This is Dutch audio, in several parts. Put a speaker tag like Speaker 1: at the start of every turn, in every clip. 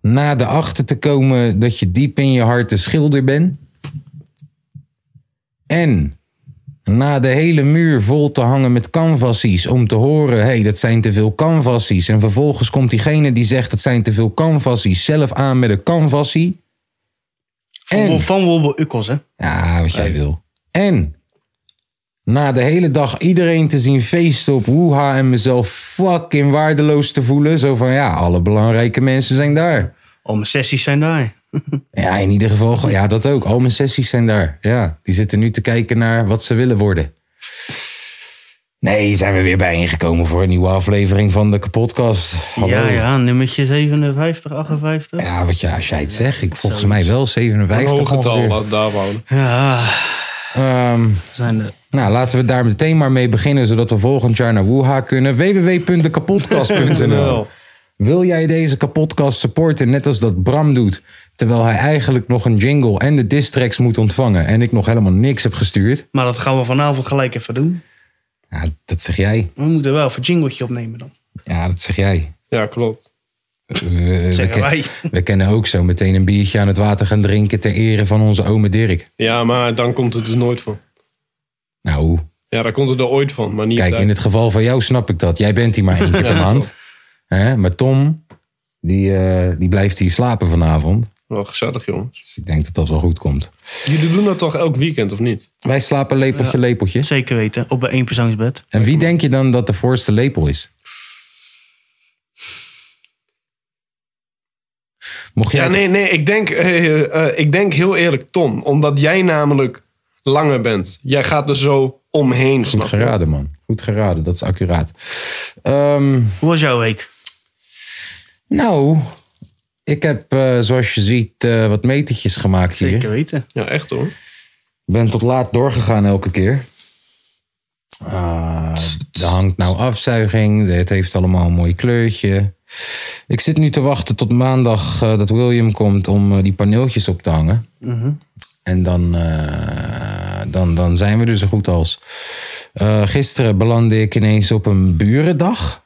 Speaker 1: Na erachter te komen dat je diep in je hart een schilder bent. En na de hele muur vol te hangen met canvassies om te horen... hé, hey, dat zijn te veel canvassies. En vervolgens komt diegene die zegt dat zijn te veel canvassies... zelf aan met een canvassie.
Speaker 2: Van, van Wolbo Ukkels, hè?
Speaker 1: Ja, wat jij wil. En na de hele dag iedereen te zien feesten op Woeha en mezelf fucking waardeloos te voelen. Zo van ja, alle belangrijke mensen zijn daar.
Speaker 2: Al mijn sessies zijn daar.
Speaker 1: Ja, in ieder geval, ja, dat ook. Al mijn sessies zijn daar. Ja, die zitten nu te kijken naar wat ze willen worden. Nee, zijn we weer bijeengekomen voor een nieuwe aflevering van de podcast. Hallo.
Speaker 2: Ja, ja, nummertje 57, 58.
Speaker 1: Ja, wat ja, als jij het zegt, ik volgens mij wel
Speaker 3: Een
Speaker 1: 57.
Speaker 3: hoog getal,
Speaker 1: ongeveer.
Speaker 3: laat daar wonen.
Speaker 2: Ja,
Speaker 1: Ehm,
Speaker 2: zijn de...
Speaker 1: Nou, laten we daar meteen maar mee beginnen, zodat we volgend jaar naar Woeha kunnen. www.dekapodcast.nl Wil jij deze kapotkast supporten, net als dat Bram doet, terwijl hij eigenlijk nog een jingle en de distracks moet ontvangen en ik nog helemaal niks heb gestuurd?
Speaker 2: Maar dat gaan we vanavond gelijk even doen.
Speaker 1: Ja, dat zeg jij.
Speaker 2: We moeten wel even een jingletje opnemen dan.
Speaker 1: Ja, dat zeg jij.
Speaker 3: Ja, klopt.
Speaker 1: We, we
Speaker 2: Zeggen
Speaker 1: ken-
Speaker 2: wij.
Speaker 1: we kennen ook zo meteen een biertje aan het water gaan drinken ter ere van onze ome Dirk.
Speaker 3: Ja, maar dan komt het er nooit van.
Speaker 1: Nou,
Speaker 3: Ja, daar komt het er ooit van, maar niet
Speaker 1: Kijk,
Speaker 3: uit.
Speaker 1: in het geval van jou snap ik dat. Jij bent hier maar één keer per maand. Hè? Maar Tom, die, eh, die blijft hier slapen vanavond.
Speaker 3: Wel gezellig, jongens.
Speaker 1: Dus ik denk dat dat wel goed komt.
Speaker 3: Jullie doen dat toch elk weekend, of niet?
Speaker 1: Wij slapen lepeltje, lepeltje.
Speaker 2: Zeker weten, op een eenpersoonsbed.
Speaker 1: En wie denk je dan dat de voorste lepel is? Mocht jij
Speaker 3: Ja,
Speaker 1: het-
Speaker 3: nee, nee, ik denk, eh, eh, ik denk heel eerlijk Tom. Omdat jij namelijk langer bent. Jij gaat er zo omheen,
Speaker 1: Goed
Speaker 3: snap je?
Speaker 1: geraden, man. Goed geraden, dat is accuraat. Ehm,
Speaker 2: Hoe was jouw week?
Speaker 1: nou, ik heb eh, zoals je ziet eh, wat metertjes gemaakt hier.
Speaker 2: Zeker weten.
Speaker 3: Ja, echt hoor.
Speaker 1: ben tot laat doorgegaan elke keer. Ah, er hangt nou afzuiging. Het heeft allemaal een mooi kleurtje. Ik zit nu te wachten tot maandag eh, dat William komt om eh, die paneeltjes op te hangen. En dan, eh, dan, dan zijn we er zo goed als. Eh, gisteren belandde ik ineens op een burendag.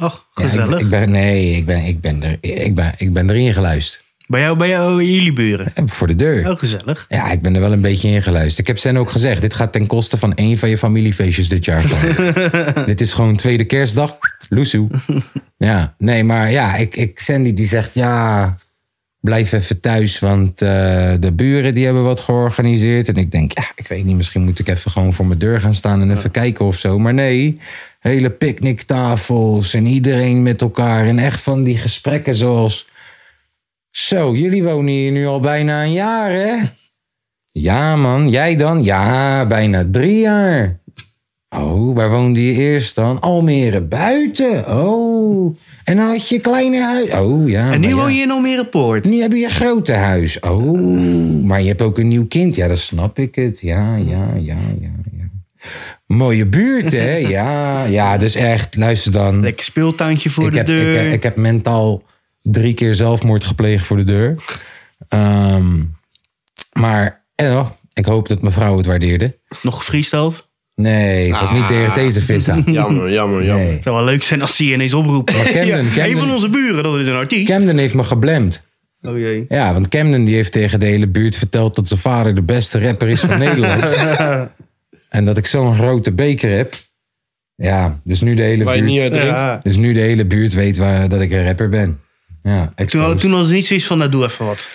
Speaker 2: Ach,
Speaker 1: Ja, ik-
Speaker 2: gezellig.
Speaker 1: ik, ben, nee, ik ben, ik, ben er, ik, ben, ik ben erin geluisterd.
Speaker 2: Bij jou, bij jou, bij jullie buren.
Speaker 1: En Voor de deur.
Speaker 2: Heel gezellig.
Speaker 1: Ja, ik ben er wel een beetje in geluisterd. Ik heb Sen ook gezegd, dit gaat ten koste van één van je familiefeestjes dit jaar. gewoon. dit is gewoon tweede kerstdag. Loesoe. Ja, nee, maar ja, ik, ik, Sandy die zegt, ja, blijf even thuis, want eh, de buren die hebben wat georganiseerd. En ik denk, ja, ik weet niet, misschien moet ik even gewoon voor mijn deur gaan staan en even kijken of zo. Maar nee, hele picknicktafels en iedereen met elkaar. En echt van die gesprekken zoals, zo, jullie wonen hier nu al bijna een jaar, hè? Ja, man. Jij dan? Ja, bijna drie jaar. Oh, waar woonde je eerst dan? Almere buiten. Oh. En dan had je een kleiner huis. Oh, ja.
Speaker 2: En nu
Speaker 1: maar ja.
Speaker 2: woon je in Almere Poort.
Speaker 1: Nu heb je een grote huis. Oh,
Speaker 2: Mm.
Speaker 1: maar je hebt ook een nieuw kind. Ja, dat snap ik het. Ja, ja, ja, ja, ja. Mooie buurt, hè? Ja, ja, dus echt, luister dan.
Speaker 2: Lekker speeltuintje voor
Speaker 1: Ik
Speaker 2: de
Speaker 1: heb, ik,
Speaker 2: deur.
Speaker 1: heb- ik heb mentaal drie keer zelfmoord gepleegd voor de deur. Ehm, maar eh, ik hoop dat mevrouw het waardeerde.
Speaker 2: Nog gefreesteld.
Speaker 1: Nee, het was niet
Speaker 2: Ah.
Speaker 1: tegen deze vissa.
Speaker 3: Jammer, jammer, jammer.
Speaker 1: Nee.
Speaker 2: Het zou wel leuk zijn als ze je ineens oproepen.
Speaker 1: Maar Camden,
Speaker 2: Een van
Speaker 1: Camden,
Speaker 2: onze buren, dat is een artiest.
Speaker 1: Camden heeft me geblemd.
Speaker 2: Oh jee.
Speaker 1: Ja, want Camden die heeft tegen de hele buurt verteld dat zijn vader de beste rapper is van Nederland. en dat ik zo'n grote beker heb. Ja, dus nu de hele
Speaker 3: Waar je niet
Speaker 1: buurt,
Speaker 3: uit drinkt.
Speaker 2: Ja.
Speaker 1: dus nu de hele buurt weet waar, dat ik een rapper ben. Ja,
Speaker 2: Toen,
Speaker 1: exposed.
Speaker 2: had- toen was het niet zoiets van, nou doe even wat.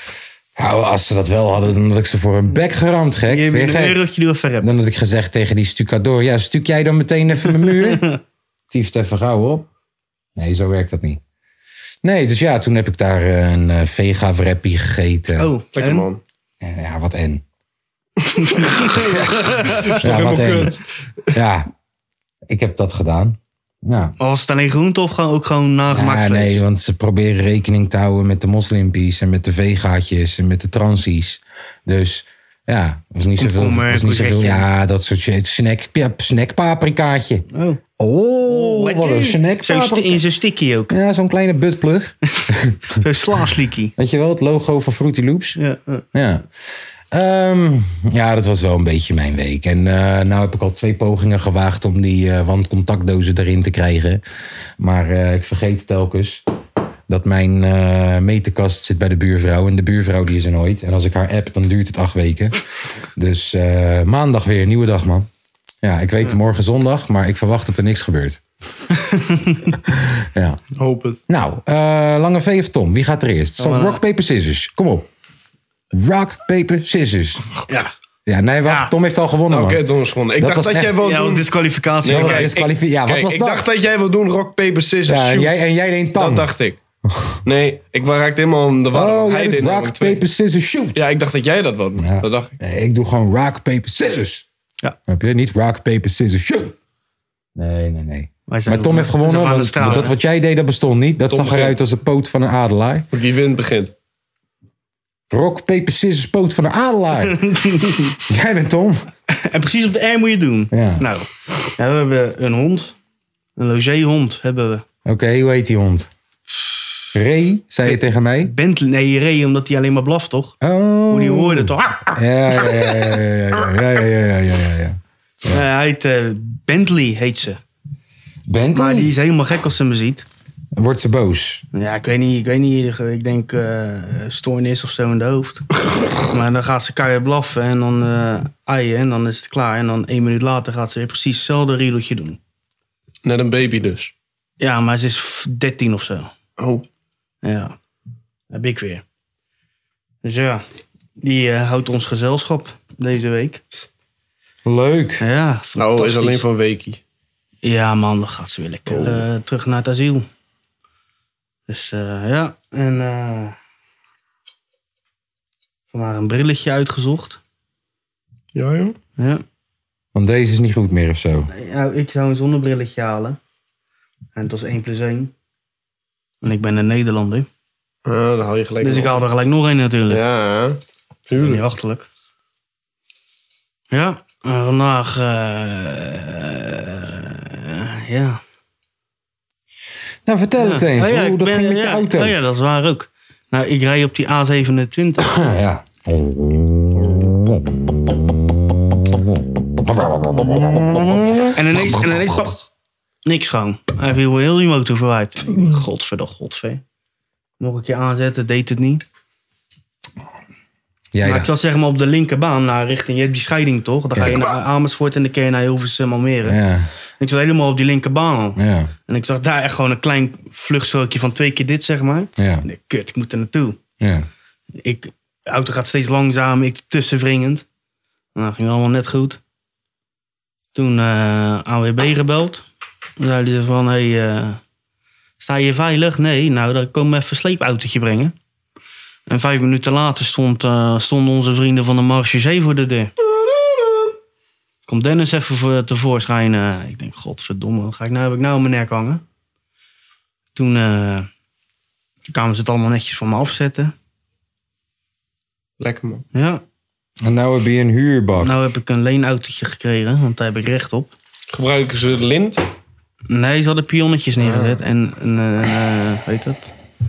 Speaker 1: Nou, als ze dat wel hadden, dan had ik ze voor een bek geramd, gek.
Speaker 2: Je
Speaker 1: Ben je
Speaker 2: hebt een
Speaker 1: gek?
Speaker 2: wereldje doe even rappen.
Speaker 1: Dan had ik gezegd tegen die stucador... Ja, stuk jij dan meteen even de muur? Tieft even gauw op. Nee, zo werkt dat niet. Nee, dus ja, toen heb ik daar eh, een eh, vega wrappie gegeten.
Speaker 2: Oh,
Speaker 3: Lekker
Speaker 2: en?
Speaker 3: man.
Speaker 1: Eh, Ja, wat en. ja, wat en. Ja, ik heb dat gedaan. Ja.
Speaker 2: Maar was het alleen groente of gewoon, ook gewoon nagemaakt
Speaker 1: Ja,
Speaker 2: vlees?
Speaker 1: nee, want ze proberen rekening te houden met de moslimpies en met de vegaatjes en met de transies. Dus ja, er is niet zoveel.
Speaker 2: Komkommer,
Speaker 1: er is niet zoveel
Speaker 2: courgette.
Speaker 1: ja, dat soort shit. Snack, ja, snackpaprikaatje.
Speaker 2: Oh.
Speaker 1: Oh,
Speaker 2: Lekker.
Speaker 1: wat een
Speaker 2: Zo'n sti-
Speaker 1: snackpaprika.
Speaker 2: In zo'n stikkie ook.
Speaker 1: Ja, zo'n kleine buttplug.
Speaker 2: Zo'n slaasliekie.
Speaker 1: Weet je wel, het logo van Fruity Loops.
Speaker 2: Ja, ja.
Speaker 1: Ja. Ehm, ja, dat was wel een beetje mijn week. En eh nou heb ik al twee pogingen gewaagd om die eh, wandcontactdozen erin te krijgen. Maar eh, ik vergeet telkens dat mijn eh meterkast zit bij de buurvrouw. En de buurvrouw die is er nooit. En als ik haar app, dan duurt het acht weken. Dus eh, maandag weer, nieuwe dag man. Ja, ik weet morgen zondag, maar ik verwacht dat er niks gebeurt. ja.
Speaker 3: Hoop het.
Speaker 1: Nou, eh, Lange V of Tom, wie gaat er eerst? Zo, rock, paper, scissors. Kom op. Rock, paper, scissors.
Speaker 2: Ja.
Speaker 1: Ja, nee, wacht.
Speaker 2: Ja.
Speaker 1: Tom heeft al gewonnen,
Speaker 3: Oké,
Speaker 1: man.
Speaker 3: het ons gewonnen. Ik
Speaker 1: Dat
Speaker 3: dacht
Speaker 1: was
Speaker 3: dat jij
Speaker 1: echt-
Speaker 3: wou
Speaker 2: Ja, want
Speaker 3: doen...
Speaker 2: disqualificatie.
Speaker 1: Dat was
Speaker 2: Kijk,
Speaker 1: disqualificatie. Ja, wat
Speaker 3: Kijk,
Speaker 1: was
Speaker 3: ik
Speaker 1: dat?
Speaker 3: dacht dat jij wil doen rock, paper, scissors,
Speaker 1: ja, en
Speaker 3: shoot.
Speaker 1: jij, en jij deed
Speaker 3: Dat
Speaker 1: tang.
Speaker 3: dacht ik. Nee, ik raakte helemaal om de war. want
Speaker 1: oh,
Speaker 3: hij
Speaker 1: jij
Speaker 3: deed
Speaker 1: doet rock,
Speaker 3: namelijk twee.
Speaker 1: paper, scissors, shoot.
Speaker 3: Ja, ik dacht dat jij dat wou doen.
Speaker 1: Ja.
Speaker 3: Dat dacht ik.
Speaker 1: Nee, ik doe gewoon rock, paper, scissors.
Speaker 2: Ja.
Speaker 1: Heb je? Niet rock, paper, scissors, shoot. Nee, nee, nee.
Speaker 2: Wij zijn
Speaker 1: Maar Tom
Speaker 2: ook-
Speaker 1: heeft
Speaker 2: we
Speaker 1: gewonnen,
Speaker 2: zijn aan de
Speaker 1: want
Speaker 2: stralen.
Speaker 1: dat wat jij deed, dat bestond niet. Dat
Speaker 3: Tom
Speaker 1: zag eruit
Speaker 3: begint.
Speaker 1: als een poot van een adelaar.
Speaker 3: Wie wint begint.
Speaker 1: Rock, paper, scissors, poot van een adelaar. jij bent Tom.
Speaker 2: En precies op de R moet je doen.
Speaker 1: Ja.
Speaker 2: Nou, ja, we hebben een hond. Een logeehond hebben we.
Speaker 1: Oké, hoe heet die hond? Ray, zei je tegen mij.
Speaker 2: Bentley, nee, Ray, omdat hij alleen maar blaft, toch?
Speaker 1: Oh.
Speaker 2: Hoe die hoorde, toch? Ah, ah.
Speaker 1: Ja, ja, ja, ja, ja, ja, ja, ja, ja, ja, ja.
Speaker 2: Eh, hij heet eh, Bentley, heet ze. Maar
Speaker 1: Bentley?
Speaker 2: die is helemaal gek als ze me ziet.
Speaker 1: Wordt ze boos?
Speaker 2: Ja, ik weet niet, ik weet niet. Ik denk eh, stoornis of zo in de hoofd. maar dan gaat ze keihard blaffen en dan eh aaien en dan is het klaar. En dan één minuut later gaat ze weer precies hetzelfde riedeltje doen.
Speaker 3: Net een baby dus.
Speaker 2: Ja, maar ze is f- 13 of zo.
Speaker 3: Oh.
Speaker 2: Ja, heb ik weer. Dus ja, die eh, houdt ons gezelschap deze week.
Speaker 1: Leuk.
Speaker 2: Ja,
Speaker 3: Nou, is
Speaker 2: fantastisch.
Speaker 3: alleen voor een weekie.
Speaker 2: Ja man, dan gaat ze
Speaker 3: Oh.
Speaker 2: weer lekker eh, terug naar het asiel. Dus eh, ja, en eh, vandaag een brilletje uitgezocht.
Speaker 3: Ja, joh.
Speaker 2: Ja.
Speaker 1: Want deze is niet goed meer of zo.
Speaker 2: Nou, ik zou een zonnebrilletje halen. En het was 1 plus 1. En ik ben een Nederlander.
Speaker 3: Ja, Ah, dan haal je gelijk
Speaker 2: Dus ik
Speaker 3: nog.
Speaker 2: haal er gelijk nog één natuurlijk.
Speaker 3: Ja,
Speaker 2: Tuurlijk.
Speaker 3: tuurlijk.
Speaker 2: achterlijk. Ja, en vandaag. eh, ja.
Speaker 1: Nou, vertel het eens.
Speaker 2: Oh ja,
Speaker 1: Hoe
Speaker 2: ik
Speaker 1: dat
Speaker 2: ben-
Speaker 1: ging met je
Speaker 2: ja.
Speaker 1: auto.
Speaker 2: Oh ja, dat is waar ook. Nou, ik rij op die A27.
Speaker 1: Ah, ja.
Speaker 2: en ineens. En ineens pap, niks gewoon. Hij viel heel die motor vooruit. Godverdomme, godver. Nog een keer aanzetten, deed het niet.
Speaker 1: Jij
Speaker 2: Maar
Speaker 1: dan.
Speaker 2: ik zat zeg maar op de linkerbaan naar richting. Je hebt die scheiding toch? Dan ga je naar Amersfoort en dan keer je naar Hilversum Almere.
Speaker 1: Ja,
Speaker 2: En Ik zat helemaal op die linkerbaan al.
Speaker 1: ja,
Speaker 2: En ik zag daar echt gewoon een klein vluchtstrookje van twee keer dit, zeg maar.
Speaker 1: ja,
Speaker 2: Nee, kut, ik moet er naartoe.
Speaker 1: ja.
Speaker 2: Ik, de auto gaat steeds langzaam, ik tussenwringend. Nou, dat ging allemaal net goed. Toen eh AWB gebeld. Toen zeiden ze van, hé, hey, eh, sta je veilig? Nee, nou, dan komen we even een sleepautootje brengen. En vijf minuten later stond, eh, stonden onze vrienden van de Marche voor de deur. Komt Dennis even voor- tevoorschijn. eh, ik denk, godverdomme, wat ga ik nou, heb ik nou om mijn nek hangen? Toen eh, kwamen ze het allemaal netjes voor me afzetten.
Speaker 3: Lekker man.
Speaker 2: Ja,
Speaker 1: En nou heb je een huurbak.
Speaker 2: nou heb ik een leenautootje gekregen, want daar heb ik recht op.
Speaker 3: Gebruiken ze lint?
Speaker 2: Nee, ze hadden pionnetjes neergezet
Speaker 1: Ah.
Speaker 2: en, en eh, eh, weet dat?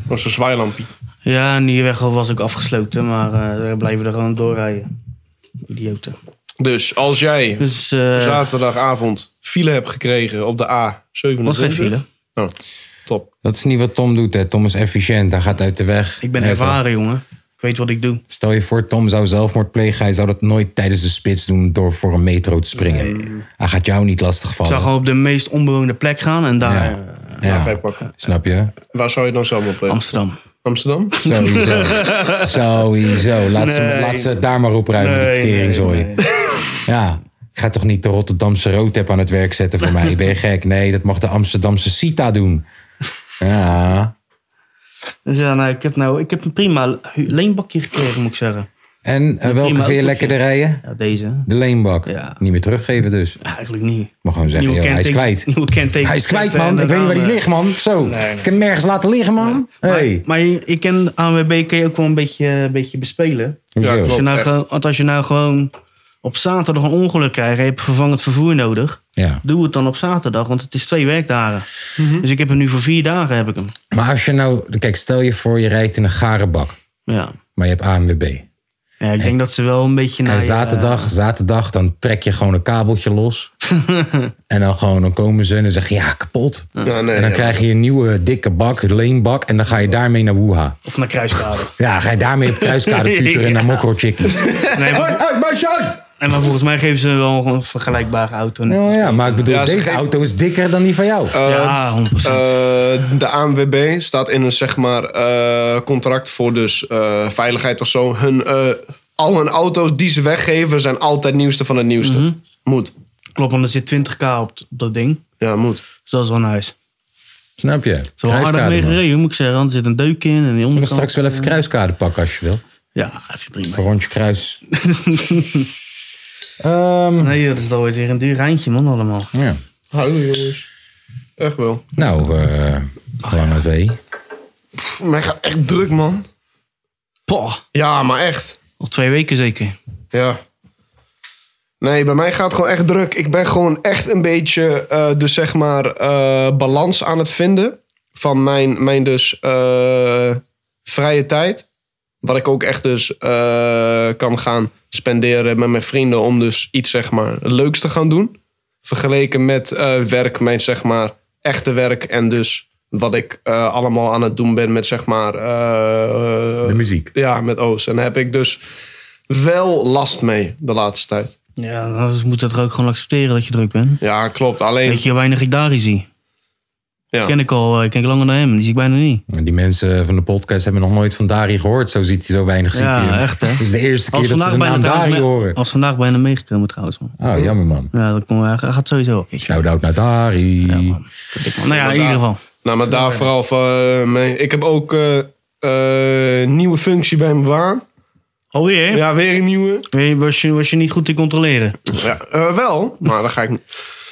Speaker 3: Of zo'n zwaailampje?
Speaker 2: Ja, en die weg was ik afgesloten, maar eh, daar blijven we er gewoon doorrijden. Idioten.
Speaker 3: Dus als jij
Speaker 2: Dus eh,
Speaker 3: zaterdagavond file hebt gekregen op de A27.
Speaker 2: was geen file.
Speaker 3: Oh, top.
Speaker 1: Dat is niet wat Tom doet, hè. Tom is efficiënt. Hij gaat uit de weg.
Speaker 2: Ik ben
Speaker 1: Ja, toch?
Speaker 2: ervaren, jongen. Ik weet wat ik doe.
Speaker 1: Stel je voor, Tom zou zelfmoord plegen. Hij zou dat nooit tijdens de spits doen door voor een metro te springen. Hij gaat jou niet
Speaker 2: Ik zou
Speaker 1: lastigvallen.
Speaker 2: gewoon op de meest onbewoonde plek gaan en daar eh,
Speaker 1: Ja. Ja.
Speaker 3: Kijk, pakken.
Speaker 1: Snap je?
Speaker 3: Waar zou je dan zelf op plegen?
Speaker 2: Amsterdam.
Speaker 3: Amsterdam?
Speaker 1: Sowieso. Sowieso. Laat, ze,
Speaker 2: Nee.
Speaker 1: laat ze het daar maar opruimen,
Speaker 2: Nee,
Speaker 1: die
Speaker 2: nee,
Speaker 1: teringzooi. Ja. Ik ga toch niet de Rotterdamse roodtap aan het werk zetten voor mij? Ben je gek? Nee, dat mag de Amsterdamse Sita doen. Ja.
Speaker 2: Dus ja, nou, ik heb nou ik heb een prima hu- leenbakje gekregen, moet ik zeggen.
Speaker 1: En eh, welke
Speaker 2: prima
Speaker 1: vind je
Speaker 2: autootje.
Speaker 1: lekkerder rijden?
Speaker 2: Ja, deze.
Speaker 1: De leenbak.
Speaker 2: Ja.
Speaker 1: Niet meer teruggeven dus.
Speaker 2: Eigenlijk niet.
Speaker 1: Mag gewoon zeggen, joh, hij is
Speaker 2: kenteken-
Speaker 1: kwijt.
Speaker 2: Nieuwe kenteken-
Speaker 1: Hij is kwijt, man. Ik weet niet waar die
Speaker 2: eh,
Speaker 1: ligt, man. Zo,
Speaker 2: Nee, nee.
Speaker 1: ik heb hem nergens laten liggen, man. hey.
Speaker 2: Maar je, je kan ANWB kan je ook wel een beetje, een beetje bespelen.
Speaker 1: Hoezo?
Speaker 3: Ja,
Speaker 2: Als je,
Speaker 3: klopt.
Speaker 2: nou
Speaker 3: echt.
Speaker 2: gewoon, want als je nou gewoon op zaterdag een ongeluk krijgt en je hebt vervangend vervoer nodig,
Speaker 1: Ja.
Speaker 2: doe het dan op zaterdag, want het is twee werkdagen. Dus ik heb hem nu voor vier dagen heb ik hem.
Speaker 1: Maar als je nou... Kijk, stel je voor je rijdt in een garenbak.
Speaker 2: Ja.
Speaker 1: Maar je hebt ANWB.
Speaker 2: ja ik denk dat ze wel een beetje naar. eh,
Speaker 1: En
Speaker 2: je,
Speaker 1: zaterdag, zaterdag, dan trek je gewoon een kabeltje los. en dan gewoon, dan komen ze en dan zeggen ja, kapot.
Speaker 3: Ja, nee,
Speaker 1: en dan
Speaker 3: ja.
Speaker 1: krijg je een nieuwe dikke bak, leenbak. En dan ga je daarmee naar Wuha.
Speaker 2: eh, of naar kruiskade.
Speaker 1: Ja, dan ga je daarmee op kruiskade tuteren en naar Mokro Chickies.
Speaker 2: nee, maar, en maar volgens mij geven ze wel een vergelijkbare auto.
Speaker 1: Nou ja, Oh. maar ik bedoel,
Speaker 3: Ja, ze
Speaker 1: deze
Speaker 3: geven-
Speaker 1: auto is dikker dan die van jou.
Speaker 2: ja, 100%.
Speaker 3: Eh, de ANWB staat in een zeg maar, eh, contract voor dus eh, veiligheid of zo. Hun, eh, al hun auto's die ze weggeven zijn altijd nieuwste van het nieuwste. Moet.
Speaker 2: Klopt, want er zit 20k op, t- op dat ding.
Speaker 3: Ja, moet.
Speaker 2: Dus dat is wel nice.
Speaker 1: Snap je?
Speaker 2: Zo aardig
Speaker 1: Kruiskade,
Speaker 2: mee
Speaker 1: man.
Speaker 2: gereden, moet ik zeggen. Want er zit een deuk in en die
Speaker 1: Ik wil
Speaker 2: onderkant.
Speaker 1: straks wel even kruiskade pakken als je wil.
Speaker 2: Ja, even prima.
Speaker 1: Een rondje kruis. Ehm,
Speaker 2: Nee, joh, dat is alweer weer een duur eindje, man, allemaal.
Speaker 1: ja.
Speaker 3: Hallo jongens. Echt wel.
Speaker 1: Nou, eh
Speaker 2: Oh,
Speaker 1: lange V.
Speaker 3: Pff, mij gaat echt druk man.
Speaker 2: Poh,
Speaker 3: Ja, maar echt.
Speaker 2: al twee weken zeker.
Speaker 3: Ja. Nee, bij mij gaat gewoon echt druk. Ik ben gewoon echt een beetje, eh, dus zeg maar, eh, balans aan het vinden. Van mijn, mijn dus eh, vrije tijd. Wat ik ook echt dus eh, kan gaan spenderen met mijn vrienden. Om dus iets, zeg maar, leuks te gaan doen. Vergeleken met eh, werk, mijn zeg maar, echte werk. En dus wat ik eh, allemaal aan het doen ben met, zeg maar... eh,
Speaker 1: De muziek.
Speaker 3: ja, met O's. En daar heb ik dus wel last mee de laatste tijd.
Speaker 2: Ja, nou, anders moet dat er ook gewoon accepteren dat je druk bent.
Speaker 3: Ja, klopt. Alleen.
Speaker 2: Weet je hoe weinig ik daar zie?
Speaker 3: ja.
Speaker 2: Ken ik al, eh, ken ik langer dan hem. Die zie ik bijna niet.
Speaker 1: En Die mensen van de podcast hebben nog nooit van Dari gehoord. Zo ziet hij zo weinig. ziet
Speaker 2: Ja,
Speaker 1: hij hem.
Speaker 2: echt, hè?
Speaker 1: Het is de eerste keer
Speaker 2: Als
Speaker 1: dat ze de naam Dari
Speaker 2: trouwens me-
Speaker 1: horen.
Speaker 2: als vandaag bijna meegekomen trouwens, man.
Speaker 1: Oh, jammer man.
Speaker 2: Ja, dat komt, hij gaat sowieso wel een keertje.
Speaker 1: Shout-out naar Dari.
Speaker 2: Ik- Nou ja, in ieder geval.
Speaker 3: Nou, maar daar vooral van eh, mee. Ik heb ook eh, eh, nieuwe functie bij mijn baan.
Speaker 2: Alweer?
Speaker 3: Ja, weer een nieuwe.
Speaker 2: Weet je, Was, je, was je niet goed te controleren?
Speaker 3: Ja, eh, wel, maar daar ga ik niet.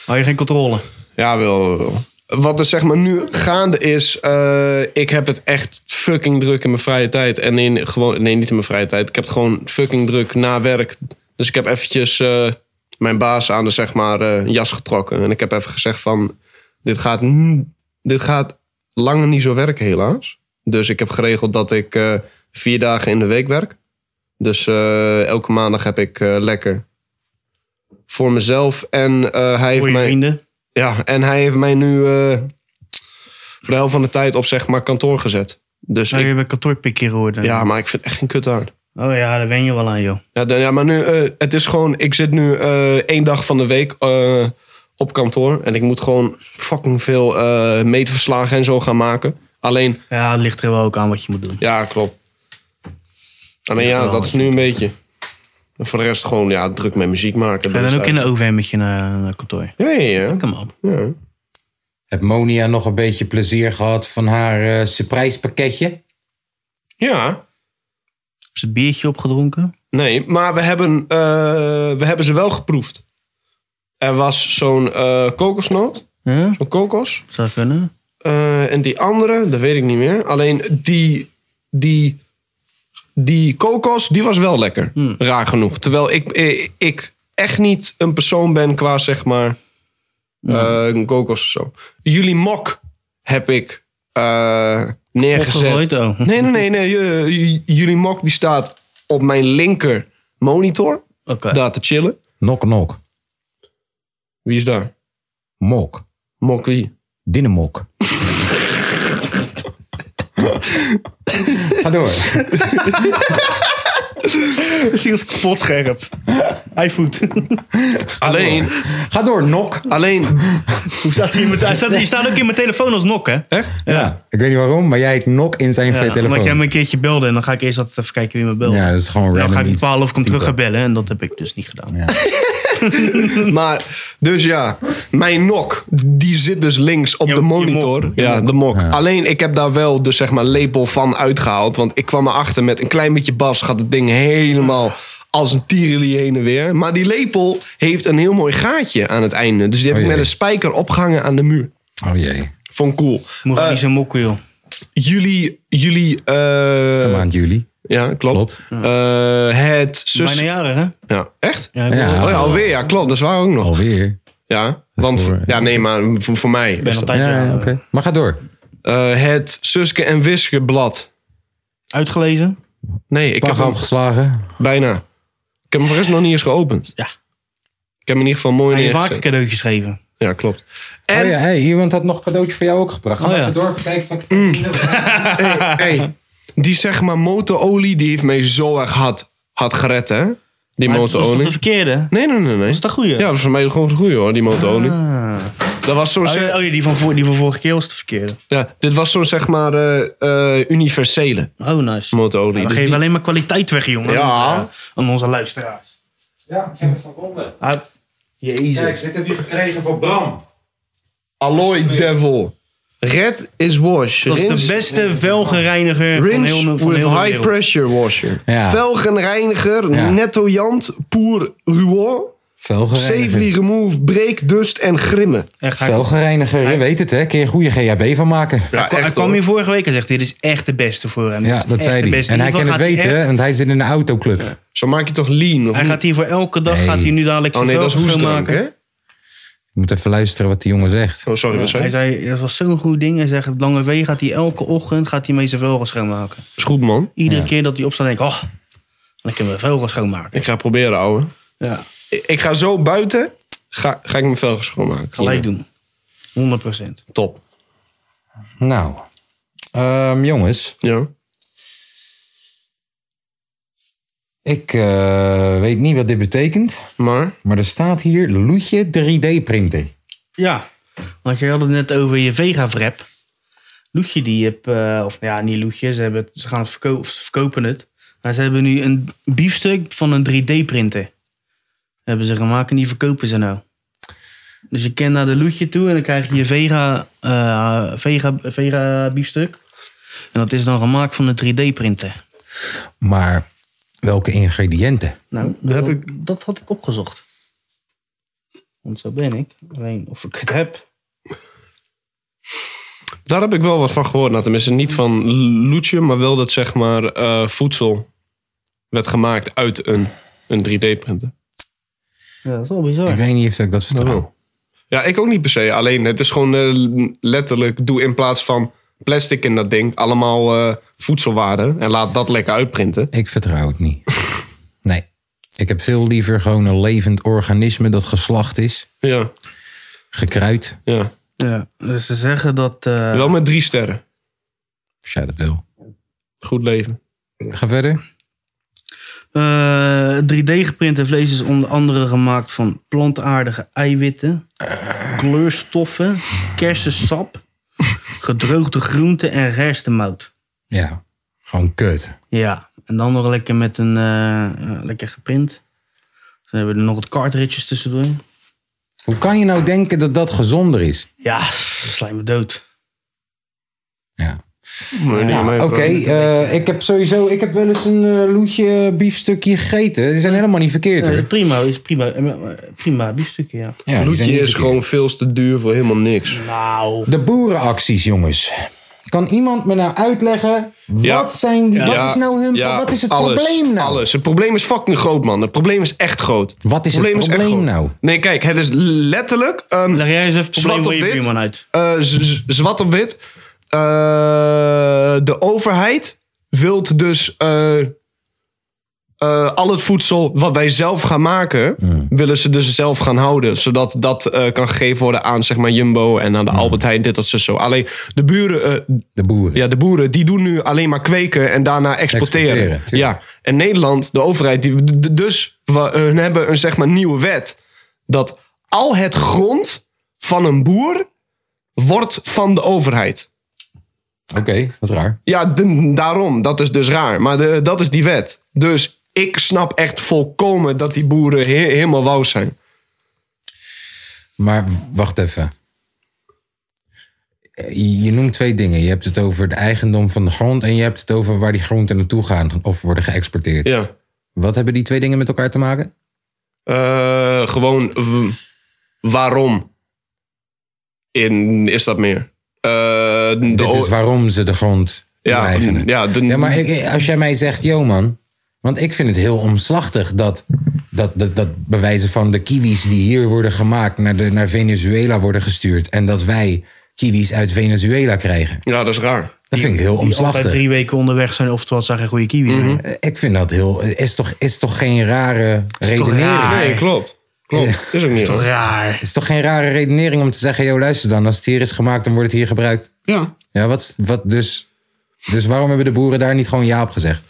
Speaker 2: Had je geen controle?
Speaker 3: Ja, wel, wel. Wat er zeg maar nu gaande is, eh, ik heb het echt fucking druk in mijn vrije tijd. En in, gewoon, nee, niet in mijn vrije tijd. Ik heb het gewoon fucking druk na werk. Dus ik heb eventjes eh, mijn baas aan de zeg maar eh, jas getrokken. En ik heb even gezegd van, dit gaat, n- dit gaat langer niet zo werken helaas. Dus ik heb geregeld dat ik eh, vier dagen in de week werk. Dus eh, elke maandag heb ik eh, lekker voor mezelf. En eh, hij heeft
Speaker 2: Voor je
Speaker 3: mij...
Speaker 2: vrienden?
Speaker 3: Ja, en hij heeft mij nu eh, voor de helft van de tijd op zeg maar kantoor gezet. Dus
Speaker 2: Nou,
Speaker 3: ik,
Speaker 2: je bent kantoorpikje geworden.
Speaker 3: ja, maar ik vind echt geen kut aan.
Speaker 2: Oh ja, daar wen je wel aan, joh.
Speaker 3: Ja, dan- ja maar nu, eh, het is gewoon, ik zit nu eh, één dag van de week eh, op kantoor. En ik moet gewoon fucking veel eh, meetverslagen en zo gaan maken. Alleen,
Speaker 2: Ja, het ligt er wel ook aan wat je moet doen.
Speaker 3: ja, klopt. Alleen ja, dat is nu een beetje. En voor de rest gewoon, ja, druk met muziek maken.
Speaker 2: Ga
Speaker 3: Dat
Speaker 2: je
Speaker 3: is
Speaker 2: dan ook in
Speaker 3: eigenlijk-
Speaker 2: een OV-metje naar, naar kantoor?
Speaker 3: Ja, ja, ja.
Speaker 2: Kom op.
Speaker 3: ja.
Speaker 1: Heb Monia nog een beetje plezier gehad van haar eh, surprise pakketje?
Speaker 3: ja.
Speaker 2: Heb ze het biertje opgedronken?
Speaker 3: Nee, maar we hebben, eh, we hebben ze wel geproefd. Er was zo'n eh kokosnoot,
Speaker 2: Ja?
Speaker 3: een kokos.
Speaker 2: Zou dat kunnen?
Speaker 3: Eh, en die andere, dat weet ik niet meer. Alleen die, die, die kokos, die was wel lekker. Raar genoeg. Terwijl ik, ik, ik echt niet een persoon ben qua zeg maar eh, een kokos of zo. Jullie mok heb ik eh, neergezet.
Speaker 2: Opgegooid, oh.
Speaker 3: Nee, nee, nee. nee. eh, j- jullie mok die staat op mijn linker monitor.
Speaker 2: Oké.
Speaker 3: Daar te chillen.
Speaker 1: Nok, nok.
Speaker 3: Wie is daar?
Speaker 1: Mok.
Speaker 3: Mok wie?
Speaker 1: Dinnemok. Ga door.
Speaker 2: Die was kapot scherp. Hij voet.
Speaker 1: Ah,
Speaker 3: Alleen,
Speaker 1: Ga door, nok.
Speaker 3: alleen.
Speaker 2: Hoe staat hij in mijn... Hij staat, die staat ook in mijn telefoon als nok, hè?
Speaker 3: Echt?
Speaker 1: Ja. Ik weet niet waarom, maar jij heet nok in zijn
Speaker 2: Ja, omdat
Speaker 1: telefoon.
Speaker 2: jij me een keertje belde en dan ga ik eerst altijd even kijken wie me belde.
Speaker 1: Ja, dat is gewoon
Speaker 2: dan
Speaker 1: random
Speaker 2: ga ik
Speaker 1: iets.
Speaker 2: bepalen of ik hem terug
Speaker 1: typen.
Speaker 2: ga bellen en dat heb ik dus niet gedaan.
Speaker 3: maar, dus ja, mijn nok, die zit dus links op
Speaker 2: Je-
Speaker 3: de
Speaker 2: je
Speaker 3: monitor.
Speaker 2: mok.
Speaker 3: ja, de mok. Alleen, ik heb daar wel de zeg maar, lepel van uitgehaald. Want ik kwam erachter met een klein beetje bas gaat het ding helemaal als een tierenlie heen en weer. Maar die lepel heeft een heel mooi gaatje aan het einde. Dus die heb
Speaker 1: Oh
Speaker 3: ik met
Speaker 1: jee.
Speaker 3: een spijker opgehangen aan de muur.
Speaker 1: Oh jee.
Speaker 3: Vond ik cool.
Speaker 2: Moet
Speaker 3: Eh,
Speaker 2: niet zo mokken, joh.
Speaker 3: jullie, jullie,
Speaker 1: Het is de
Speaker 3: eh
Speaker 1: maand juli.
Speaker 3: ja, klopt.
Speaker 1: Klopt.
Speaker 3: Eh, het zus...
Speaker 2: Bijna jarig, hè?
Speaker 3: Ja, echt?
Speaker 2: Ja, ik ben-
Speaker 1: Ja.
Speaker 3: Oh ja, alweer, ja, klopt. Dat is waar ook nog.
Speaker 1: Alweer.
Speaker 3: Ja, want
Speaker 1: voor-
Speaker 3: ja, nee, maar voor, voor mij.
Speaker 2: ben
Speaker 3: is
Speaker 2: al
Speaker 3: dat-
Speaker 2: tijd
Speaker 1: Ja, ja, oké. Maar ga door.
Speaker 3: Eh, het Suske en Wiske blad.
Speaker 2: uitgelezen.
Speaker 3: Nee, ik heb
Speaker 1: Pag
Speaker 3: hem
Speaker 1: afgeslagen.
Speaker 3: bijna. Ik heb hem voor rest nog niet eens geopend.
Speaker 2: Ja.
Speaker 3: Ik heb hem in ieder geval mooi
Speaker 2: Heb je
Speaker 3: neergezet.
Speaker 2: vaker cadeautjes geven?
Speaker 3: Ja, klopt.
Speaker 1: Oh
Speaker 3: En
Speaker 1: ja, hey, iemand had nog een cadeautje voor jou ook gebracht. Ga
Speaker 2: Oh
Speaker 1: maar
Speaker 2: ja.
Speaker 1: even door, even kijken wat...
Speaker 3: hey, die zeg maar motorolie, die heeft mij zo erg hard, hard gered, hè? Die
Speaker 2: Maar het was toch
Speaker 3: motorolie.
Speaker 2: de verkeerde?
Speaker 3: Nee, nee, nee. nee. Dat
Speaker 2: is de goeie?
Speaker 3: Ja, dat is voor mij gewoon de goeie hoor, die motorolie. Dat was zo'n...
Speaker 2: Oh
Speaker 3: zeg-
Speaker 2: ja, oh ja, die, van voor, die van vorige keer was de verkeerde.
Speaker 3: ja, dit was zo'n zeg maar eh, eh, universele
Speaker 2: Oh, nice.
Speaker 3: motorolie.
Speaker 2: Ja, we
Speaker 3: Dus
Speaker 2: geven
Speaker 3: die-
Speaker 2: alleen maar kwaliteit weg, jongen.
Speaker 3: Ja.
Speaker 2: Aan onze, aan onze luisteraars.
Speaker 1: Ja, ik heb het verbonden.
Speaker 2: Ah, Jezus.
Speaker 1: dit heb je gekregen voor Bram.
Speaker 3: Alloy Devil. Red is wash.
Speaker 2: Dat is
Speaker 3: Rinse-
Speaker 2: de beste velgereiniger van
Speaker 3: Rinse
Speaker 2: heel, van
Speaker 3: with
Speaker 2: heel de
Speaker 3: high
Speaker 2: wereld.
Speaker 3: pressure washer.
Speaker 1: Ja.
Speaker 3: Velgenreiniger,
Speaker 1: Ja.
Speaker 3: nettojant, poer ruoer. Safely
Speaker 1: Velgereiniger.
Speaker 3: remove, break, dust en grimmen.
Speaker 2: Echt, hij,
Speaker 1: Velgereiniger, je weet het hè. Kun je een goede GHB van maken.
Speaker 3: Ja,
Speaker 2: hij kwam hier vorige week en zegt, dit is echt de beste voor hem. Dit
Speaker 1: Ja,
Speaker 2: is
Speaker 1: dat
Speaker 2: echt de
Speaker 1: zei hij.
Speaker 2: beste.
Speaker 1: En hij
Speaker 2: Hiervoor
Speaker 1: kan het
Speaker 2: gaat
Speaker 1: weten,
Speaker 2: echt-
Speaker 1: hè, want hij zit in een autoclub.
Speaker 3: Zo maak je toch lean? Of
Speaker 2: Hij
Speaker 3: niet?
Speaker 2: gaat hier voor elke dag,
Speaker 1: Nee.
Speaker 2: gaat hij nu dadelijk
Speaker 3: oh
Speaker 2: zijn
Speaker 3: nee, dat is
Speaker 2: velgen
Speaker 3: hoestdrank,
Speaker 2: schoonmaken.
Speaker 3: hè?
Speaker 1: Je moet even luisteren wat die jongen zegt.
Speaker 3: Oh, sorry, wat zei
Speaker 2: Hij
Speaker 3: je?
Speaker 2: zei, dat was zo'n goed ding. Hij zegt, op lange wegen gaat hij elke ochtend gaat hij mee zijn velgen schoonmaken.
Speaker 3: Is goed, man.
Speaker 2: Iedere keer dat hij opstaat, denk ik, oh, dan kunnen we velgen schoonmaken.
Speaker 3: Ik ga proberen, ouwe.
Speaker 2: Ja,
Speaker 3: Ik ik ga zo buiten, ga, ga ik mijn velgen schoonmaken.
Speaker 2: gelijk
Speaker 3: Hier.
Speaker 2: doen. 100 procent.
Speaker 3: Top.
Speaker 1: Nou, ehm, jongens.
Speaker 3: Ja.
Speaker 1: Ik eh, weet niet wat dit betekent.
Speaker 3: Maar,
Speaker 1: Maar er staat hier Loetje 3D-printer.
Speaker 2: Ja, want je had het net over je Vega-wrap. Loetje die heb, eh, of ja, niet Loetje, ze, hebben, het- ze gaan het verko- of ze verkopen het. Maar ze hebben nu een biefstuk van een 3D-printer. Hebben ze gemaakt en die verkopen ze nou. Dus je kan naar de Loetje toe en dan krijg je je Vega, eh, Vega, Vega biefstuk. En dat is dan gemaakt van een 3D-printer.
Speaker 1: Maar welke ingrediënten?
Speaker 2: Nou, dat, heb ik... dat had ik opgezocht. Want zo ben ik. Alleen of ik het heb.
Speaker 3: daar heb ik wel wat van gehoord. Nou, tenminste, niet van Loetje, maar wel dat zeg maar eh, voedsel werd gemaakt uit een, een 3D-printer.
Speaker 2: Ja, dat is wel bizar.
Speaker 1: Ik weet niet of ik dat vertrouw.
Speaker 3: Ja, ik ook niet per se. Alleen het is gewoon eh, letterlijk: doe in plaats van plastic in dat ding allemaal eh, voedselwaarde en laat dat lekker uitprinten.
Speaker 1: Ik vertrouw het niet. Nee. Ik heb veel liever gewoon een levend organisme dat geslacht is.
Speaker 3: Ja,
Speaker 1: Gekruid,
Speaker 3: ja.
Speaker 2: Ja, dus ze zeggen dat. eh,
Speaker 3: Wel met drie sterren.
Speaker 1: als jij dat wil.
Speaker 3: Goed leven.
Speaker 1: Ga verder.
Speaker 2: eh, 3D-geprinte vlees is onder andere gemaakt van plantaardige eiwitten, kleurstoffen, kersensap, gedroogde groenten en gerstemout.
Speaker 1: Ja, gewoon kut.
Speaker 2: Ja, en dan nog lekker met een. eh, eh, lekker geprint. Ze hebben er nog wat cartridges tussendoor.
Speaker 1: Hoe kan je nou denken dat dat gezonder is?
Speaker 2: Ja, slijm me dood.
Speaker 1: Ja.
Speaker 3: Maar niet aan mij
Speaker 1: Oké,
Speaker 3: vragen.
Speaker 1: eh, ik heb sowieso ik heb wel eens een eh, loetje biefstukje gegeten. Die zijn helemaal niet verkeerd
Speaker 2: Ja,
Speaker 1: hoor.
Speaker 2: is prima, is prima, eh, eh, prima biefstukje, ja.
Speaker 1: Ja, die zijn
Speaker 3: Loetje
Speaker 1: niet
Speaker 3: is
Speaker 1: verkeerd.
Speaker 3: gewoon veel te duur voor helemaal niks.
Speaker 2: Nou,
Speaker 1: De boerenacties, jongens. Kan iemand me nou uitleggen? Wat,
Speaker 3: Ja.
Speaker 1: zijn die,
Speaker 3: Ja,
Speaker 1: wat is nou hun
Speaker 3: ja,
Speaker 1: Wat is het
Speaker 3: alles,
Speaker 1: probleem nou?
Speaker 3: Alles. Het probleem is fucking groot, man. Het probleem is echt groot.
Speaker 1: Wat is het
Speaker 3: echt
Speaker 1: probleem
Speaker 3: groot.
Speaker 1: nou?
Speaker 3: Nee, kijk, het is letterlijk. ehm,
Speaker 2: leg jij eens even het probleem
Speaker 3: zwart op
Speaker 2: waar je
Speaker 3: wit.
Speaker 2: buurman uit.
Speaker 3: eh, z- z- zwart op wit. Eh, de overheid wilt dus eh, eh, al het voedsel wat wij zelf gaan maken,
Speaker 1: Hmm.
Speaker 3: willen ze dus zelf gaan houden. Zodat dat eh, kan gegeven worden aan zeg maar Jumbo en aan
Speaker 1: Hmm.
Speaker 3: de Albert Heijn, dit, dat, ze zo. Alleen de buren, eh,
Speaker 1: De boeren.
Speaker 3: ja, de boeren die doen nu alleen maar kweken en daarna exporteren.
Speaker 1: Exporteren, tuurlijk.
Speaker 3: ja, en Nederland, de overheid, die, d- d- dus we hun hebben een zeg maar nieuwe wet dat al het grond van een boer wordt van de overheid.
Speaker 1: Oké, dat is raar.
Speaker 3: Ja, d- daarom. Dat is dus raar. Maar de, dat is die wet. Dus ik snap echt volkomen dat die boeren he- helemaal wauw zijn.
Speaker 1: Maar w- wacht even. Eh, Je je noemt twee dingen. Je hebt het over de eigendom van de grond en je hebt het over waar die groenten naartoe gaan of worden geëxporteerd.
Speaker 3: Ja.
Speaker 1: Wat hebben die twee dingen met elkaar te maken?
Speaker 3: Eh, gewoon w- waarom in, is dat meer? Eh, de
Speaker 1: Dit
Speaker 3: o-
Speaker 1: is waarom ze de grond
Speaker 3: ja, mm,
Speaker 1: eigenen.
Speaker 3: ja, de-
Speaker 1: Ja, maar ik- Eh, als jij mij zegt, yo man. Want ik vind het heel omslachtig dat, dat, dat, dat bewijzen van de kiwis die hier worden gemaakt naar, de, naar Venezuela worden gestuurd. En dat wij kiwis uit Venezuela krijgen.
Speaker 3: ja, dat is raar.
Speaker 1: Dat vind ik heel
Speaker 2: Die altijd
Speaker 1: omslachtig.
Speaker 2: drie weken onderweg zijn, of het zijn geen goede kiwi zijn.
Speaker 1: Eh, Ik vind dat heel. Is toch, is toch geen rare redenering?
Speaker 2: raar?
Speaker 3: Nee, klopt. Klopt. Is ook niet raar.
Speaker 2: Raar.
Speaker 1: Is toch geen rare redenering om te zeggen, yo luister dan, als het hier is gemaakt, dan wordt het hier gebruikt.
Speaker 3: Ja.
Speaker 1: Ja, wat, is- wat dus. Dus waarom hebben de boeren daar niet gewoon ja op gezegd?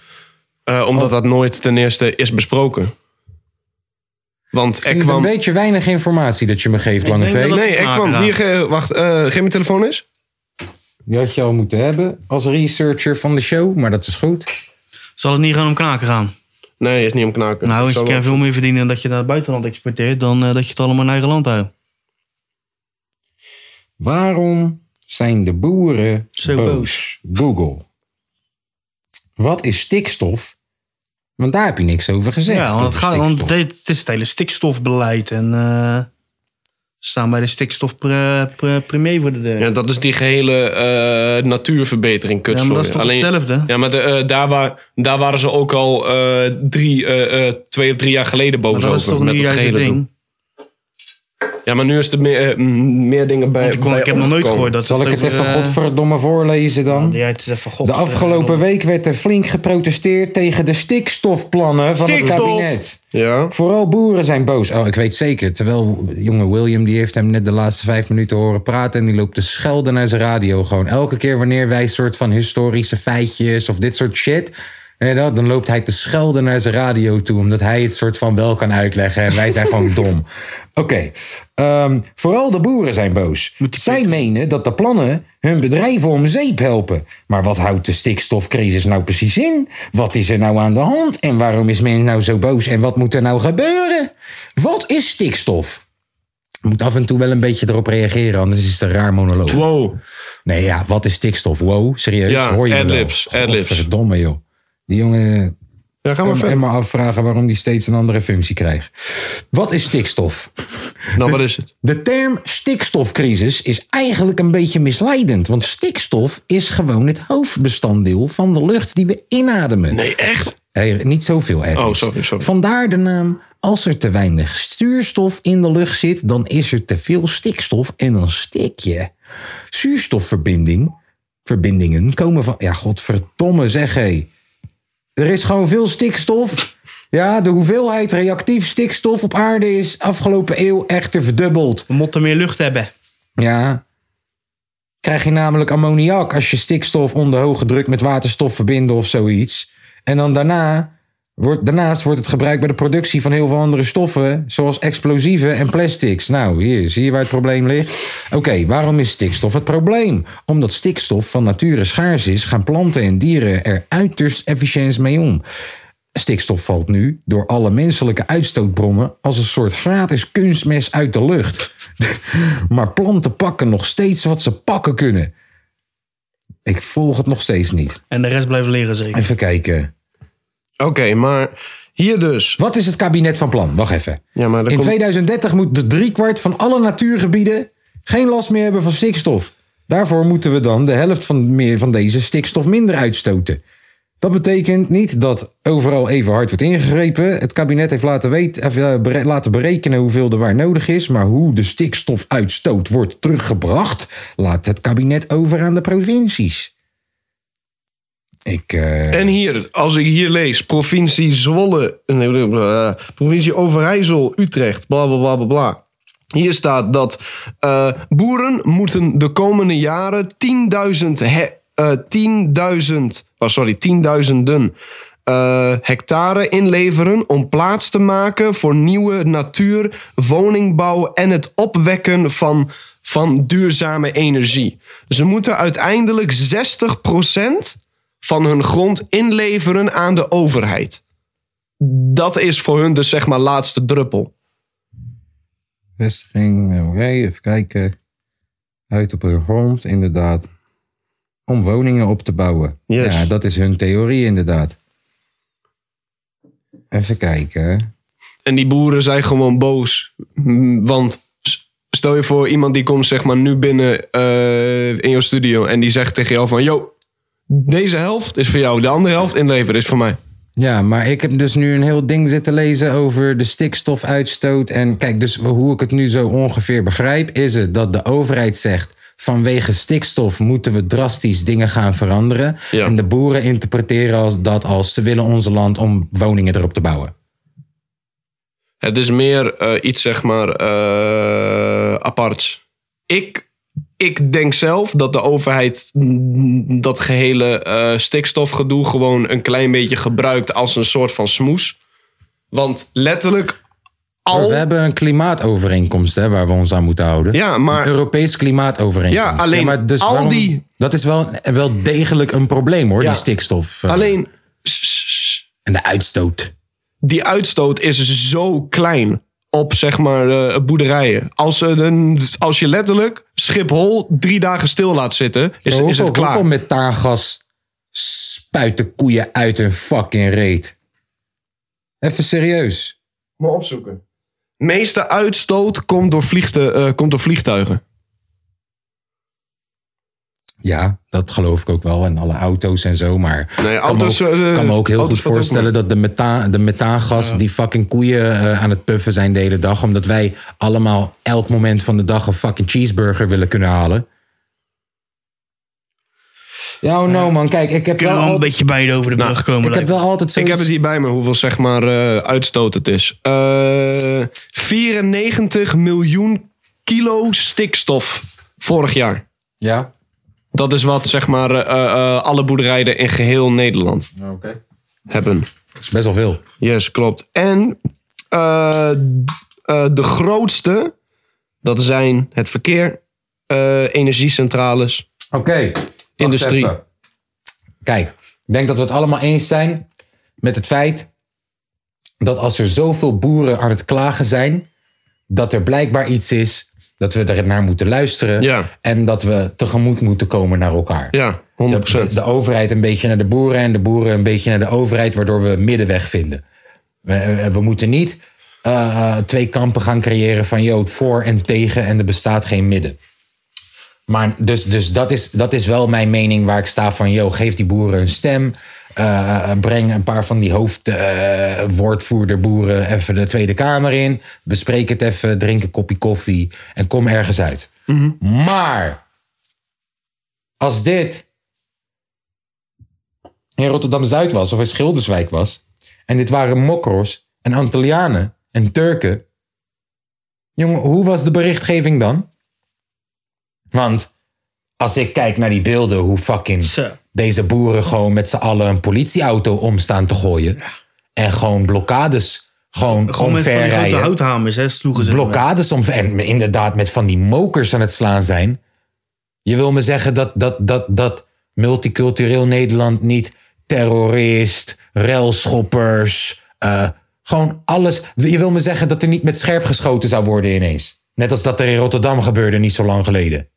Speaker 3: Eh, omdat
Speaker 1: Oh.
Speaker 3: dat nooit ten eerste is besproken. Want
Speaker 1: Ik
Speaker 3: ik
Speaker 1: vind het
Speaker 3: kwam...
Speaker 1: een beetje weinig informatie dat je me geeft, Lange
Speaker 2: denk dat
Speaker 1: V.
Speaker 2: het-
Speaker 3: Nee, ik kwam... Hier, ge- wacht, eh, geef mijn telefoon eens.
Speaker 1: Die had je al moeten hebben als researcher van de show, maar dat is goed.
Speaker 2: Zal het niet gewoon om knaken gaan?
Speaker 3: Nee, is niet om knaken. Ik
Speaker 2: Nou, want je
Speaker 3: zou
Speaker 2: kan
Speaker 3: wel-
Speaker 2: veel meer verdienen dat je naar het buitenland exporteert dan eh, dat je het allemaal in eigen land houdt.
Speaker 1: Waarom zijn de boeren
Speaker 2: Zo
Speaker 1: boos? Google. Wat is stikstof? Want daar heb je niks over gezegd.
Speaker 2: Ja, want het,
Speaker 1: over
Speaker 2: gaat, want
Speaker 1: stikstof.
Speaker 2: dit- het is het hele stikstofbeleid. En eh, ze staan bij de stikstofpremier voor de deur.
Speaker 3: Ja, dat is die gehele eh, natuurverbetering kut,
Speaker 2: Ja, maar dat is
Speaker 3: sorry.
Speaker 2: toch hetzelfde?
Speaker 3: Ja, maar de, eh, daar, waar, daar waren ze ook al eh, drie, eh, eh, twee of drie jaar geleden boos
Speaker 2: maar dat
Speaker 3: over.
Speaker 2: is toch
Speaker 3: met
Speaker 2: niet
Speaker 3: dat
Speaker 2: juist het
Speaker 3: gehele
Speaker 2: ding?
Speaker 3: doel. Ja, maar nu is er meer, eh, m- meer dingen bij.
Speaker 2: Want ik, kon-
Speaker 3: bij
Speaker 2: ik heb nog nooit
Speaker 3: opgekomen.
Speaker 2: gehoord dat...
Speaker 1: Zal ik het even godverdomme voorlezen dan?
Speaker 2: eh, Ja, het is even god.
Speaker 1: De afgelopen week werd er flink geprotesteerd tegen de stikstofplannen van het
Speaker 2: Stikstof!
Speaker 1: kabinet.
Speaker 3: Ja.
Speaker 1: Vooral boeren zijn boos. Oh, ik weet zeker. Terwijl jonge William, die heeft hem net de laatste vijf minuten horen praten. En die loopt te schelden naar zijn radio. Gewoon elke keer wanneer wij soort van historische feitjes of dit soort shit. weet je wel, dan loopt hij te schelden naar zijn radio toe. Omdat hij het soort van wel kan uitleggen. En wij zijn gewoon dom. Oké. ehm, vooral de boeren zijn boos. Zij menen dat de plannen hun bedrijven om zeep helpen. Maar wat houdt de stikstofcrisis nou precies in? Wat is er nou aan de hand? En waarom is men nou zo boos? En wat moet er nou gebeuren? Wat is stikstof? Je moet af en toe wel een beetje erop reageren, anders is het een raar monoloog.
Speaker 3: Wow.
Speaker 1: Nee, ja, wat is stikstof? Wow, serieus?
Speaker 3: Ja,
Speaker 1: Hoor je me wel?
Speaker 3: ad-libs, ad-libs.
Speaker 1: Godverdomme, joh. Die jongen
Speaker 3: Ja, ga Oh, maar
Speaker 1: en,
Speaker 3: verder.
Speaker 1: en me afvragen waarom die steeds een andere functie krijgt. Wat is stikstof?
Speaker 3: Nou, wat is het?
Speaker 1: De term stikstofcrisis is eigenlijk een beetje misleidend. Want stikstof is gewoon het hoofdbestanddeel van de lucht die we inademen.
Speaker 3: Nee, echt?
Speaker 1: Eh, niet zoveel ergens.
Speaker 3: Oh, sorry, sorry.
Speaker 1: Vandaar de naam. Als er te weinig zuurstof in de lucht zit, dan is er te veel stikstof en dan stik je. Zuurstofverbinding, verbindingen komen van. Ja, godverdomme zeg hé. Er is gewoon veel stikstof. Ja, de hoeveelheid reactief stikstof op aarde is afgelopen eeuw echter verdubbeld.
Speaker 2: We moeten meer lucht hebben.
Speaker 1: Ja. Krijg je namelijk ammoniak als je stikstof onder hoge druk met waterstof verbinden of zoiets. En dan daarna wordt, daarnaast wordt het gebruikt bij de productie van heel veel andere stoffen, zoals explosieven en plastics. Nou, hier, zie je waar het probleem ligt? Oké, waarom is stikstof het probleem? Omdat stikstof van nature schaars is, gaan planten en dieren er uiterst efficiënt mee om. Stikstof valt nu door alle menselijke uitstootbronnen als een soort gratis kunstmes uit de lucht. maar planten pakken nog steeds wat ze pakken kunnen. Ik volg het nog steeds niet.
Speaker 2: En de rest blijft liggen zeker.
Speaker 1: Even kijken.
Speaker 3: Oké, maar hier dus.
Speaker 1: Wat is het kabinet van plan? Wacht even.
Speaker 3: Ja, maar
Speaker 1: In
Speaker 3: dat komt-
Speaker 1: 2030 moet de driekwart van alle natuurgebieden geen last meer hebben van stikstof. Daarvoor moeten we dan de helft van, meer van deze stikstof minder uitstoten. Dat betekent niet dat overal even hard wordt ingegrepen. Het kabinet heeft laten, weten, of, eh, bere- laten berekenen hoeveel er waar nodig is. Maar hoe de stikstofuitstoot wordt teruggebracht, laat het kabinet over aan de provincies. Ik. eh,
Speaker 3: En hier, als ik hier lees, provincie Zwolle, nee, nee, eh, provincie Overijssel, Utrecht, bla bla bla bla bla. Hier staat dat eh, boeren moeten de komende jaren 10.000 he- eh, 10.000, oh, sorry, 10.000 eh, hectare inleveren om plaats te maken voor nieuwe natuur, woningbouw en het opwekken van, van duurzame energie. Ze moeten uiteindelijk 60% van hun grond inleveren aan de overheid. Dat is voor hun dus zeg maar laatste druppel.
Speaker 1: Vestiging, oké, even kijken. Uit op hun grond, inderdaad. Om woningen op te bouwen.
Speaker 3: Yes.
Speaker 1: Ja, dat is hun theorie, inderdaad. Even kijken.
Speaker 3: En die boeren zijn gewoon boos. Mm, Want s- stel je voor, iemand die komt zeg maar nu binnen eh, in jouw studio en die zegt tegen jou van... Yo, deze helft is voor jou, de andere helft inleveren is voor mij.
Speaker 1: Ja, maar ik heb dus nu een heel ding zitten lezen over de stikstofuitstoot. En kijk, dus hoe ik het nu zo ongeveer begrijp, is het dat de overheid zegt. Vanwege stikstof moeten we drastisch dingen gaan veranderen.
Speaker 3: Ja.
Speaker 1: En de boeren interpreteren als, dat als ze willen onze land om woningen erop te bouwen.
Speaker 3: Het is meer eh, iets zeg maar eh, aparts. Ik, ik denk zelf dat de overheid mm, dat gehele eh, stikstofgedoe gewoon een klein beetje gebruikt als een soort van smoes. Want letterlijk al.
Speaker 1: We hebben een klimaatovereenkomst hè, waar we ons aan moeten houden.
Speaker 3: Ja, maar-
Speaker 1: Een Europees klimaatovereenkomst. dus
Speaker 3: Ja, alleen al die-
Speaker 1: Dat is wel, wel degelijk een probleem hoor,
Speaker 3: Ja.
Speaker 1: die stikstof. eh,
Speaker 3: Alleen s- s-
Speaker 1: En de uitstoot.
Speaker 3: die uitstoot is zo klein op zeg maar eh, boerderijen. Als, er een, als je letterlijk Schiphol drie dagen stil laat zitten, is,
Speaker 1: hoeveel,
Speaker 3: is het klaar.
Speaker 1: hoeveel metaangas spuiten koeien uit hun fucking reet? Even serieus.
Speaker 3: Maar opzoeken. meeste uitstoot komt door, vliegte, eh, komt door vliegtuigen.
Speaker 1: Ja, dat geloof ik ook wel. En alle auto's en zo. Maar
Speaker 3: Nee,
Speaker 1: ik
Speaker 3: auto's,
Speaker 1: kan me ook,
Speaker 3: eh,
Speaker 1: kan me ook heel
Speaker 3: auto's
Speaker 1: goed
Speaker 3: valt ook
Speaker 1: voorstellen dat de, meta, de methaangas die fucking koeien eh, aan het puffen zijn de hele dag. Omdat wij allemaal elk moment van de dag een fucking cheeseburger willen kunnen halen. Ja, oh no man. Kijk, ik heb wel,
Speaker 2: Kunnen we wel een
Speaker 1: al-
Speaker 2: beetje beide over de brug komen.
Speaker 1: ik heb
Speaker 2: lijkt me.
Speaker 1: wel altijd
Speaker 3: Ik
Speaker 1: zoiets...
Speaker 3: heb het hier bij me, hoeveel zeg maar eh, uitstoot het is. Eh, 94 miljoen kilo stikstof vorig jaar.
Speaker 1: Ja,
Speaker 3: Dat is wat zeg maar eh, eh, alle boerderijen in geheel Nederland
Speaker 1: oké.
Speaker 3: hebben.
Speaker 1: Dat is best wel veel.
Speaker 3: Yes, klopt. En eh, eh, de grootste, dat zijn het verkeer, eh, energiecentrales,
Speaker 1: Oké. wacht
Speaker 3: Industrie.
Speaker 1: even. Kijk, ik denk dat we het allemaal eens zijn met het feit dat als er zoveel boeren aan het klagen zijn, dat er blijkbaar iets is dat we er naar moeten luisteren
Speaker 3: Ja.
Speaker 1: en dat we tegemoet moeten komen naar elkaar.
Speaker 3: Ja, 100%.
Speaker 1: De, de, de overheid een beetje naar de boeren en de boeren een beetje naar de overheid, waardoor we een middenweg vinden. We, eh, we moeten niet eh, eh, twee kampen gaan creëren van joh, voor en tegen en er bestaat geen midden. Maar dus, dus dat, is, dat is wel mijn mening waar ik sta van joh, geef die boeren een stem. Eh, breng een paar van die hoofdwoordvoerderboeren even de Tweede Kamer in. Bespreek het even, drink een kopje koffie en kom ergens uit. Maar als dit in Rotterdam-Zuid was of in Schilderswijk was... en dit waren Mokro's en Antillianen en Turken... jongen, hoe was de berichtgeving dan? Want als ik kijk naar die beelden, hoe fucking
Speaker 2: Zo.
Speaker 1: deze boeren gewoon met z'n allen een politieauto om staan te gooien... en gewoon blokkades gewoon,
Speaker 2: Gewoon met van die
Speaker 1: omver
Speaker 2: grote
Speaker 1: rijden
Speaker 2: houthamers, hè, sloegen ze.
Speaker 1: blokkades om, en inderdaad met van die mokers aan het slaan zijn. Je wil me zeggen dat, dat, dat, dat multicultureel Nederland niet terrorist, relschoppers, eh, gewoon alles. Je wil me zeggen dat er niet met scherp geschoten zou worden ineens. Net als dat er in Rotterdam gebeurde niet zo lang geleden.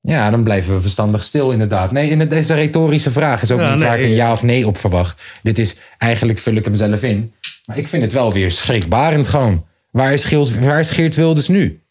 Speaker 1: Ja, dan blijven we verstandig stil, inderdaad. Nee, in deze retorische vraag is ook
Speaker 2: Ja,
Speaker 1: niet
Speaker 2: nee,
Speaker 1: waar ik een
Speaker 2: ik-
Speaker 1: ja of nee op verwacht. Dit is, eigenlijk vul ik hem zelf in. Maar ik vind het wel weer schrikbarend gewoon. Waar is Geert, waar is Geert Wilders nu?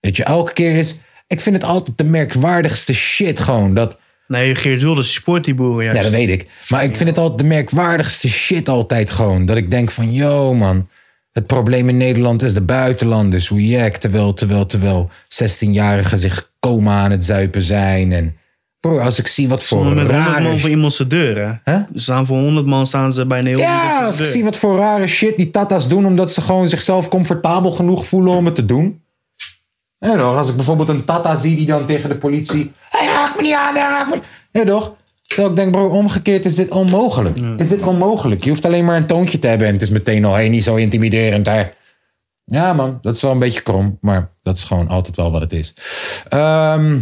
Speaker 1: Weet je, elke keer is... Ik vind het altijd de merkwaardigste shit gewoon. Dat,
Speaker 2: Nee, Geert Wilders support die boeren juist.
Speaker 1: ja, dat weet ik. Maar ik vind het altijd de merkwaardigste shit altijd gewoon. Dat ik denk van, yo man, het probleem in Nederland is de buitenlanders. Hoe jek, terwijl, terwijl, terwijl 16-jarigen zich coma aan het zuipen zijn. En bro, als ik zie wat voor
Speaker 2: Stonden met 100
Speaker 1: rare...
Speaker 2: man voor iemands deur, hè?
Speaker 1: Hè?
Speaker 2: Ze staan voor 100 man staan ze bij een heel
Speaker 1: Ja,
Speaker 2: iemand
Speaker 1: als
Speaker 2: voor
Speaker 1: ik
Speaker 2: de
Speaker 1: zie
Speaker 2: deur.
Speaker 1: wat voor rare shit die tata's doen... omdat ze gewoon zichzelf comfortabel genoeg voelen om het te doen. Ja, toch? Als ik bijvoorbeeld een tata zie die dan tegen de politie... Hé, raak me niet aan, hé, raak me niet-" Ja, toch? Terwijl ik denk, bro, omgekeerd is dit onmogelijk. Is dit onmogelijk? Je hoeft alleen maar een toontje te hebben... en het is meteen al, hé, niet zo intimiderend, hè. Ja, man, dat is wel een beetje krom... maar dat is gewoon altijd wel wat het is. Ehm,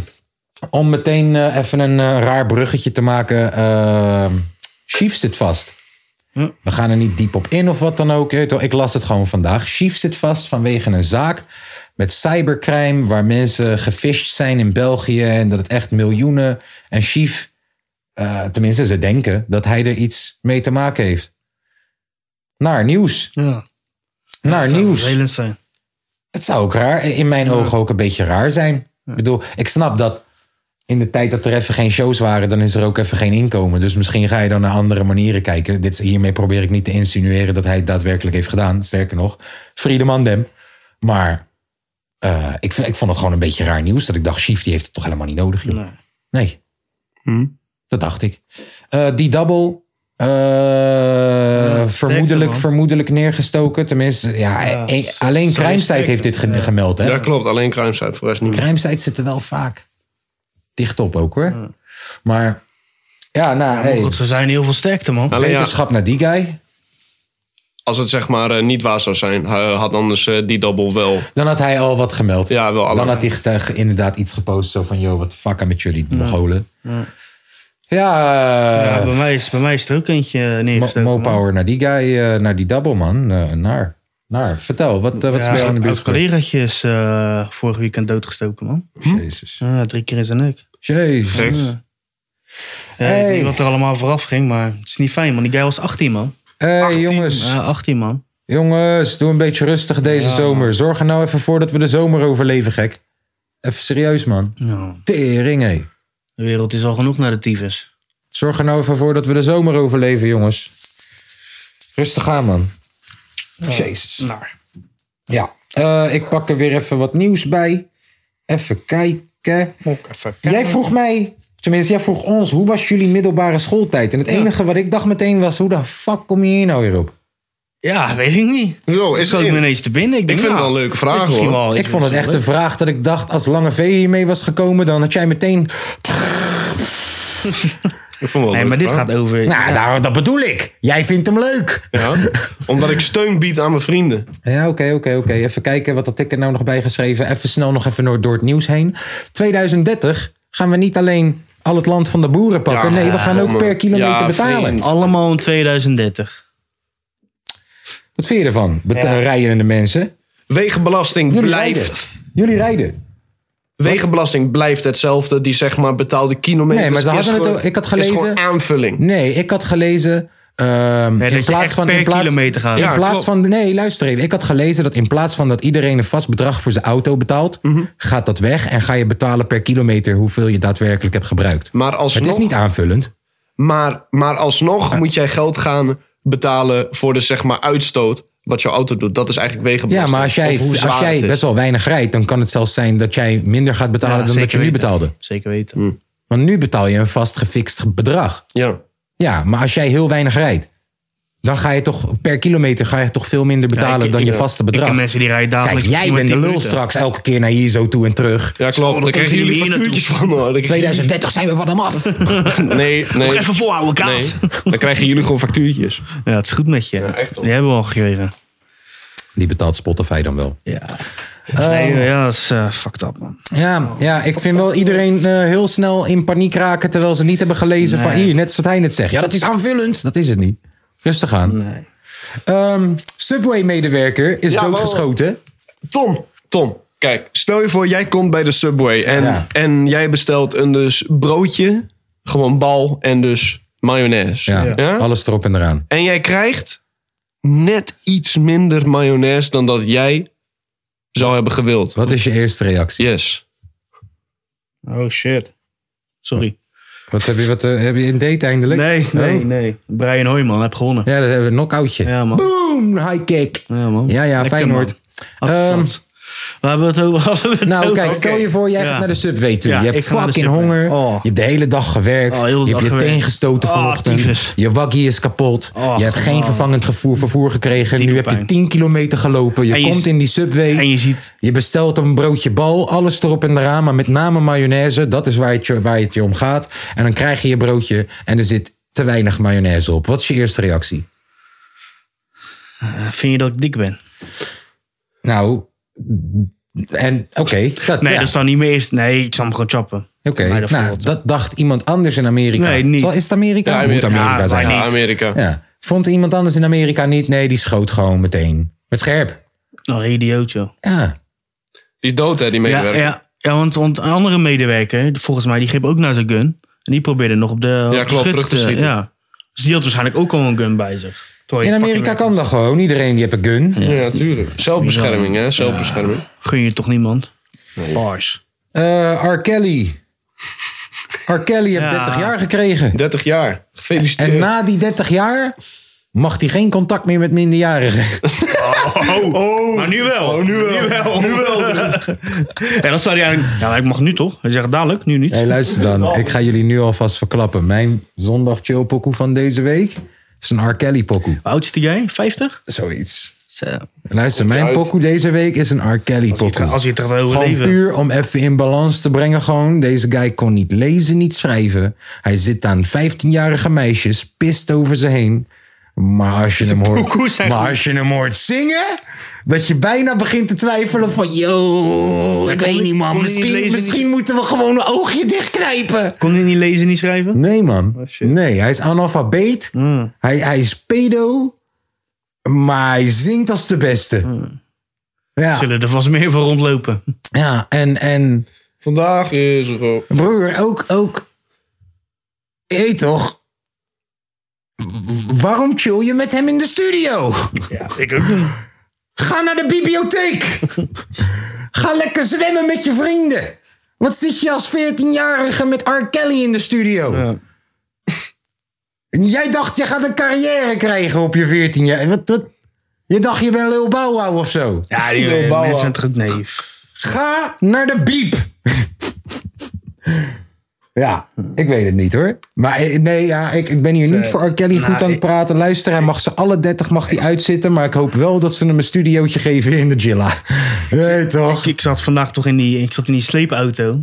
Speaker 1: om meteen eh, even een eh, raar bruggetje te maken... ehm Chief zit vast. We gaan er niet diep op in of wat dan ook. Je weet wel, Ik las het gewoon vandaag. Chief zit vast vanwege een zaak met cybercrime... waar mensen gefisht zijn in België... en dat het echt miljoenen... En Chief, eh, tenminste ze denken... dat hij er iets mee te maken heeft. Naar nieuws.
Speaker 2: Ja.
Speaker 1: Naar
Speaker 2: Dat zou
Speaker 1: nieuws.
Speaker 2: vervelend zijn.
Speaker 1: Het zou ook raar, in mijn ogen ook een beetje raar zijn. Ik bedoel, ik snap dat in de tijd dat er even geen shows waren, dan is er ook even geen inkomen. Dus misschien ga je dan naar andere manieren kijken. Dit, hiermee probeer ik niet te insinueren dat hij het daadwerkelijk heeft gedaan. Sterker nog, Friedeman Dem. Maar eh, ik, vind- ik vond het gewoon een beetje raar nieuws. Dat ik dacht, Chief, die heeft het toch helemaal niet nodig? joh?
Speaker 2: Nee.
Speaker 1: Nee. Dat dacht ik. Eh, die double. eh, vermoedelijk,
Speaker 2: man.
Speaker 1: vermoedelijk neergestoken. Tenminste, ja, eh, eh, alleen
Speaker 2: Sorry,
Speaker 1: Crime
Speaker 2: sterker.
Speaker 1: heeft dit ge- gemeld. Hè?
Speaker 3: Ja, klopt. Alleen kruimsuit voor rest niet meer.
Speaker 1: Crime zitten wel vaak dicht op ook hoor. Maar ja, nou, hey, Nou,
Speaker 2: Goed, ze zijn heel veel sterkte, man.
Speaker 3: Alleen ja,
Speaker 1: wetenschap naar die guy.
Speaker 3: als het zeg maar eh, niet waar zou zijn, hij had anders eh, die double wel.
Speaker 1: Dan had hij al wat gemeld.
Speaker 3: Ja, wel
Speaker 1: Dan
Speaker 3: allemaal.
Speaker 1: had die getuige inderdaad iets gepost. Zo van, yo, wat de fuck aan met jullie Mongolen. Ja,
Speaker 2: Ja,
Speaker 1: eh,
Speaker 2: bij, mij is, bij mij is er ook eentje
Speaker 1: mo-
Speaker 2: neergestoken.
Speaker 1: Mo
Speaker 2: man.
Speaker 1: Power naar die guy, eh, naar die double man. Eh, naar, naar. Vertel, wat, eh, wat is bij jou in de buurt
Speaker 2: Een collegaatje is eh, vorig weekend doodgestoken, man.
Speaker 1: gebeurd? Jezus.
Speaker 2: Ja, drie keer in zijn nek.
Speaker 1: Jezus.
Speaker 2: Ja, Ik
Speaker 1: Hey.
Speaker 2: weet niet wat er allemaal vooraf ging, maar het is niet fijn, man. Die guy was 18, man.
Speaker 1: Hé hey, jongens,
Speaker 2: Ja, 18, man.
Speaker 1: jongens, doe een beetje rustig deze zomer. Zorg er nou even voor dat we de zomer overleven, gek. Even serieus, man.
Speaker 2: Ja,
Speaker 1: Tering, hé.
Speaker 2: de wereld is al genoeg naar de tyfus.
Speaker 1: Zorg er nou even voor dat we de zomer overleven, jongens. Rustig aan, man. Jezus.
Speaker 2: Nou,
Speaker 1: Ja, eh, ik pak er weer even wat nieuws bij. Even kijken. Jij vroeg mij, tenminste, jij vroeg ons, hoe was jullie middelbare schooltijd? En het enige wat ik dacht meteen was, hoe de fuck kom je hier nou weer op?
Speaker 2: Ja, weet ik niet.
Speaker 3: Zo,
Speaker 2: Ik
Speaker 3: is
Speaker 2: schoot
Speaker 3: het
Speaker 2: me
Speaker 3: in.
Speaker 2: ineens te binnen. Ik, denk,
Speaker 3: vind het
Speaker 2: nou,
Speaker 3: wel een leuke
Speaker 2: is
Speaker 3: vraag,
Speaker 2: misschien
Speaker 3: hoor.
Speaker 2: wel-
Speaker 1: Ik
Speaker 2: is
Speaker 1: vond het
Speaker 2: misschien
Speaker 1: echt een vraag dat ik dacht, als Lange V hiermee was gekomen, dan had jij meteen...
Speaker 3: Ik vond het wel
Speaker 2: Nee, maar
Speaker 3: leuk,
Speaker 2: dit
Speaker 3: hoor.
Speaker 2: gaat over...
Speaker 1: Nou, daar, dat bedoel ik. Jij vindt hem leuk.
Speaker 3: Ja, omdat ik steun bied aan mijn vrienden.
Speaker 1: Ja, oké, oké, oké. Even kijken wat had ik er nou nog bij geschreven. Even snel nog even door, door het nieuws heen. 2030 gaan we niet alleen al het land van de boeren pakken.
Speaker 3: Ja,
Speaker 1: nee, we gaan ook
Speaker 3: domme.
Speaker 1: per kilometer
Speaker 3: Ja,
Speaker 1: betalen.
Speaker 3: vriend.
Speaker 2: Allemaal in 2030.
Speaker 1: Wat vind je ervan? Bet-
Speaker 2: Ja.
Speaker 1: Rijdende mensen.
Speaker 3: Wegenbelasting
Speaker 1: Jullie
Speaker 3: blijft.
Speaker 1: rijden. Jullie rijden.
Speaker 3: Wegenbelasting blijft hetzelfde. Die zeg maar betaalde kilometers.
Speaker 1: Nee, maar ze
Speaker 3: is
Speaker 1: hadden het
Speaker 3: gewoon-
Speaker 1: ook- ik had
Speaker 3: Is
Speaker 1: gelezen-
Speaker 3: gewoon aanvulling.
Speaker 1: Nee, ik had gelezen. ehm,
Speaker 2: dat
Speaker 1: in
Speaker 2: je
Speaker 1: plaats
Speaker 2: echt
Speaker 1: van
Speaker 2: per
Speaker 1: in plaats,
Speaker 2: kilometer gaat.
Speaker 1: In
Speaker 3: Ja,
Speaker 1: plaats
Speaker 3: klopt.
Speaker 1: van. Nee, luister even. Ik had gelezen dat in plaats van dat iedereen een vast bedrag voor zijn auto betaalt,
Speaker 2: Mhm.
Speaker 1: gaat dat weg en ga je betalen per kilometer hoeveel je daadwerkelijk hebt gebruikt.
Speaker 3: Maar alsnog,
Speaker 1: Het is niet aanvullend.
Speaker 3: maar, maar alsnog moet jij geld gaan betalen voor de zeg maar uitstoot. Wat jouw auto doet. Dat is eigenlijk
Speaker 1: Ja,
Speaker 3: wegenbelasting.
Speaker 1: maar als jij,
Speaker 3: Of hoe
Speaker 1: als
Speaker 3: zwaar
Speaker 1: jij
Speaker 3: het is.
Speaker 1: best wel weinig rijdt, dan kan het zelfs zijn dat jij minder gaat betalen
Speaker 2: Ja,
Speaker 1: Ah, dan dat
Speaker 2: zeker
Speaker 1: je nu
Speaker 2: weten.
Speaker 1: betaalde.
Speaker 2: Zeker weten.
Speaker 1: Want nu betaal je een vast gefixt bedrag.
Speaker 3: Ja.
Speaker 1: Ja, maar als jij heel weinig rijdt, dan ga je toch per kilometer ga je toch veel minder betalen
Speaker 2: Ja, ik-
Speaker 1: dan
Speaker 2: ik-
Speaker 1: je vaste
Speaker 2: Ik
Speaker 1: bedrag.
Speaker 2: ken mensen die rijden
Speaker 1: Kijk,
Speaker 2: dagelijks.
Speaker 1: jij
Speaker 2: misschien
Speaker 1: bent de
Speaker 2: maar
Speaker 1: lul
Speaker 2: 10 minuten.
Speaker 1: straks elke keer naar hier zo toe en terug.
Speaker 3: Ja, klopt.
Speaker 2: dan
Speaker 3: Dan
Speaker 2: komt
Speaker 3: krijgen
Speaker 2: hij
Speaker 3: jullie
Speaker 2: hier
Speaker 3: factuurtjes van hoor. Dan-
Speaker 1: 2030 zijn we van hem af.
Speaker 3: Nee, nee.
Speaker 2: Nog even volhouden, kaas.
Speaker 3: nee. Dan krijgen jullie gewoon factuurtjes.
Speaker 2: Ja, het is goed met je.
Speaker 3: echt wel.
Speaker 2: die hebben we al gekregen.
Speaker 1: Die betaalt Spotify dan wel.
Speaker 2: Ja. Nee, ja, dat is eh, fucked up, man.
Speaker 1: Ja, ja ik vind wel iedereen eh, heel snel in paniek raken terwijl ze niet hebben gelezen van hier, net zoals hij net zegt. Ja, dat is aanvullend. Dat is het niet. Rustig aan.
Speaker 2: Nee.
Speaker 1: Ehm, Subway-medewerker is
Speaker 3: Ja, maar-
Speaker 1: doodgeschoten.
Speaker 3: Tom, Tom. Kijk, stel je voor, jij komt bij de Subway en,
Speaker 1: Ja.
Speaker 3: en jij bestelt een dus broodje, gewoon bal en dus mayonaise.
Speaker 1: Ja,
Speaker 3: Ja?
Speaker 1: alles erop en eraan.
Speaker 3: En jij krijgt net iets minder mayonaise dan dat jij zou hebben gewild.
Speaker 1: Wat is je eerste reactie?
Speaker 3: Yes.
Speaker 2: Oh, shit. Sorry.
Speaker 1: Wat heb je, wat, eh, heb je een date eindelijk?
Speaker 2: Nee,
Speaker 1: Oh.
Speaker 2: nee, nee. Brian Hoijman, heb gewonnen.
Speaker 1: Ja, dat hebben we een knockoutje.
Speaker 2: Ja, man.
Speaker 1: Boom, high kick.
Speaker 2: Ja, man.
Speaker 1: Ja, ja,
Speaker 2: Lekker,
Speaker 1: Feyenoord.
Speaker 2: man. Achterstand. Waar hebben we het over? Waar hebben we het
Speaker 1: Nou,
Speaker 2: over?
Speaker 1: kijk, stel je voor, jij
Speaker 2: Ja.
Speaker 1: gaat naar de Subway toe.
Speaker 2: Ja,
Speaker 1: je hebt
Speaker 2: ik ga naar de
Speaker 1: fucking
Speaker 2: Subway.
Speaker 1: honger.
Speaker 2: Oh.
Speaker 1: Je hebt de hele dag gewerkt.
Speaker 2: Oh, heel de
Speaker 1: je
Speaker 2: dag
Speaker 1: hebt je
Speaker 2: gewerkt.
Speaker 1: teen gestoten
Speaker 2: Oh,
Speaker 1: vanochtend.
Speaker 2: tyfus.
Speaker 1: Je waggie is kapot.
Speaker 2: Och,
Speaker 1: je hebt geen
Speaker 2: man.
Speaker 1: vervangend gevoer, vervoer gekregen.
Speaker 2: Die
Speaker 1: nu
Speaker 2: doet
Speaker 1: heb je
Speaker 2: pijn.
Speaker 1: 10 kilometer gelopen. Je,
Speaker 2: En je
Speaker 1: komt
Speaker 2: z-
Speaker 1: in die Subway.
Speaker 2: En je ziet...
Speaker 1: Je bestelt een broodje bal, alles erop en eraan, maar met name mayonaise. Dat is waar het, je, waar het je om gaat. En dan krijg je je broodje en er zit te weinig mayonaise op. Wat is je eerste reactie?
Speaker 2: eh, Vind je dat ik dik ben?
Speaker 1: Nou, en oké. dat,
Speaker 2: Nee,
Speaker 1: ja,
Speaker 2: dat is dan niet meer eerst. Nee, ik zal hem gewoon chappen.
Speaker 1: Oké,
Speaker 2: Mij dat
Speaker 1: nou,
Speaker 2: valt.
Speaker 1: dat dacht iemand anders in Amerika.
Speaker 2: Nee, niet.
Speaker 1: Zal- Is het Amerika?
Speaker 3: Ja,
Speaker 1: Moet
Speaker 3: Amerika.
Speaker 1: Amerika
Speaker 2: Ja,
Speaker 1: zijn.
Speaker 2: wij
Speaker 3: Ja,
Speaker 2: niet.
Speaker 3: Amerika.
Speaker 1: Ja. Vond iemand anders in Amerika niet? Nee, die schoot gewoon meteen. Met scherp.
Speaker 2: Nou, een idioot joh.
Speaker 1: Ja.
Speaker 3: Die is dood, hè, die
Speaker 2: Ja,
Speaker 3: medewerker.
Speaker 2: ja, ja, want want een andere medewerker, volgens mij, die greep ook naar zijn gun. En die probeerde nog op de op het
Speaker 3: klopt,
Speaker 2: schut
Speaker 3: terug te schieten.
Speaker 2: Ja. Dus die had waarschijnlijk ook al een gun bij zich. Terwijl
Speaker 1: In
Speaker 2: je
Speaker 1: Amerika
Speaker 2: fucking
Speaker 1: kan dat gewoon. Iedereen die heeft een gun.
Speaker 3: Ja, tuurlijk. Zelfbescherming, hè? Zelfbescherming.
Speaker 2: werkt. Gun je toch niemand? Bars.
Speaker 1: Eh R. Kelly. R. Kelly heeft
Speaker 2: Ja.
Speaker 1: 30 jaar gekregen.
Speaker 3: 30 jaar. Gefeliciteerd.
Speaker 1: En na die 30 jaar mag hij geen contact meer met minderjarigen.
Speaker 2: Maar nu wel. Oh. nu wel. Nu wel. dus. en dan zou hij eigenlijk... Ja, maar ik mag nu toch? Hij zegt dadelijk, nu niet.
Speaker 1: Hé, hey, luister dan. Ik ga jullie nu alvast verklappen. Mijn zondag chill pokoe van deze week is een R. Kelly pokoe.
Speaker 2: Hoe oud is die guy? 50?
Speaker 1: Zoiets.
Speaker 2: Zo.
Speaker 1: Luister, mijn
Speaker 3: uit.
Speaker 1: pokoe deze week is een R. Kelly pokoe.
Speaker 2: Als je het gaat
Speaker 1: Gewoon
Speaker 2: overleven.
Speaker 1: puur om even in balans te brengen. Gewoon. Deze guy kon niet lezen, niet schrijven. Hij zit aan 15-jarige meisjes, pist over ze heen. Maar als, je hem
Speaker 2: pokoes
Speaker 1: hoort,
Speaker 2: zijn
Speaker 1: maar
Speaker 2: goed.
Speaker 1: als je hem hoort zingen, dat je bijna begint te twijfelen van... Yo, ik
Speaker 2: kon
Speaker 1: weet
Speaker 2: niet-
Speaker 1: niet man,
Speaker 2: kon niet
Speaker 1: misschien,
Speaker 2: lezen,
Speaker 1: misschien moeten we gewoon een oogje dichtknijpen.
Speaker 2: Kon hij niet lezen, niet schrijven?
Speaker 1: Nee man,
Speaker 2: Oh, shit. Mm.
Speaker 1: nee, hij is analfabeet. Hij, hij is pedo, maar hij zingt als de beste. Ja,
Speaker 2: Mm. Zullen er vast meer voor rondlopen.
Speaker 1: ja, en... en
Speaker 3: Vandaag is er ook.
Speaker 1: Broer, ook, ook. Hé toch? Waarom chill je met hem in de studio?
Speaker 2: Ja, ik ook niet.
Speaker 1: Ga naar de bibliotheek. Ga lekker zwemmen met je vrienden. Wat zit je als 14-jarige met R. Kelly in de studio?
Speaker 2: Ja.
Speaker 1: En jij dacht, je gaat een carrière krijgen op je 14 jaar. Wat, wat? Je dacht, je bent Lil Bauwau of zo.
Speaker 2: Ja, die
Speaker 3: Lil
Speaker 2: eh,
Speaker 3: Bauer.
Speaker 2: mensen zijn toch ook neef.
Speaker 1: Ga naar de biep. ja, ik weet het niet hoor. Maar eh, nee, ja, ik, ik ben hier niet voor R. Kelly goed
Speaker 2: nou,
Speaker 1: aan het
Speaker 2: ik-
Speaker 1: praten. Luister, hij mag ze alle 30 mag die uitzitten. Maar ik hoop wel dat ze hem een studiootje geven in de Gilla. Nee, toch?
Speaker 2: Ik zat vandaag toch in die, ik zat in die sleepauto.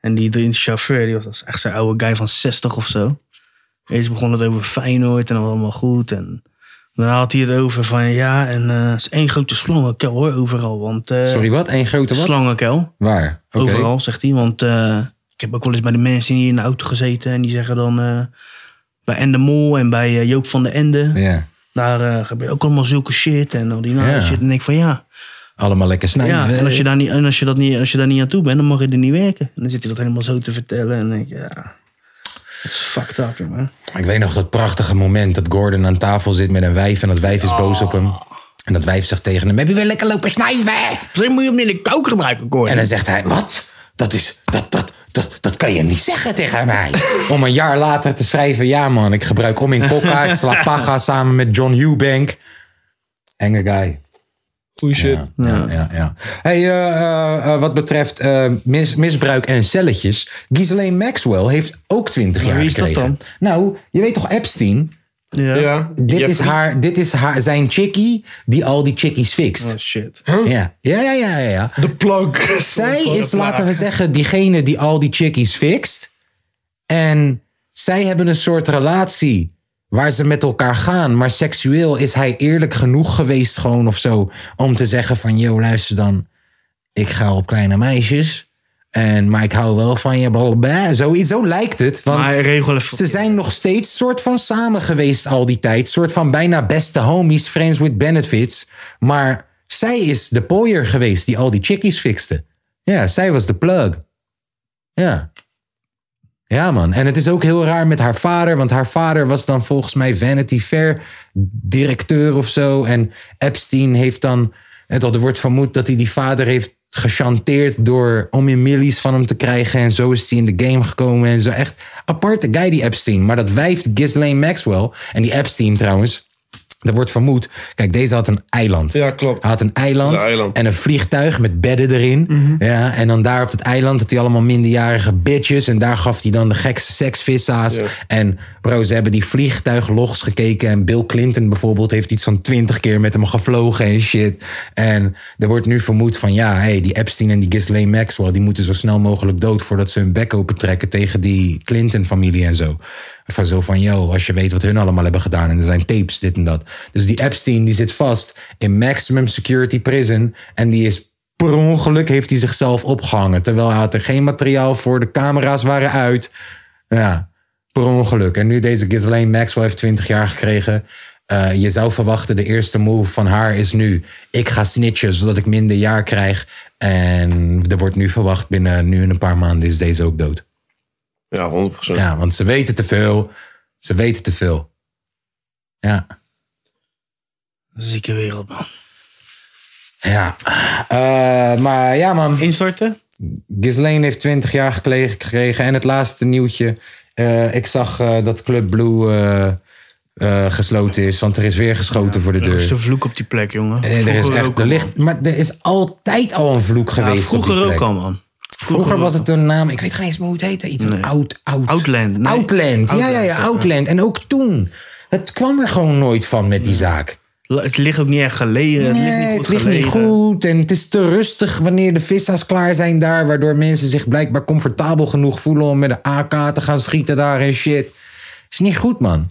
Speaker 2: En die, die chauffeur, die was- was echt zo'n oude guy van 60 of zo. Eerst begon het over Feyenoord en allemaal goed. En daarna had hij het over van ja, en eh, het is één grote slangenkel hoor, overal. Want, eh,
Speaker 1: Sorry, wat? Eén grote wat?
Speaker 2: Slangenkel,
Speaker 1: Waar? Oké.
Speaker 2: overal, zegt hij. Want eh, ik heb ook wel eens bij de mensen hier in de auto gezeten. En die zeggen dan eh, bij Ende Mol en bij eh, Joop van de Ende.
Speaker 1: Ja.
Speaker 2: Daar eh, gebeurt ook allemaal zulke shit en al die
Speaker 1: Ja.
Speaker 2: nare shit. En ik denk van ja,
Speaker 1: Allemaal lekker snijden.
Speaker 2: ja, en als je, daar niet, en als, je dat niet, als je daar niet aan toe bent, dan mag je er niet werken. En dan zit hij dat helemaal zo te vertellen. En dan denk je, ja, dat is fucked up, jongen.
Speaker 1: Ik weet nog dat prachtige moment dat Gordon aan tafel zit met een wijf. En dat wijf is boos op hem. En dat wijf zegt tegen hem, heb je weer lekker lopen snijven?
Speaker 2: Misschien moet je hem in de kou gebruiken,
Speaker 1: En
Speaker 2: Cor.
Speaker 1: dan zegt hij, wat? Dat is, dat, dat, dat, dat kan je niet zeggen tegen mij. Om een jaar later te schrijven, ja man, ik gebruik om in coca, ik sla paga samen met John Eubank. Enge guy.
Speaker 3: Goeie shit.
Speaker 1: Ja, ja, ja. ja. Hey, eh, eh, eh, wat betreft eh, mis- misbruik en celletjes. Ghislaine Maxwell heeft ook 20 jaar
Speaker 2: wie is dat
Speaker 1: gekregen. Nou, je weet toch Epstein?
Speaker 2: Ja.
Speaker 3: Ja.
Speaker 1: Dit
Speaker 3: Je
Speaker 1: is,
Speaker 3: hebt-
Speaker 1: haar, dit is haar, zijn chickie die al die chickies fixt.
Speaker 2: Oh, shit.
Speaker 1: Ja, ja, ja, ja, ja. ja.
Speaker 3: De plug.
Speaker 1: Zij is, laten we zeggen, diegene die al die chickies fixt. En zij hebben een soort relatie waar ze met elkaar gaan. Maar seksueel is hij eerlijk genoeg geweest gewoon of zo. Om te zeggen van, yo, luister dan. Ik ga op kleine meisjes. En, maar ik hou wel van je. Blablabla. Zo, zo lijkt het. Want
Speaker 2: Maar regel even.
Speaker 1: ze zijn nog steeds soort van samen geweest al die tijd. Soort van bijna beste homies, friends with benefits. Maar zij is de pooier geweest die al die chickies fixte. Ja, zij was de plug. Ja. Ja, man. En het is ook heel raar met haar vader. Want haar vader was dan volgens mij Vanity Fair directeur of zo. En Epstein heeft dan... Het er wordt vermoed dat hij die vader heeft gechanteerd... door om in millies van hem te krijgen. En zo is hij in de game gekomen. En zo echt aparte guy die Epstein. Maar dat wijft Ghislaine Maxwell. En die Epstein trouwens... Er wordt vermoed... Kijk, deze had een eiland.
Speaker 3: Ja, klopt.
Speaker 1: Hij had een eiland,
Speaker 3: Een eiland.
Speaker 1: en een vliegtuig met bedden erin. ja, en dan daar op het eiland had hij allemaal minderjarige bitches. En daar gaf hij dan de gekste seksvissa's. En bro, ze hebben die vliegtuiglogs gekeken. En Bill Clinton bijvoorbeeld heeft iets van twintig keer met hem gevlogen en shit. En er wordt nu vermoed van ja, hey, die Epstein en die Ghislaine Maxwell... die moeten zo snel mogelijk dood voordat ze hun bek open trekken... tegen die Clinton-familie en zo. Van zo van, yo, als je weet wat hun allemaal hebben gedaan. En er zijn tapes, dit en dat. Dus die Epstein, die zit vast in maximum security prison. En die is per ongeluk, heeft hij zichzelf opgehangen. Terwijl hij had er geen materiaal voor, de camera's waren uit. Ja, per ongeluk. En nu deze Ghislaine Maxwell heeft 20 jaar gekregen. Eh, je zou verwachten, de eerste move van haar is nu... ik ga snitchen, zodat ik minder jaar krijg. En er wordt nu verwacht, binnen nu en een paar maanden is deze ook dood.
Speaker 3: Ja, 100%.
Speaker 1: Ja, want ze weten te veel. Ze weten te veel. Ja.
Speaker 2: Zieke wereld, man.
Speaker 1: Ja. Eh, maar ja, man.
Speaker 2: Instorten?
Speaker 1: Ghislaine heeft 20 jaar gekle- gekregen. En het laatste nieuwtje. eh, ik zag eh, dat Club Blue eh, eh, gesloten is. Want er is weer geschoten voor de
Speaker 2: Er is
Speaker 1: deur.
Speaker 2: een vloek op die plek, jongen.
Speaker 1: Eh, er is
Speaker 2: Vroeger
Speaker 1: echt,
Speaker 2: ook
Speaker 1: er
Speaker 2: al,
Speaker 1: ligt, maar er is altijd al een vloek
Speaker 2: man. Ja,
Speaker 1: geweest op die
Speaker 2: vroeger ook
Speaker 1: plek.
Speaker 2: al, man.
Speaker 1: Vroeger was het een naam, ik weet geen eens meer hoe het heette. Iets van
Speaker 2: Nee.
Speaker 1: oud, oud.
Speaker 2: Outland, nee.
Speaker 1: Outland, ja, ja, ja,
Speaker 2: Outland,
Speaker 1: Outland. En ook toen. Het kwam er gewoon nooit van met die zaak.
Speaker 2: La- Het ligt ook niet echt gelegen. het ligt niet
Speaker 1: Nee,
Speaker 2: goed
Speaker 1: het ligt niet
Speaker 2: gelegen.
Speaker 1: goed. En het is te rustig wanneer de vissa's klaar zijn daar. Waardoor mensen zich blijkbaar comfortabel genoeg voelen om met de AK te gaan schieten daar en shit. Is niet goed, man.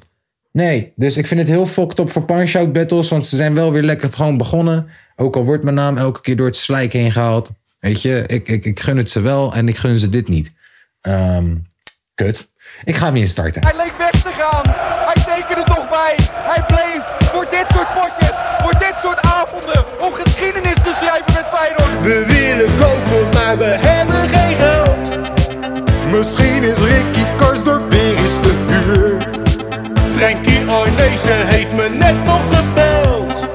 Speaker 1: Nee, dus ik vind het heel fucked op voor punch-out battles. Want ze zijn wel weer lekker gewoon begonnen. Ook al wordt mijn naam elke keer door het slijk heen gehaald. Weet je, ik, ik, ik gun het ze wel en ik gun ze dit niet. Ehm, kut. Ik ga hem hier starten.
Speaker 4: Hij leek weg te gaan. Hij tekende toch bij. Hij bleef voor dit soort potjes, voor dit soort avonden, om geschiedenis te schrijven met Feyenoord.
Speaker 5: We willen kopen, maar we hebben geen geld. Misschien is Ricky Karsdorp weer eens te duur. Frankie Arnezen heeft me net nog gebeld.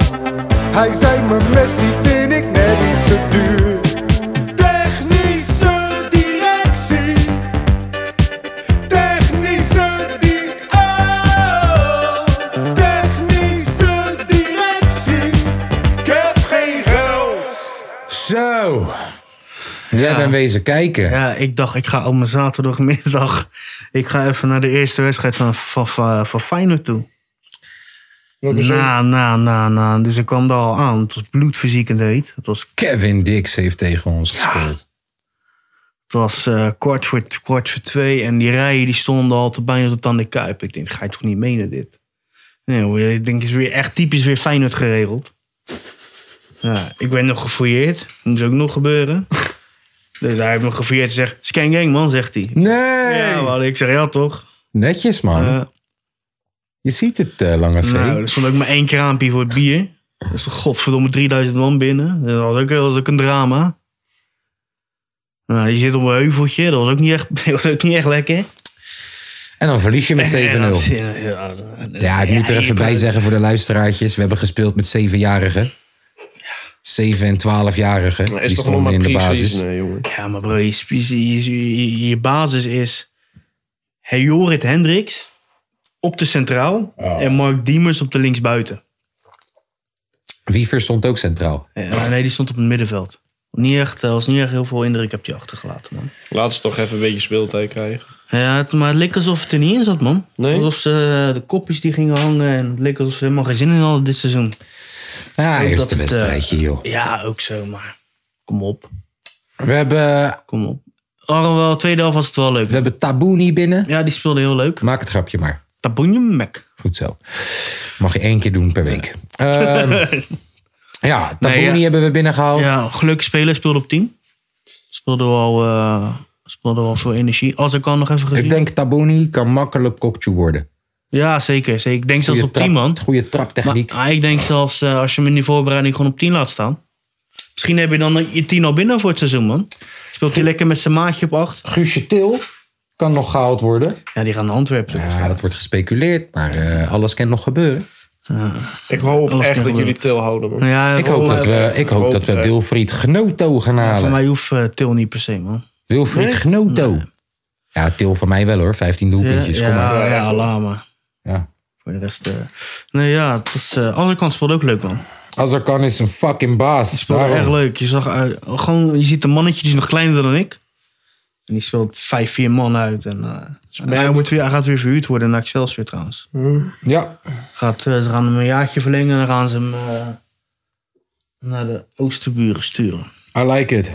Speaker 5: Hij zei me Messi vind ik net iets te duur. Technische directie. Technische di- oh. Technische directie. Ik heb geen geld.
Speaker 1: Zo. Jij bent wezen kijken.
Speaker 2: Ja, ik dacht, ik ga op mijn zaterdagmiddag. Ik ga even naar de eerste wedstrijd van, van, van, van Feyenoord toe. Na, na, na, na. Dus ik kwam daar al aan. Het was bloedverziekend heet. Het was,
Speaker 1: Kevin Dix heeft tegen ons gespeeld.
Speaker 2: het was eh, kwart, voor, kwart voor twee. En die rijen die stonden al te bijna tot aan de kuip. Ik denk, ga je toch niet menen dit? Nee, hoor, ik denk, het is weer echt typisch weer Feyenoord geregeld. Ja, ik ben nog gefouilleerd. Dat moet ook nog gebeuren. Dus hij heeft me gefouilleerd en zegt, Scan Gang man, zegt hij.
Speaker 1: Nee!
Speaker 2: Ja, man. ik zeg, ja toch.
Speaker 1: Netjes, man.
Speaker 2: Ja.
Speaker 1: je ziet het, eh, Lange V.
Speaker 2: Eh, Nou, er stond ook maar één kraampje voor het bier. Dus godverdomme 3000 man binnen. Dat was ook, dat was ook een drama. Nou, je zit op een heuveltje. Dat was ook niet echt, dat was ook niet echt lekker.
Speaker 1: en dan verlies je met 7-0.
Speaker 2: En dan- Ja,
Speaker 1: Ja, ik moet er even
Speaker 2: je-
Speaker 1: bij zeggen voor de luisteraartjes. We hebben gespeeld met 7-jarigen. 7 en 12-jarigen.
Speaker 2: Nou,
Speaker 3: Maar
Speaker 1: Die
Speaker 3: is toch nog
Speaker 1: stonden
Speaker 3: maar
Speaker 1: in de
Speaker 3: pre-season,
Speaker 1: basis.
Speaker 3: hè, jongen?
Speaker 2: Ja, maar bro, je, spie- je, je- je basis is Jorit Hendricks op de centraal. En Mark Diemers op de linksbuiten.
Speaker 1: Wiever stond ook centraal.
Speaker 2: Ja, maar nee, die stond op het middenveld. Niet echt, eh, was niet echt heel veel indruk heb die achtergelaten, man.
Speaker 3: Laat ze toch even een beetje speeltijd krijgen.
Speaker 2: Ja, het, maar het leek alsof het er niet in zat, man.
Speaker 3: Nee?
Speaker 2: Alsof ze eh, de kopjes die gingen hangen en het leek alsof ze helemaal geen zin in hadden dit seizoen.
Speaker 1: Ja,
Speaker 2: Ook dat
Speaker 1: eerste
Speaker 2: het, eh,
Speaker 1: wedstrijdje, joh.
Speaker 2: Ja, ook zo, maar kom op,
Speaker 1: We hebben,
Speaker 2: kom op. Alhoewel, tweede helft was het wel leuk.
Speaker 1: we hebben Tabouni binnen.
Speaker 2: Ja, die speelde heel leuk.
Speaker 1: Maak het grapje maar.
Speaker 2: Taboenje Mek.
Speaker 1: Goed zo. Mag je één keer doen per week. Ehm, ja, Tabouni
Speaker 2: ja.
Speaker 1: hebben we binnengehaald.
Speaker 2: Oh. Ja, gelukkig speler speelde op 10. Speelde wel, eh, speelde wel veel energie. Als ik al nog even gezien.
Speaker 1: Ik denk Tabouni kan makkelijk kokje worden.
Speaker 2: Ja, zeker. zeker. Ik denk zelfs
Speaker 1: Goede
Speaker 2: op 10, man.
Speaker 1: Goede traptechniek.
Speaker 2: Maar, ah, ik denk zelfs eh, als je hem in die voorbereiding gewoon op 10 laat staan. Misschien heb je dan je 10 al binnen voor het seizoen, man. Speelt hij lekker met zijn maatje op 8?
Speaker 1: Guusje Til kan nog gehaald worden.
Speaker 2: Ja, die gaan naar Antwerpen.
Speaker 1: Ja, dat wordt gespeculeerd, maar eh, alles kan nog gebeuren.
Speaker 3: Ik hoop echt
Speaker 2: Alles kan
Speaker 3: dat
Speaker 2: gebeuren.
Speaker 3: jullie til houden, man.
Speaker 2: Nou Ja, eh,
Speaker 1: Ik hoop dat we, ik hoop
Speaker 3: hoop
Speaker 1: dat we
Speaker 3: het, hè.
Speaker 1: Wilfried Genoto gaan
Speaker 2: Voor
Speaker 1: halen.
Speaker 2: mij hoeft eh, Til niet per se, man.
Speaker 1: Wilfried Genoto. Ja, Til van mij wel hoor. 15 doelpuntjes,
Speaker 2: ja,
Speaker 1: kom maar.
Speaker 2: ja, ja, laat maar.
Speaker 1: Ja.
Speaker 2: Voor de rest... eh, nee, ja, het is... eh, andere kant speelde ook leuk, man.
Speaker 1: Als er kan is een fucking baas.
Speaker 2: Speelde echt
Speaker 1: Daarom.
Speaker 2: leuk. Je, zag, uit- gewoon, je ziet een mannetje, die is nog kleiner dan ik. En die speelt 5-4 man uit. En, eh, hij, wordt weer, hij gaat weer verhuurd worden naar Excelsior, trouwens.
Speaker 1: Ja.
Speaker 2: Gaat, eh, ze gaan hem een jaartje verlengen en dan gaan ze hem eh, naar de Oosterburen sturen.
Speaker 1: I like it.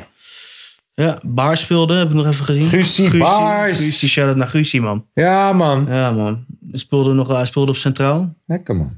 Speaker 2: Ja, Baar speelde, heb ik nog even gezien.
Speaker 1: Guussie Baars.
Speaker 2: Guussie, shout-out naar Guussie, man.
Speaker 1: Ja, man.
Speaker 2: Ja, man. Hij speelde, nog, hij speelde op centraal.
Speaker 1: Lekker, man.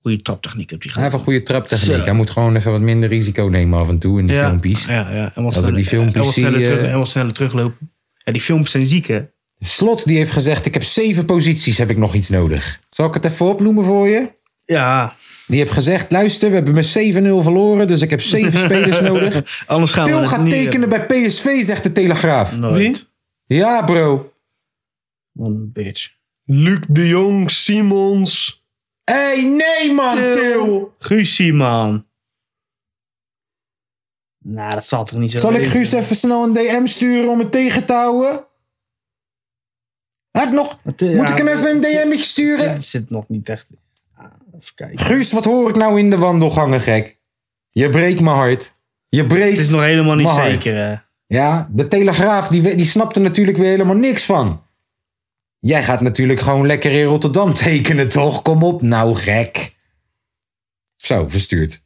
Speaker 2: Goede traptechniek heb hij
Speaker 1: Hij
Speaker 2: gehad.
Speaker 1: heeft een goede traptechniek.
Speaker 2: Zo.
Speaker 1: Hij moet gewoon even wat minder risico nemen af en toe in die
Speaker 2: ja,
Speaker 1: filmpjes.
Speaker 2: Ja, ja. En wat
Speaker 1: Als ik die filmpjes
Speaker 2: en wat sneller
Speaker 1: zie, eh,
Speaker 2: terug, en wat sneller teruglopen. Ja, die filmpjes zijn ziek, hè.
Speaker 1: Slot die heeft gezegd, ik heb zeven posities, heb ik nog iets nodig. Zal ik het even opnoemen voor je?
Speaker 2: Ja,
Speaker 1: Die heeft gezegd, luister, we hebben met 7-0 verloren, dus ik heb zeven spelers nodig.
Speaker 2: anders gaan we
Speaker 1: Til
Speaker 2: het
Speaker 1: gaat
Speaker 2: niet eh,
Speaker 1: tekenen bij PSV, zegt de Telegraaf.
Speaker 2: hebben. Nooit.
Speaker 1: Ja, bro.
Speaker 2: Wat een bitch.
Speaker 3: Luc de Jong, Simons.
Speaker 1: Hé, hey, nee man, Til.
Speaker 2: Guusie, man. Nou, dat zal toch niet zo
Speaker 1: Zal ik
Speaker 2: wezen?
Speaker 1: Guus even snel een DM sturen om het tegen te houden? Hij heeft nog...
Speaker 2: Het, eh,
Speaker 1: Moet
Speaker 2: ja,
Speaker 1: ik hem even een DM'tje
Speaker 2: Ja,
Speaker 1: sturen?
Speaker 2: Het zit nog niet echt... Ah, even kijken.
Speaker 1: Guus, wat hoor ik nou in de wandelgangen, gek? Je breekt mijn hart. Je breekt...
Speaker 2: Het is nog helemaal niet
Speaker 1: Maar-
Speaker 2: zeker, hè.
Speaker 1: Ja, de Telegraaf, die, we- die snapt er natuurlijk weer helemaal niks van. Jij gaat natuurlijk gewoon lekker in Rotterdam tekenen, toch? Kom op, nou gek. Zo, verstuurd.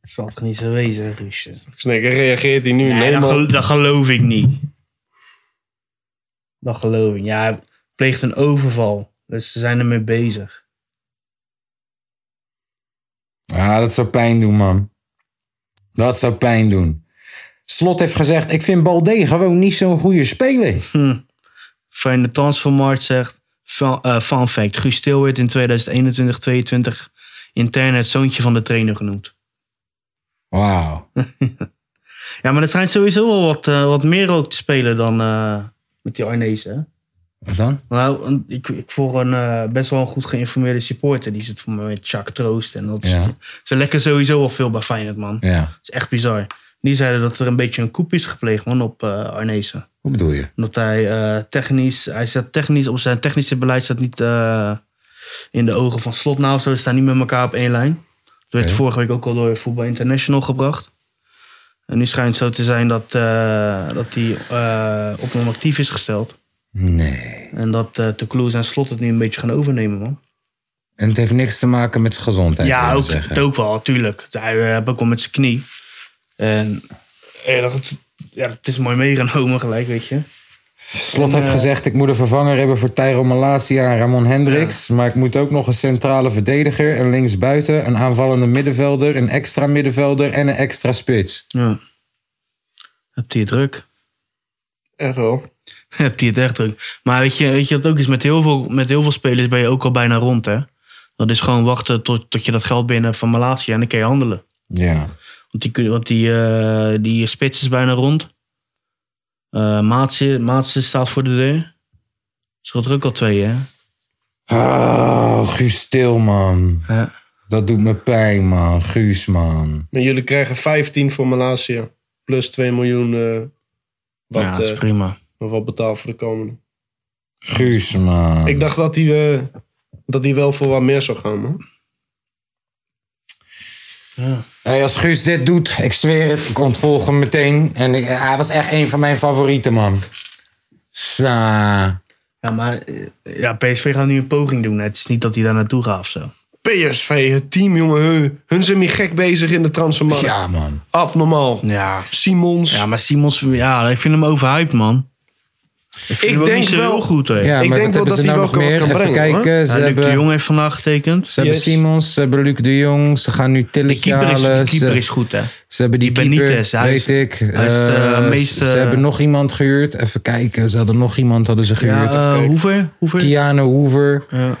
Speaker 2: Het zal toch niet zo wezen, Guus?
Speaker 3: Ik denk, reageert hij nu?
Speaker 2: Nee,
Speaker 3: Nee,
Speaker 2: dat,
Speaker 3: man.
Speaker 2: gel- dat geloof ik niet. Dat geloof ik. Ja, hij pleegt een overval. Dus ze zijn ermee bezig.
Speaker 1: Ah, dat zou pijn doen, man. Dat zou pijn doen. Slot heeft gezegd, ik vind Balde gewoon niet zo'n goede speler.
Speaker 2: Fijn de transfermarkt zegt... Fun, eh, fun fact. Guus Til werd in 2021-22 intern het zoontje van de trainer genoemd.
Speaker 1: Wauw.
Speaker 2: Ja, maar er schijnt sowieso wel wat, eh, wat meer ook te spelen dan eh, met die Arnezen, hè?
Speaker 1: Wat dan?
Speaker 2: Nou, een- ik, ik volg een eh, best wel een goed geïnformeerde supporter. Die zit voor me met Chuck Troost. En dat is-
Speaker 1: Ja.
Speaker 2: ze lekken sowieso al veel bij Feyenoord, man.
Speaker 1: Ja,
Speaker 2: Dat is echt bizar. Die zeiden dat er een beetje een koep is gepleegd, man, op eh Arnezen.
Speaker 1: hoe bedoel je?
Speaker 2: Omdat hij eh, technisch, hij staat technisch, op zijn technische beleid staat niet eh, in de ogen van slot nou of zo. Ze staan niet met elkaar op één lijn. Dat werd
Speaker 1: Oké.
Speaker 2: vorige week ook al door Voetbal International gebracht. En nu schijnt het zo te zijn dat, eh, dat hij eh, op non-actief is gesteld.
Speaker 1: Nee.
Speaker 2: En dat eh Toulouse en Slot het nu een beetje gaan overnemen, man.
Speaker 1: En het heeft niks te maken met zijn gezondheid. wil
Speaker 2: ja,
Speaker 1: je
Speaker 2: ook,
Speaker 1: zeggen.
Speaker 2: het ook wel, tuurlijk. Hij eh, heeft ook wel met zijn knie. En eh, dat, ja, het is mooi meegenomen gelijk, weet je.
Speaker 1: Slot
Speaker 3: eh,
Speaker 1: heeft gezegd, ik moet een vervanger hebben voor Tyro Malasia en Ramon Hendricks. Maar ik moet ook nog een centrale verdediger, een linksbuiten, een aanvallende middenvelder, een extra middenvelder en een extra spits.
Speaker 2: Ja. Hebt hij het druk?
Speaker 3: Echt wel.
Speaker 2: Hebt hij het echt druk? Maar weet je, weet je dat ook is? Met heel, veel, met heel veel spelers ben je ook al bijna rond, hè? Dat is gewoon wachten tot, tot je dat geld binnen hebt van Malasia en dan kan je handelen.
Speaker 1: Ja.
Speaker 2: Want die, kun- want die, eh, die spits is bijna rond. Eh Maatse, Maatse staat voor de deur. Schot er ook al twee, hè?
Speaker 1: Oh, Guus Stil, man.
Speaker 2: Ja.
Speaker 1: Dat doet me pijn, man. Guus, man.
Speaker 3: Maar jullie krijgen 15 voor Malasia. Plus 2 miljoen eh, wat,
Speaker 2: ja, dat is
Speaker 3: eh,
Speaker 2: prima.
Speaker 3: wat betaald voor de komende.
Speaker 1: Guus, man.
Speaker 3: Ik dacht dat hij eh, dat hij wel voor wat meer zou gaan, man.
Speaker 1: Hey, als Guus dit doet, ik zweer het, ik ontvolg hem meteen. En ik- hij was echt een van mijn favorieten, man. Sa.
Speaker 2: Ja, maar eh, ja, PSV gaat nu een poging doen. hè. Het is niet dat hij daar naartoe gaat of zo.
Speaker 3: PSV, het team, jongen. Hun, hun zijn me gek bezig in de transfermarkt.
Speaker 1: Ja, man.
Speaker 3: Abnormaal.
Speaker 2: Ja.
Speaker 3: Simons.
Speaker 2: Ja, maar Simons, ja, ik vind hem overhyped, man. Ik, vind
Speaker 3: Ik
Speaker 2: hem ook
Speaker 3: denk
Speaker 2: niet zo heel
Speaker 3: wel-
Speaker 2: goed, hè.
Speaker 1: Ja,
Speaker 3: Ik
Speaker 1: maar
Speaker 3: denk
Speaker 1: wat
Speaker 3: wel
Speaker 1: hebben
Speaker 3: dat
Speaker 1: ze
Speaker 3: die
Speaker 1: nou
Speaker 3: wel
Speaker 1: nog
Speaker 3: wat
Speaker 1: meer?
Speaker 3: kan
Speaker 1: Even
Speaker 3: brengen, hoor.
Speaker 1: kijken. Ze
Speaker 2: Ja, Luc
Speaker 1: hebben...
Speaker 2: de Jong heeft vandaag getekend.
Speaker 1: Ze hebben
Speaker 3: Yes.
Speaker 1: Simons, ze hebben Luc de Jong, ze gaan nu
Speaker 2: De
Speaker 1: Tillich
Speaker 2: keeper is, de
Speaker 1: halen.
Speaker 2: keeper
Speaker 1: ze,
Speaker 2: is goed, hè.
Speaker 1: ze hebben die,
Speaker 2: die
Speaker 1: keeper,
Speaker 2: Benitez, hij is-
Speaker 1: weet ik.
Speaker 2: eh, hij is de
Speaker 1: Eh,
Speaker 2: meest,
Speaker 1: ze,
Speaker 2: eh,
Speaker 1: ze hebben nog iemand gehuurd. Even kijken, ze hadden nog iemand hadden ze gehuurd.
Speaker 2: Ja, eh, Hoever? Hoever?
Speaker 1: Keanu Hoover.
Speaker 2: Ja.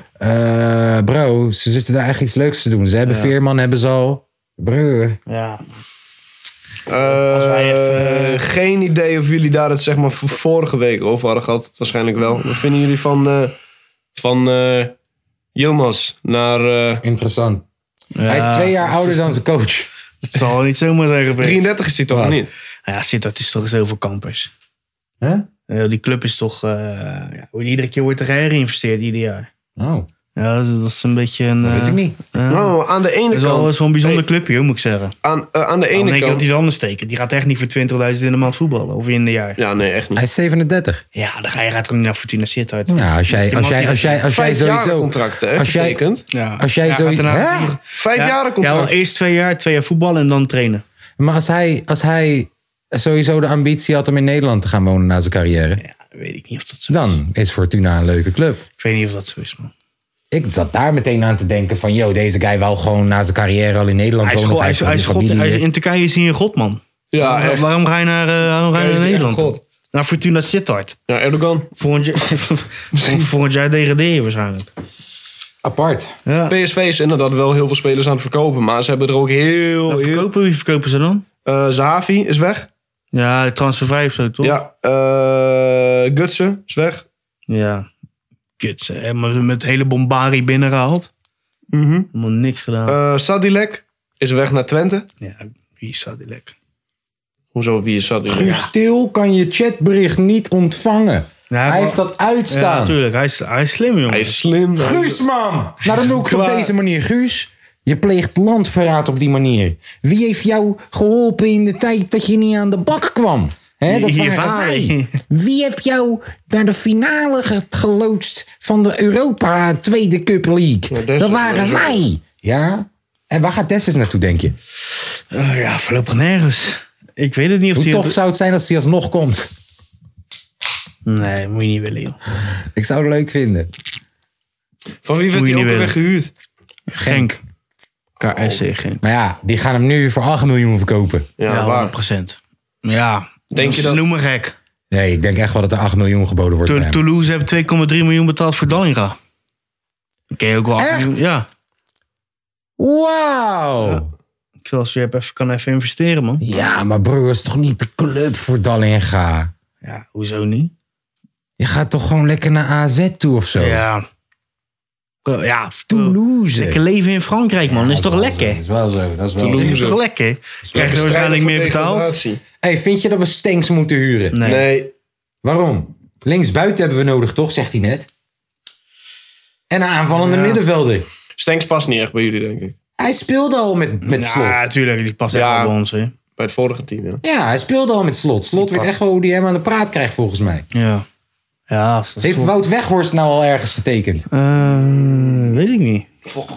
Speaker 1: Eh, bro, ze zitten daar echt iets leuks te doen. Ze hebben Veerman, hebben ze al. Bro,
Speaker 2: Ja.
Speaker 3: Eh,
Speaker 2: Als wij even-
Speaker 3: Geen idee of jullie daar het zeg maar v- vorige week over hadden gehad. Waarschijnlijk wel. Wat vinden jullie van, eh van eh Yilmaz naar eh,
Speaker 1: interessant.
Speaker 2: Ja, dus-
Speaker 1: Hij is twee jaar ouder dan zijn coach.
Speaker 2: Dat zal niet zomaar zijn gebeurd.
Speaker 3: 33 is hij toch
Speaker 1: Wat?
Speaker 3: of niet?
Speaker 2: Nou Ja, zit, dat is toch zoveel kampers. Eh, die club is toch... eh, ja, iedere keer wordt er herinvesteerd, ieder jaar.
Speaker 1: Oh,
Speaker 2: Ja, dat is, dat is een beetje een...
Speaker 1: weet
Speaker 2: eh,
Speaker 1: ik niet.
Speaker 2: ja.
Speaker 3: Nou, aan de ene
Speaker 2: Dat is wel,
Speaker 3: kant.
Speaker 2: dat is wel een bijzonder clubje, hoor, moet ik zeggen.
Speaker 3: aan, eh, aan de
Speaker 2: Dan
Speaker 3: ene
Speaker 2: denk ik dat
Speaker 3: kant.
Speaker 2: hij het anders steken. Die gaat echt niet voor 20.000 in de maand voetballen. Of in een jaar.
Speaker 3: Ja, nee, echt niet.
Speaker 1: Hij is 37.
Speaker 2: Ja, dan ga je gaat er niet naar Fortuna Sittard.
Speaker 1: Nou, als jij, als jij, als jij, als jij
Speaker 3: Vijf jaren
Speaker 1: sowieso...
Speaker 3: contract, hè?
Speaker 1: als jij-
Speaker 3: getekend.
Speaker 2: Ja.
Speaker 1: als jij
Speaker 2: Ja,
Speaker 1: zo-
Speaker 2: gaat erna-
Speaker 1: Hè?
Speaker 3: Vijf
Speaker 2: Ja,
Speaker 3: jaren
Speaker 2: Ja,
Speaker 3: contract.
Speaker 2: wel eerst twee jaar, twee jaar voetballen en dan trainen.
Speaker 1: Maar als hij, als hij sowieso de ambitie had om in Nederland te gaan wonen na zijn carrière...
Speaker 2: Ja, weet ik niet of dat zo is.
Speaker 1: dan is Fortuna een leuke club.
Speaker 2: Ik weet niet of dat zo is, man.
Speaker 1: Ik zat daar meteen aan te denken van... joh, deze guy wil gewoon na zijn carrière al in Nederland
Speaker 2: Hij is,
Speaker 1: wonen.
Speaker 2: go-
Speaker 1: of
Speaker 2: hij is,
Speaker 1: heeft
Speaker 2: hij is
Speaker 1: gewoon
Speaker 2: God,
Speaker 1: familie
Speaker 2: hij is-
Speaker 1: hier.
Speaker 2: in Turkije is hij een god, man.
Speaker 3: ja,
Speaker 2: Waarom-
Speaker 3: echt.
Speaker 2: Waarom ga je naar, eh, waarom ga je
Speaker 3: Hij is
Speaker 2: naar
Speaker 3: echt
Speaker 2: Nederland?
Speaker 3: God.
Speaker 2: naar Fortuna Sittard.
Speaker 3: Ja, Erdogan.
Speaker 2: Volgend jaar, volgend jaar degradeer je waarschijnlijk.
Speaker 1: Apart.
Speaker 2: Ja.
Speaker 3: PSV is inderdaad wel heel veel spelers aan het verkopen. Maar ze hebben er ook heel...
Speaker 2: Nou,
Speaker 3: heel
Speaker 2: verkopen, wie verkopen ze dan?
Speaker 3: Eh, Zahavi is weg.
Speaker 2: Ja, transfervrij of zo, toch?
Speaker 3: Ja. eh Gutsen is weg.
Speaker 2: Ja. Kut, ze hebben met hele bombari binnengehaald. Helemaal niks gedaan.
Speaker 3: Mhm. Eh, Sadilek is weg naar Twente.
Speaker 2: ja, wie is dat lek?
Speaker 3: Hoezo, wie is Sadilek?
Speaker 1: Guus Stil kan je chatbericht niet ontvangen.
Speaker 2: Ja,
Speaker 1: hij
Speaker 2: maar-
Speaker 1: heeft dat
Speaker 2: Ja,
Speaker 1: uitstaan.
Speaker 2: natuurlijk. Hij is, hij is slim, jongen.
Speaker 3: Hij is slim.
Speaker 1: Guus, man! Nou, dan doe ik het op
Speaker 3: Klaar.
Speaker 1: deze manier. Guus, je pleegt landverraad op die manier. Wie heeft jou geholpen in de tijd dat je niet aan de bak kwam? Hè, dat
Speaker 2: Je
Speaker 1: waren
Speaker 2: vader.
Speaker 1: wij. Wie heeft jou naar de finale ge- geloodst van de Europa Tweede Cup League?
Speaker 3: Dessus,
Speaker 1: dat waren
Speaker 3: Dessus.
Speaker 1: wij. Ja? En waar gaat Dessus naartoe, denk je?
Speaker 2: Eh, ja, voorlopig nergens. Ik weet het niet of
Speaker 1: Hoe
Speaker 2: hij...
Speaker 1: tof zou het zijn als hij alsnog komt?
Speaker 2: Nee, moet je niet willen, joh.
Speaker 1: Ik zou het leuk vinden.
Speaker 3: Van wie werd
Speaker 2: Moet je
Speaker 3: hij ook weer
Speaker 2: niet willen.
Speaker 3: gehuurd?
Speaker 2: Genk. KSC Genk.
Speaker 1: Maar ja, die gaan hem nu voor 8 miljoen verkopen.
Speaker 3: Oh. Ja,
Speaker 2: Ja,
Speaker 3: waar?
Speaker 2: 100%. Ja.
Speaker 3: Denk je dat-
Speaker 2: Noem me gek.
Speaker 1: Nee, ik denk echt wel dat er 8 miljoen geboden wordt voor
Speaker 2: Toen
Speaker 1: hem.
Speaker 2: Toulouse heeft 2,3 miljoen betaald voor Dallinga. Dan Ken je ook wel acht
Speaker 1: Echt?
Speaker 2: miljoen- Ja.
Speaker 1: Wauw!
Speaker 2: Ik zal als je hebt even, kan even investeren, man.
Speaker 1: Ja, maar broer, is toch niet de club voor Dallinga?
Speaker 2: Ja, hoezo niet?
Speaker 1: Je gaat toch gewoon lekker naar AZ toe of zo?
Speaker 2: Ja. Bro, Ja. Lekker
Speaker 1: Toulouse.
Speaker 2: leven in Frankrijk, man. is toch lekker?
Speaker 1: is wel zo, dat is wel
Speaker 3: Toulouse.
Speaker 2: is toch lekker? Krijg je er waarschijnlijk meer betaald?
Speaker 1: hey, vind je dat we Stenks moeten huren?
Speaker 2: Nee.
Speaker 3: Nee.
Speaker 1: Waarom? Linksbuiten hebben we nodig, toch? Zegt hij net. En een aanvallende
Speaker 2: Ja.
Speaker 1: middenvelder.
Speaker 3: Stenks past niet echt bij jullie, denk ik.
Speaker 1: Hij speelde al met, met Slot.
Speaker 2: Ja, tuurlijk. Die past echt
Speaker 3: Ja.
Speaker 2: wel bij ons, hè.
Speaker 3: Bij het vorige team, ja.
Speaker 1: Ja, hij speelde al met Slot. Slot weet echt wel hoe hij hem aan de praat krijgt, volgens mij.
Speaker 2: Ja. Ja, als dat
Speaker 1: Heeft Wout Weghorst nou al ergens getekend?
Speaker 2: Eh, weet ik niet.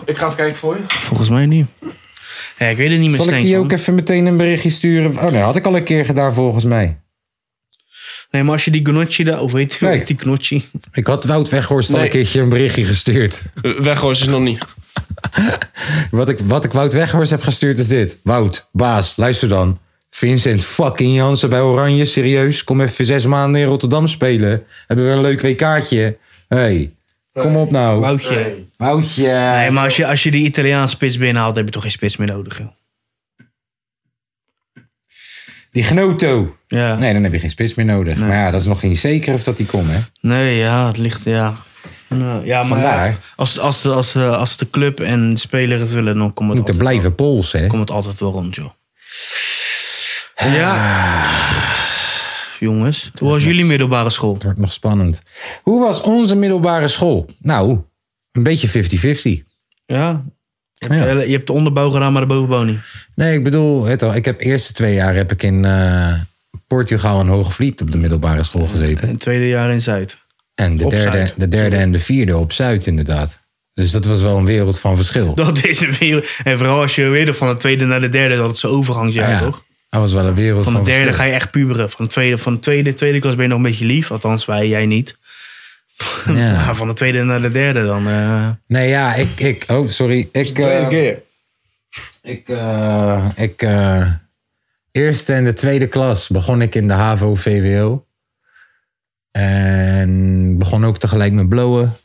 Speaker 3: Ik ga even kijken voor je.
Speaker 2: Volgens mij niet. Ja, ik weet het niet meer.
Speaker 1: Zal ik
Speaker 2: Stenks,
Speaker 1: die
Speaker 2: man.
Speaker 1: ook even meteen een berichtje sturen? Oh nee, had ik al een keer gedaan, volgens mij.
Speaker 2: Nee, maar als je die Gnocchi daar... Of weet je
Speaker 1: Nee.
Speaker 2: ook die Gnocchi?
Speaker 1: Ik had Wout Weghorst al
Speaker 3: Nee.
Speaker 1: een keertje een berichtje gestuurd.
Speaker 3: Weggooien is nog niet.
Speaker 1: Wat ik, wat ik Wout Weghorst heb gestuurd is dit. Wout, baas, luister dan. Vincent fucking Jansen bij Oranje, serieus. Kom even zes maanden in Rotterdam spelen. Hebben we een leuk WK'tje. Hé, hey, kom op nou.
Speaker 2: Woutje.
Speaker 1: Woutje.
Speaker 2: Nee, maar als je, als je die Italiaanse spits binnenhaalt... heb je toch geen spits meer nodig, joh.
Speaker 1: Die Gnoto.
Speaker 2: Ja.
Speaker 1: Nee, dan heb je geen spits meer nodig. Maar ja, dat is nog niet zeker of dat die komt, hè?
Speaker 2: Nee, ja, het ligt, ja. Nou, ja maar
Speaker 1: Vandaar.
Speaker 2: ja, als, als, de, als, de, als de club en de speler het willen, dan komt het,
Speaker 1: Moeten
Speaker 2: altijd,
Speaker 1: blijven polsen, hè?
Speaker 2: komt het altijd wel rond, joh. Ja. Jongens, hoe was jullie middelbare school?
Speaker 1: Het wordt nog spannend. Hoe was onze middelbare school? Nou, een beetje 50-50.
Speaker 2: Ja. Je hebt,
Speaker 1: Ja.
Speaker 2: de- je hebt de onderbouw gedaan, maar de bovenbouw niet.
Speaker 1: Nee, ik bedoel, het al, ik heb eerste twee jaar heb ik in eh, Portugal en Hoogvliet op de middelbare school gezeten.
Speaker 2: Het tweede jaar in Zuid.
Speaker 1: En de
Speaker 2: Op
Speaker 1: derde,
Speaker 2: Zuid.
Speaker 1: de derde en de vierde op Zuid, inderdaad. Dus dat was wel een wereld van verschil.
Speaker 2: Dat is een weer. En vooral als je weer van de tweede naar de derde, dat is zo'n overgangsjaar,
Speaker 1: Ja,
Speaker 2: toch?
Speaker 1: dat was wel een wereld van,
Speaker 2: Van de derde
Speaker 1: verschil.
Speaker 2: ga je echt puberen. Van de tweede, van de tweede, tweede klas ben je nog een beetje lief. Althans, wij, jij niet.
Speaker 1: Ja.
Speaker 2: Maar van de tweede naar de derde dan. eh,
Speaker 1: Nee, ja, ik... ik oh, sorry. Ik,
Speaker 3: Tweede
Speaker 1: eh,
Speaker 3: keer.
Speaker 1: ik, eh, ik eh, eerste en de tweede klas begon ik in de HAVO-VWO. En begon ook tegelijk met blowen.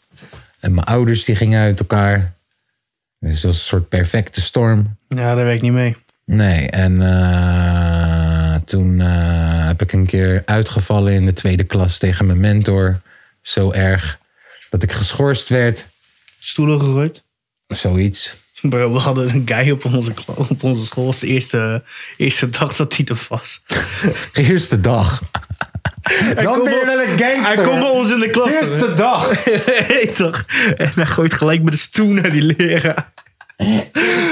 Speaker 1: En mijn ouders die gingen uit elkaar. Dus dat was een soort perfecte storm.
Speaker 2: Ja, daar werkt niet mee.
Speaker 1: Nee, en eh, toen eh, heb ik een keer uitgevallen in de tweede klas tegen mijn mentor. Zo erg dat ik geschorst werd.
Speaker 2: Stoelen gegooid.
Speaker 1: Zoiets.
Speaker 2: Bro, we hadden een guy op onze, kla- op onze school. was de eerste, eerste dag dat hij er was.
Speaker 1: Eerste dag. Dan
Speaker 2: kon
Speaker 1: ben je
Speaker 2: wel-
Speaker 1: wel een gangster.
Speaker 2: Hij komt bij ons in de klas.
Speaker 1: Eerste dag.
Speaker 2: Hey, toch? En hij gooit gelijk met de stoel naar die leraar.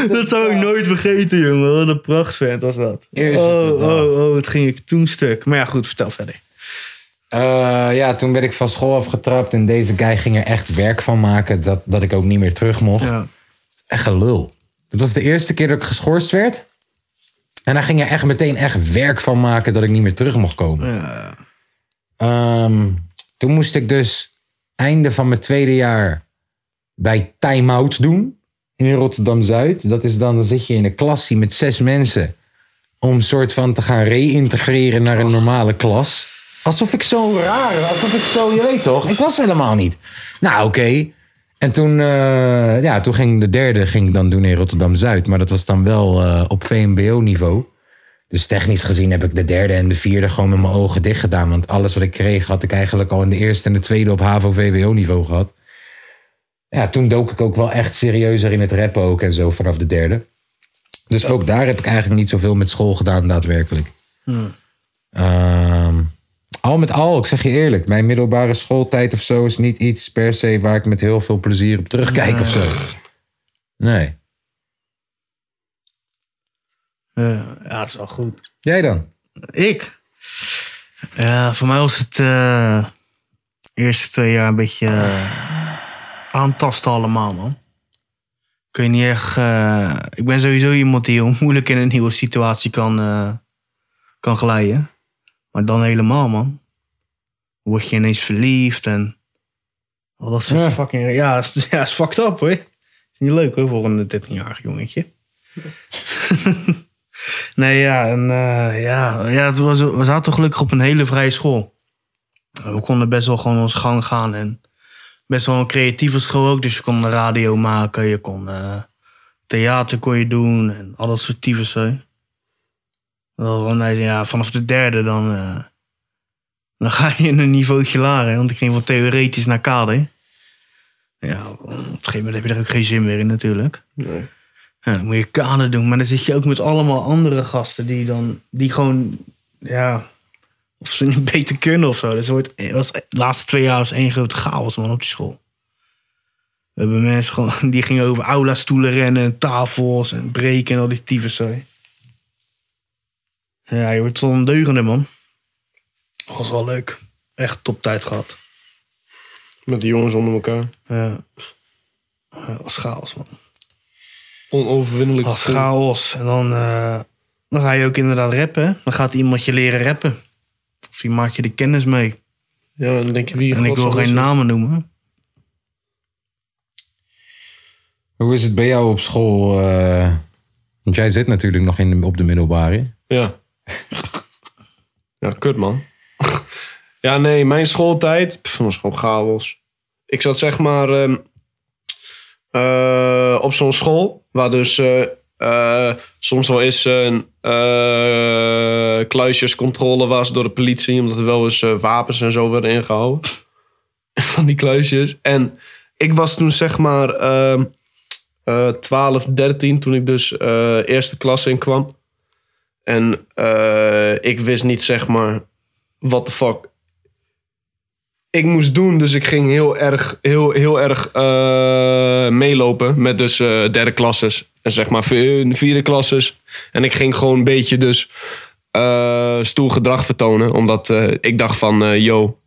Speaker 2: Dat zou ik nooit vergeten, jongen. Wat een prachtvent was dat.
Speaker 1: Eerste
Speaker 2: oh,
Speaker 1: dag.
Speaker 2: oh, oh, het ging ik toen stuk. Maar ja, goed, vertel verder.
Speaker 1: Eh, ja, toen werd ik van school afgetrapt. En deze guy ging er echt werk van maken dat, dat ik ook niet meer terug mocht.
Speaker 2: Ja.
Speaker 1: Echt gelul. Dat was de eerste keer dat ik geschorst werd. En hij ging er echt meteen echt werk van maken dat ik niet meer terug mocht komen.
Speaker 2: Ja.
Speaker 1: Ehm, toen moest ik dus einde van mijn tweede jaar bij Time Out doen in Rotterdam-Zuid. Dat is dan, dan zit je in een klassie met zes mensen om soort van te gaan reïntegreren naar een normale klas. Alsof ik zo raar, alsof ik zo, je weet toch? Ik was helemaal niet. Nou, oké. En toen, eh, ja, toen ging de derde ging ik dan doen in Rotterdam-Zuid. Maar dat was dan wel eh, op VMBO-niveau. Dus technisch gezien heb ik de derde en de vierde gewoon met mijn ogen dicht gedaan. Want alles wat ik kreeg had ik eigenlijk al in de eerste en de tweede op HAVO-VWO-niveau gehad. Ja, toen dook ik ook wel echt serieuzer in het rappen ook en zo vanaf de derde. Dus ook daar heb ik eigenlijk niet zoveel met school gedaan daadwerkelijk. Ehm, al met al, ik zeg je eerlijk, mijn middelbare schooltijd of zo is niet iets per se waar ik met heel veel plezier op terugkijk of zo. Nee.
Speaker 2: Ja, ja, dat is wel goed.
Speaker 1: Jij dan?
Speaker 2: Ik? Ja, voor mij was het eh, de eerste twee jaar een beetje eh, aantasten allemaal, man. Kun je niet echt... eh, ik ben sowieso iemand die heel moeilijk in een nieuwe situatie kan, eh, kan glijden. Maar dan helemaal, man. Word je ineens verliefd en... Al dat soort
Speaker 1: Ja.
Speaker 2: fucking... Ja, is, ja, is fucked up, hoor. Is niet leuk, hoor, voor een 13-jarig jongetje. Nee, ja, en, eh, ja, ja het was, we zaten gelukkig op een hele vrije school. We konden best wel gewoon onze gang gaan. En best wel een creatieve school ook. Dus je kon radio maken, je kon eh, theater kon je doen en al dat soort tyfus. hè. Dat was wel nice. En Ja, vanaf de derde dan, eh, dan ga je een niveautje lager. hè, Want ik ging wel theoretisch naar kader. Ja, op een gegeven moment heb je er ook geen zin meer in natuurlijk. Ja, dan moet je kader doen. Maar dan zit je ook met allemaal andere gasten die dan... Die gewoon, ja... Of ze niet beter kunnen of zo. Dus het wordt, het was, de laatste twee jaar was één grote chaos, man, op die school. We hebben mensen gewoon, die gingen over aula-stoelen rennen... en tafels en breken en al die tyfus, sorry. Ja, je wordt wel een deugende, man. Was wel leuk. Echt toptijd gehad.
Speaker 3: Met de jongens onder elkaar.
Speaker 2: Ja. Ja, was chaos, man.
Speaker 3: Onoverwinnelijk.
Speaker 2: Als chaos. En dan, eh, dan ga je ook inderdaad rappen. hè. Dan gaat iemand je leren rappen. Of die maakt je de kennis mee.
Speaker 3: Ja, dan denk je wie
Speaker 2: En ik wil
Speaker 3: godsam is
Speaker 2: geen
Speaker 3: het?
Speaker 2: namen noemen.
Speaker 1: Hoe is het bij jou op school? eh? want jij zit natuurlijk nog in de- op de middelbare.
Speaker 3: Ja. ja, kut man. ja, nee, mijn schooltijd pff, was gewoon chaos. Ik zat zeg maar ehm, eh, op zo'n school waar dus eh, eh, soms wel eens een eh, kluisjescontrole was door de politie, omdat er wel eens eh, wapens en zo werden ingehouden. Van die kluisjes. En ik was toen zeg maar ehm, eh, 12, 13 toen ik dus eh, eerste klas inkwam. En eh, ik wist niet, zeg maar, wat de fuck ik moest doen. Dus ik ging heel erg, heel, heel erg eh, meelopen met dus eh, derde klasses. En zeg maar vi- eh, vierde klasses. En ik ging gewoon een beetje dus eh stoer gedrag vertonen. Omdat eh, ik dacht van, eh, yo,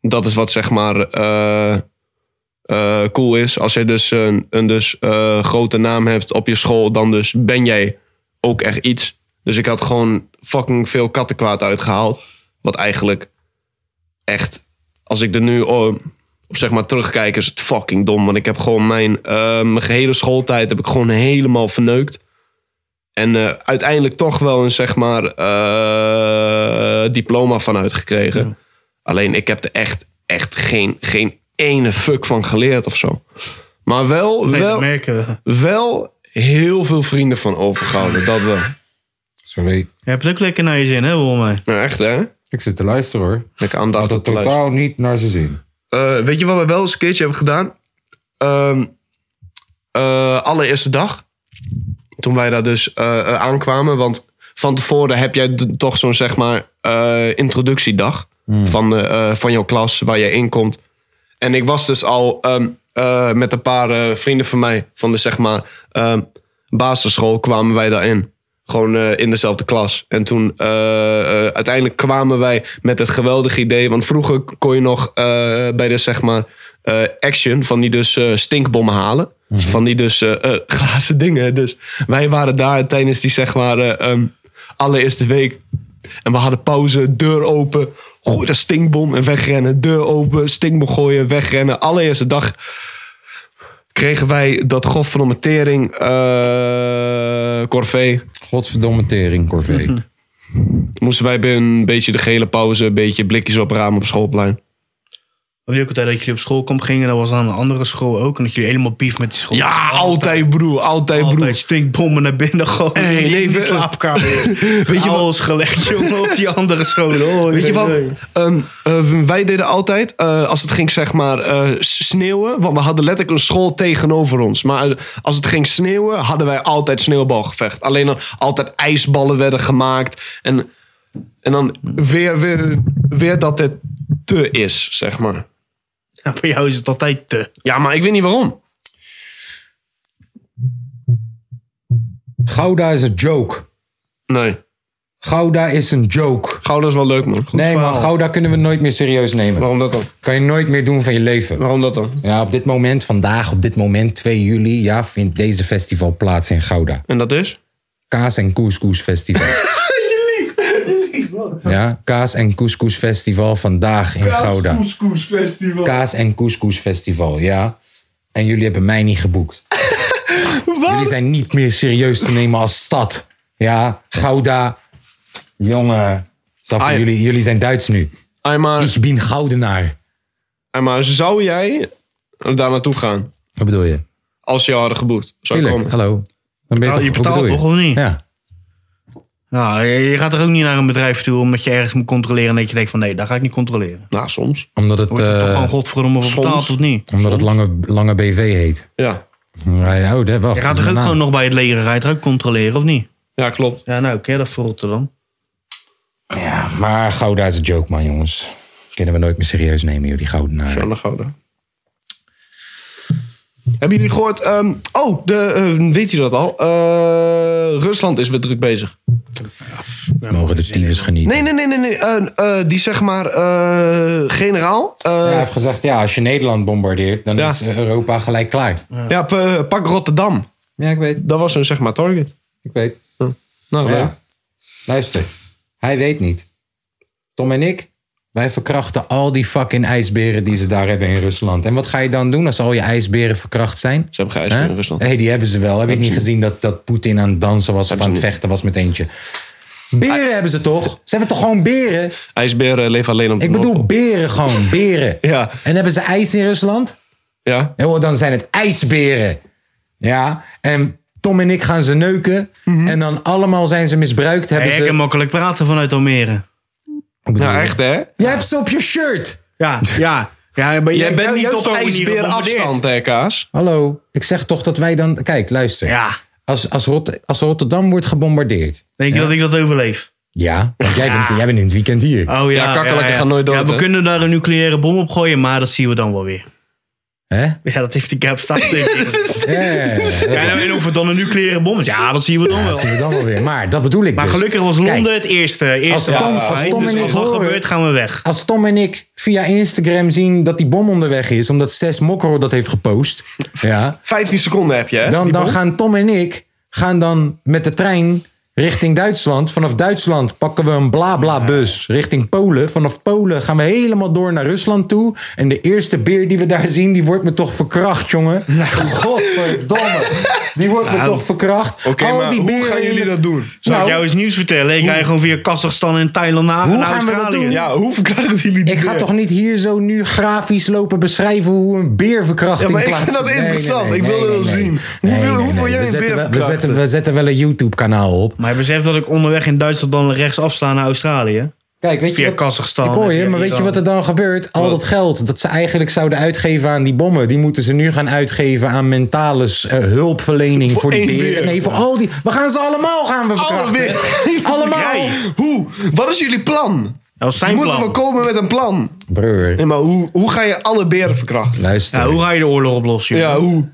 Speaker 3: dat is wat zeg maar eh, eh, cool is. Als je dus een, een dus, eh, grote naam hebt op je school, dan dus ben jij ook echt iets. Dus ik had gewoon fucking veel kattenkwaad uitgehaald. Wat eigenlijk echt, als ik er nu oh, op zeg maar terugkijk, is het fucking dom. Want ik heb gewoon mijn, eh, mijn gehele schooltijd heb ik gewoon helemaal verneukt. En eh, uiteindelijk toch wel een zeg maar eh, diploma van uitgekregen. Alleen ik heb er echt, echt geen, geen ene fuck van geleerd of zo. Maar wel,
Speaker 2: Nee,
Speaker 3: wel,
Speaker 2: dat merken we.
Speaker 3: wel heel veel vrienden van overgehouden. Dat wel.
Speaker 1: Sorry.
Speaker 2: Je hebt het ook lekker naar je zin, hè, volgens mij.
Speaker 3: Nou, echt hè?
Speaker 1: Ik zit te luisteren hoor.
Speaker 3: Lekker aandachtig
Speaker 1: Dat
Speaker 3: te
Speaker 1: totaal
Speaker 3: luisteren.
Speaker 1: niet naar zijn zin.
Speaker 3: Eh, weet je wat we wel eens een keertje hebben gedaan? Ehm, eh, allereerste dag. Toen wij daar dus eh, eh, aankwamen. Want van tevoren heb jij d- toch zo'n zeg maar eh, introductiedag. Van, eh, eh, van jouw klas waar jij inkomt. En ik was dus al ehm, eh, met een paar eh, vrienden van mij van de zeg maar ehm, basisschool kwamen wij daarin. Gewoon eh, in dezelfde klas. En toen eh, eh, uiteindelijk kwamen wij met het geweldige idee. Want vroeger kon je nog eh, bij de zeg maar eh, action van die dus eh, stinkbommen halen. Van die dus eh, eh, glazen dingen. Dus wij waren daar tijdens die zeg maar eh, ehm, allereerste week. En we hadden pauze, deur open, gooi de stinkbom en wegrennen. Deur open, stinkbom gooien, wegrennen. Allereerste dag kregen wij dat godverdomme tering eh corvée.
Speaker 1: Godverdomme tering, Corvée.
Speaker 3: Moesten wij binnen een beetje de gele pauze, een beetje blikjes op ramen op schoolplein.
Speaker 2: Weet je ook altijd dat jullie op schoolkamp gingen? Dat was aan een andere school ook. En dat jullie helemaal beef met die school.
Speaker 3: Ja, altijd broer, altijd broer.
Speaker 2: Altijd stinkbommen naar binnen gooien.
Speaker 3: Hey,
Speaker 2: in
Speaker 3: nee,
Speaker 2: die
Speaker 3: we-
Speaker 2: slaapkamer.
Speaker 3: Weet je wat-
Speaker 2: Alles gelegd, jongen, op die andere scholen. Oh,
Speaker 3: Weet je wat?
Speaker 2: nee.
Speaker 3: Ehm, eh, wij deden altijd, eh, als het ging zeg maar eh, s- sneeuwen, want we hadden letterlijk een school tegenover ons. Maar eh, als het ging sneeuwen, hadden wij altijd sneeuwbalgevecht. Alleen dan altijd ijsballen werden gemaakt. En, en dan weer, weer, weer dat het te is, zeg maar.
Speaker 2: Ja, bij jou is het altijd te.
Speaker 3: Ja, maar ik weet niet waarom.
Speaker 1: Gouda is een joke.
Speaker 3: Nee,
Speaker 1: Gouda is een joke.
Speaker 3: Gouda is wel leuk man. Goed.
Speaker 1: nee, maar Gouda kunnen we nooit meer serieus nemen.
Speaker 3: Waarom dat dan?
Speaker 1: Kan je nooit meer doen van je leven.
Speaker 3: Waarom dat dan?
Speaker 1: Ja, op dit moment, vandaag, op dit moment, 2 juli, ja, vindt deze festival plaats in Gouda.
Speaker 3: En dat is?
Speaker 1: Kaas en Couscous Festival. Ja, Kaas en Couscous Festival vandaag in Gouda.
Speaker 5: Couscous Festival.
Speaker 1: Kaas en Couscous Festival, ja. En jullie hebben mij niet geboekt. Jullie zijn niet meer serieus te nemen als stad. Ja, Gouda. Jongen. Saf,
Speaker 3: Ah, ja.
Speaker 1: jullie, jullie zijn Duits nu.
Speaker 3: Hey, maar,
Speaker 1: Ik ben Goudenaar.
Speaker 3: hey, maar zou jij daar naartoe gaan?
Speaker 1: Wat bedoel je?
Speaker 3: Als je hadden geboekt. Zou ik
Speaker 1: Tuurlijk,
Speaker 3: komen?
Speaker 1: hallo. Dan ben je,
Speaker 2: Oh,
Speaker 1: toch,
Speaker 2: je
Speaker 1: wat
Speaker 2: betaalt
Speaker 1: bedoel
Speaker 2: toch, of niet?
Speaker 1: Ja.
Speaker 2: Nou, je, je gaat er ook niet naar een bedrijf toe omdat je ergens moet controleren. En dat je denkt van nee, daar ga ik niet controleren.
Speaker 3: Nou, soms.
Speaker 1: Omdat het,
Speaker 2: Wordt het toch
Speaker 1: eh,
Speaker 2: gewoon godverdomme voor
Speaker 3: soms.
Speaker 2: betaald of niet?
Speaker 1: omdat het lange, lange BV heet.
Speaker 3: Ja.
Speaker 1: Ja, Oh, daar, wacht.
Speaker 2: Je
Speaker 1: dat is
Speaker 2: gaat toch ook
Speaker 1: een
Speaker 2: gewoon
Speaker 1: naam.
Speaker 2: nog bij het leger ga je toch ook controleren of niet?
Speaker 3: Ja, klopt.
Speaker 2: Ja, nou, oké, dat verrotte dan.
Speaker 1: Maar Gouda is een joke, man, jongens. Kunnen we nooit meer serieus nemen, jullie Goudenaar.
Speaker 3: Van de Gouden. Hebben jullie gehoord? ehm, oh, de, eh, weet je dat al? Eh, Rusland is weer druk bezig.
Speaker 1: Mogen de tyfus genieten.
Speaker 3: Nee, nee, nee, nee. nee. Eh, eh, die zeg maar eh, generaal. eh,
Speaker 1: Ja, hij heeft gezegd, ja, als je Nederland bombardeert, dan
Speaker 3: Ja.
Speaker 1: is Europa gelijk klaar.
Speaker 3: ja, pa- pak Rotterdam.
Speaker 1: Ja, ik weet,
Speaker 3: Dat was hun zeg maar target.
Speaker 1: ik weet.
Speaker 3: Nou,
Speaker 1: Maar
Speaker 3: ja.
Speaker 1: ja, luister, hij weet niet. Tom en ik, wij verkrachten al die fucking ijsberen die ze daar hebben in Rusland. En wat ga je dan doen als al je ijsberen verkracht zijn?
Speaker 3: Ze hebben geen ijsberen in Rusland.
Speaker 1: Hé, hey, die hebben ze wel. Heb ik niet gezien dat, dat Poetin aan het dansen was of aan het vechten was met eentje? Beren hebben ze toch? Ze hebben toch gewoon beren?
Speaker 3: IJsberen leven eh, alleen op de
Speaker 1: Ik bedoel
Speaker 3: Noordpool.
Speaker 1: beren gewoon, beren.
Speaker 3: Ja.
Speaker 1: En hebben ze ijs in Rusland?
Speaker 3: Ja.
Speaker 1: Ja, hoor, dan zijn het ijsberen. Ja, en Tom en ik gaan ze neuken.
Speaker 3: Mhm.
Speaker 1: En dan allemaal zijn ze misbruikt. Hebben
Speaker 2: Hey, ik
Speaker 1: ze...
Speaker 2: kan makkelijk praten vanuit Almere.
Speaker 1: Ik bedoel,
Speaker 3: Nou, echt hè?
Speaker 1: Je hebt ze op je shirt.
Speaker 2: Ja, ja. ja maar
Speaker 3: Jij bent
Speaker 2: jou-
Speaker 3: niet
Speaker 2: jou
Speaker 3: op
Speaker 2: toch niet
Speaker 3: ijsbeer
Speaker 2: gebombardeerd?
Speaker 3: afstand, hè, Kaas?
Speaker 1: Hallo, ik zeg toch dat wij dan... Kijk, luister.
Speaker 2: Ja,
Speaker 1: Als, als, Rot- als Rotterdam wordt gebombardeerd.
Speaker 2: denk je dat ik dat overleef?
Speaker 1: Ja, want jij, Bent, jij bent in het weekend hier.
Speaker 2: Oh
Speaker 3: Ja, kakkelakken gaan nooit dood,
Speaker 2: Ja, we
Speaker 3: hè?
Speaker 2: kunnen daar een nucleaire bom op gooien, maar dat zien we dan wel weer.
Speaker 1: Hè?
Speaker 2: Ja, dat heeft die Gap staan.
Speaker 1: Ja, ja, ja, dat
Speaker 2: Ja, nou, en of het dan een nucleaire bom is, ja, dat zien we dan wel.
Speaker 1: zien we dan wel weer. Maar dat bedoel ik
Speaker 2: Maar
Speaker 1: dus.
Speaker 2: gelukkig was
Speaker 1: Kijk,
Speaker 2: Londen het eerste.
Speaker 1: als
Speaker 2: eerste
Speaker 1: Tom-
Speaker 2: wapen,
Speaker 1: als
Speaker 2: hè?
Speaker 1: Tom en
Speaker 2: dus
Speaker 1: ik
Speaker 2: als dat
Speaker 1: horen-
Speaker 2: gebeurt, gaan we weg.
Speaker 1: als Tom en ik via Instagram zien dat die bom onderweg is... omdat Zes Mokro dat heeft gepost... Ja,
Speaker 3: 15 seconden heb je, hè?
Speaker 1: dan,
Speaker 3: die
Speaker 1: dan
Speaker 3: bom?
Speaker 1: gaan Tom en ik gaan dan met de trein richting Duitsland. Vanaf Duitsland pakken we een blabla-bus richting Polen. Vanaf Polen gaan we helemaal door naar Rusland toe. En de eerste beer die we daar zien, die wordt me toch verkracht, jongen.
Speaker 3: Nou.
Speaker 1: Godverdomme. Die wordt me toch verkracht.
Speaker 3: Oké,
Speaker 1: Al
Speaker 3: maar
Speaker 1: die
Speaker 3: hoe
Speaker 1: beren
Speaker 3: gaan
Speaker 1: in
Speaker 3: jullie
Speaker 1: de-
Speaker 3: dat doen?
Speaker 2: Zou ik
Speaker 1: Nou,
Speaker 2: jou eens nieuws vertellen? Ik rij gewoon via Kazachstan en Thailand naar,
Speaker 1: Hoe
Speaker 2: naar
Speaker 1: gaan we dat
Speaker 2: Australië.
Speaker 1: doen?
Speaker 3: Ja, hoe verklaren jullie dit?
Speaker 1: ik ga toch niet hier zo nu grafisch lopen beschrijven hoe een beerverkrachting
Speaker 3: Ja, maar ik
Speaker 1: plaatsvindt?
Speaker 3: vind dat
Speaker 1: Nee, nee,
Speaker 3: interessant.
Speaker 1: nee,
Speaker 3: Ik
Speaker 1: nee,
Speaker 3: wilde
Speaker 1: nee,
Speaker 3: wel
Speaker 1: nee.
Speaker 3: zien.
Speaker 1: Nee,
Speaker 3: Hoeveel-
Speaker 1: nee,
Speaker 3: hoeveel
Speaker 1: nee.
Speaker 3: jij
Speaker 1: We
Speaker 3: een
Speaker 1: zetten wel-
Speaker 3: beer
Speaker 1: we
Speaker 3: verkracht
Speaker 1: zetten-
Speaker 3: hebt.
Speaker 1: We zetten wel een YouTube-kanaal op.
Speaker 2: Maar je beseft dat ik onderweg in Duitsland dan rechts afsla naar Australië.
Speaker 1: Kijk, weet
Speaker 2: Via
Speaker 1: je wat,
Speaker 2: Kazachstan
Speaker 1: Ik hoor
Speaker 2: en
Speaker 1: je,
Speaker 2: via
Speaker 1: maar weet je
Speaker 2: Iran.
Speaker 1: wat er dan gebeurt? Al dat geld dat ze eigenlijk zouden uitgeven aan die bommen... die moeten ze nu gaan uitgeven aan mentale eh, hulpverlening voor, die
Speaker 3: één
Speaker 1: beren.
Speaker 3: beer.
Speaker 1: Nee, voor al die... We gaan ze allemaal gaan we
Speaker 3: Alle
Speaker 1: verkrachten.
Speaker 3: weer.
Speaker 1: Allemaal.
Speaker 2: Jij.
Speaker 3: Hoe? Wat is jullie plan?
Speaker 2: Dat was zijn
Speaker 3: je moet er
Speaker 2: plan.
Speaker 3: wel komen met een plan.
Speaker 1: Broer,
Speaker 3: Nee, maar hoe, hoe ga je alle beren verkrachten?
Speaker 1: luister.
Speaker 2: Ja, hoe ga je de oorlog oplossen? jongen?
Speaker 3: Ja, hoe?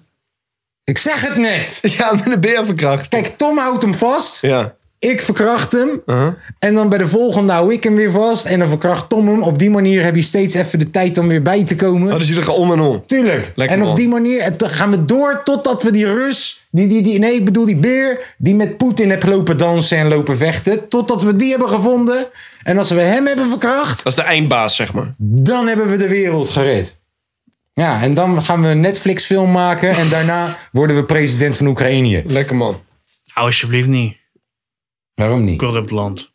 Speaker 1: Ik zeg het net.
Speaker 3: Ja, met een beer verkrachten.
Speaker 1: Kijk, Tom houdt hem vast.
Speaker 3: Ja.
Speaker 1: Ik verkracht hem.
Speaker 3: Uh-huh.
Speaker 1: En dan bij de volgende hou ik hem weer vast. En dan verkracht Tom hem. Op die manier heb je steeds even de tijd om weer bij te komen.
Speaker 3: Oh, dus jullie gaan om en om.
Speaker 1: Tuurlijk.
Speaker 3: Lekker,
Speaker 1: en op
Speaker 3: man.
Speaker 1: die manier en dan gaan we door totdat we die Rus, die, die, die, nee, ik bedoel die beer, die met Poetin heeft lopen dansen en lopen vechten. Totdat we die hebben gevonden. En als we hem hebben verkracht,
Speaker 3: Dat is de eindbaas, zeg maar.
Speaker 1: dan hebben we de wereld gered. Ja, en dan gaan we een Netflix-film maken. En daarna worden we president van Oekraïne.
Speaker 3: Lekker man.
Speaker 2: Nou, alsjeblieft niet.
Speaker 1: Waarom niet?
Speaker 2: Corrupt land.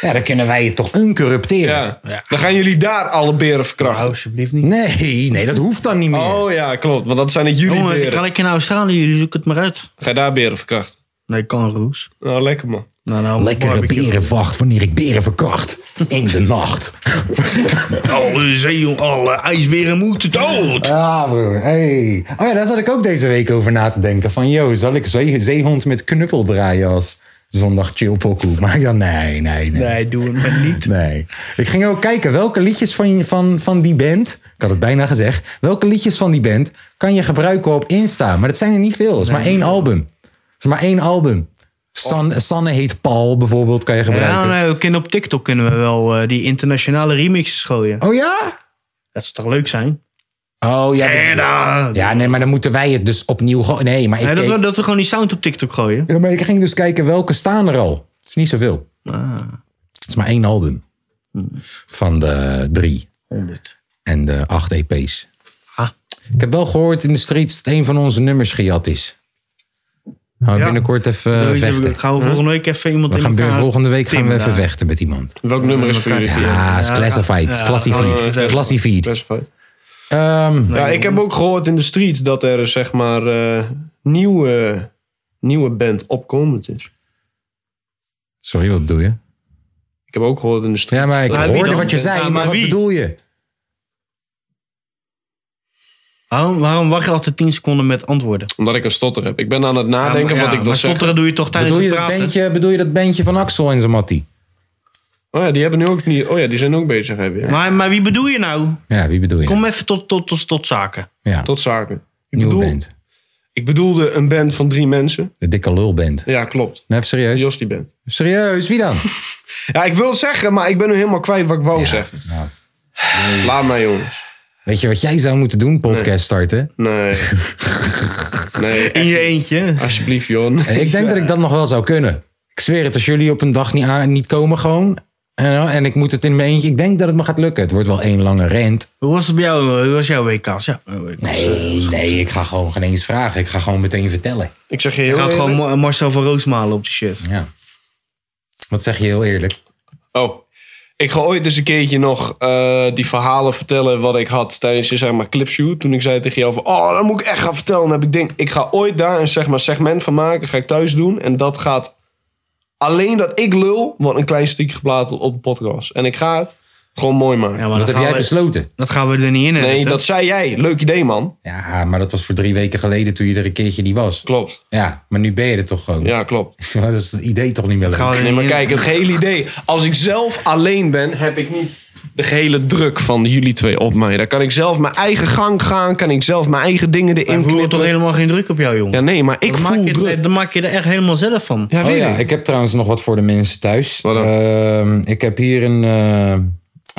Speaker 1: Ja, dan kunnen wij je toch uncorrupteren.
Speaker 3: Ja. Oh, Dan gaan jullie daar alle beren verkrachten.
Speaker 2: alsjeblieft niet.
Speaker 1: Nee, nee, dat hoeft dan niet meer.
Speaker 3: Oh ja, klopt. Want dat zijn het jullie
Speaker 2: Jongens, ik ga
Speaker 3: beren.
Speaker 2: lekker naar Australië, jullie zoeken het maar uit.
Speaker 3: Ga je daar beren verkrachten?
Speaker 2: Nee, kangaroes.
Speaker 3: Nou, lekker man.
Speaker 2: Nou, nou,
Speaker 1: Lekkere
Speaker 2: barbecue.
Speaker 1: berenvacht wanneer ik beren verkracht. In de nacht.
Speaker 2: Alle zeehoorn, alle ijsberen moeten dood.
Speaker 1: Ah, broer. Hey. Oh ja, daar zat ik ook deze week over na te denken. Van, yo, zal ik zee- zeehond met knuppel draaien als zondag chillpokoe? Maar ik dacht, nee, nee, nee.
Speaker 2: Nee, doe het maar niet.
Speaker 1: Nee. Ik ging ook kijken welke liedjes van, van, van die band. Ik had het bijna gezegd. Welke liedjes van die band kan je gebruiken op Insta? Maar dat zijn er niet veel. Het is maar één album. Het is maar één album. San, Sanne heet Paul bijvoorbeeld, kan je gebruiken.
Speaker 2: Ja, nee, we kunnen op TikTok kunnen we wel eh, die internationale remixes gooien.
Speaker 1: Oh ja?
Speaker 2: Dat zou toch leuk zijn?
Speaker 1: Oh ja. dat-
Speaker 2: Ja,
Speaker 1: Ja, nee, maar dan moeten wij het dus opnieuw. go- Nee, maar ik,
Speaker 2: nee, dat,
Speaker 1: keek-
Speaker 2: we, dat we gewoon die sound op Tiktok gooien.
Speaker 1: Ja, maar ik ging dus kijken welke staan er al. Het is niet zoveel.
Speaker 2: Ah.
Speaker 1: Het is maar één album.
Speaker 2: Hmm.
Speaker 1: Van de drie.
Speaker 2: 100.
Speaker 1: En de acht EP's.
Speaker 2: Ah.
Speaker 1: Ik heb wel gehoord in de streets dat een van onze nummers gejat is. Gaan we
Speaker 2: Ja.
Speaker 1: binnenkort even eh,
Speaker 2: Sowieso
Speaker 1: vechten.
Speaker 2: gaan we volgende week even iemand
Speaker 1: We
Speaker 2: in
Speaker 1: gaan
Speaker 2: elkaar
Speaker 1: binnen- volgende week gaan we
Speaker 2: timmen
Speaker 1: even
Speaker 2: daar.
Speaker 1: vechten met iemand.
Speaker 3: Welk nummer is voor jullie?
Speaker 1: Ja, is classified. is
Speaker 2: ja.
Speaker 1: classified.
Speaker 2: Oh,
Speaker 3: ja.
Speaker 1: classified.
Speaker 3: Best fijn.
Speaker 1: Ehm,
Speaker 3: Ja, ik heb ook gehoord in de street dat er zeg maar eh, nieuwe, nieuwe band opkomend is.
Speaker 1: sorry, wat bedoel je?
Speaker 3: Ik heb ook gehoord in de street.
Speaker 1: Ja, maar ik
Speaker 2: Maar wie
Speaker 1: hoorde
Speaker 2: dan?
Speaker 1: wat je zei,
Speaker 2: Ja,
Speaker 1: maar,
Speaker 2: maar
Speaker 1: wat
Speaker 2: wie?
Speaker 1: bedoel je?
Speaker 2: Waarom, waarom wacht je altijd 10 seconden met antwoorden?
Speaker 3: Omdat ik een stotter heb. Ik ben aan het nadenken
Speaker 2: Ja,
Speaker 3: wat ik wil
Speaker 2: maar
Speaker 3: zeggen.
Speaker 2: stotteren doe je toch tijdens
Speaker 1: Bedoel je,
Speaker 2: het
Speaker 1: dat
Speaker 2: praten?
Speaker 1: bandje, bedoel je dat bandje van Axel en zijn mattie?
Speaker 3: Oh ja, die hebben nu ook niet. Oh ja, die zijn ook bezig. Hebben, ja.
Speaker 2: Maar, maar wie bedoel je nou?
Speaker 1: Ja, wie bedoel je?
Speaker 2: Kom even tot, tot, tot, tot zaken.
Speaker 1: ja,
Speaker 3: Tot zaken. Ik,
Speaker 1: nieuwe
Speaker 3: bedoel-
Speaker 1: band.
Speaker 3: ik bedoelde een band van drie mensen.
Speaker 1: De dikke lul band.
Speaker 3: Ja, klopt.
Speaker 1: Nee, even serieus?
Speaker 3: Jos die band.
Speaker 1: Serieus, wie dan?
Speaker 3: Ja, ik wil het zeggen, maar ik ben nu helemaal kwijt wat ik wou zeggen.
Speaker 1: Nou,
Speaker 3: Laat mij, jongens.
Speaker 1: weet je wat jij zou moeten doen? Podcast starten.
Speaker 3: Nee. nee,
Speaker 2: In je eentje.
Speaker 3: alsjeblieft, Jon.
Speaker 1: Eh, Ik denk dat ik dat nog wel zou kunnen. Ik zweer het, als jullie op een dag niet, aan- niet komen gewoon... En, en ik moet het in mijn eentje... Ik denk dat het me gaat lukken. Het wordt wel één lange rent.
Speaker 2: Hoe was het bij jou? Hoe was jouw WK's? Ja, mijn WK's.
Speaker 1: Nee, nee, ik ga gewoon geen eens vragen. Ik ga gewoon meteen vertellen.
Speaker 3: Ik zeg je heel
Speaker 2: Je gaat gewoon
Speaker 3: eerlijk-
Speaker 2: Mar- Marcel van Roos malen op de shit.
Speaker 1: Ja. Wat zeg je heel eerlijk?
Speaker 3: Oh. Ik ga ooit eens een keertje nog eh, die verhalen vertellen wat ik had tijdens je zeg maar, clipshoot. Toen ik zei tegen jou van, oh, dat moet ik echt gaan vertellen. Dan heb ik denk, ik ga ooit daar een zeg maar, segment van maken. Ga ik thuis doen. En dat gaat alleen dat ik lul, wordt een klein stukje geplaatst op de podcast. En ik ga het gewoon mooi maken.
Speaker 2: Ja, maar
Speaker 1: Dat
Speaker 2: dat
Speaker 1: heb
Speaker 2: gaan
Speaker 1: jij
Speaker 2: we-
Speaker 1: besloten.
Speaker 2: Dat gaan we er niet in.
Speaker 3: nee,
Speaker 2: editen.
Speaker 3: dat zei jij. Leuk idee, man.
Speaker 1: Ja, maar dat was voor drie weken geleden toen je er een keertje niet was.
Speaker 3: Klopt.
Speaker 1: Ja, maar nu ben je er toch gewoon.
Speaker 3: Ja, klopt.
Speaker 1: Dat is het idee toch niet meer leuk.
Speaker 2: gaan we er
Speaker 3: Nee, maar
Speaker 2: niet in.
Speaker 3: kijk, het gehele idee. Als ik zelf alleen ben, heb ik niet de gehele druk van jullie twee op mij. Dan kan ik zelf mijn eigen gang gaan. Kan ik zelf mijn eigen dingen erin
Speaker 2: Ik voel toch
Speaker 3: knippen.
Speaker 2: helemaal geen druk op jou, jongen.
Speaker 3: Ja, nee, maar ik
Speaker 2: dan, maak
Speaker 3: voel
Speaker 2: je,
Speaker 3: druk.
Speaker 2: dan maak je er echt helemaal zelf van.
Speaker 3: Ja,
Speaker 1: Oh
Speaker 3: weet
Speaker 1: ja,
Speaker 3: ik.
Speaker 1: ik heb trouwens nog wat voor de mensen thuis.
Speaker 3: Wat dan?
Speaker 1: Ehm, ik heb hier een, eh,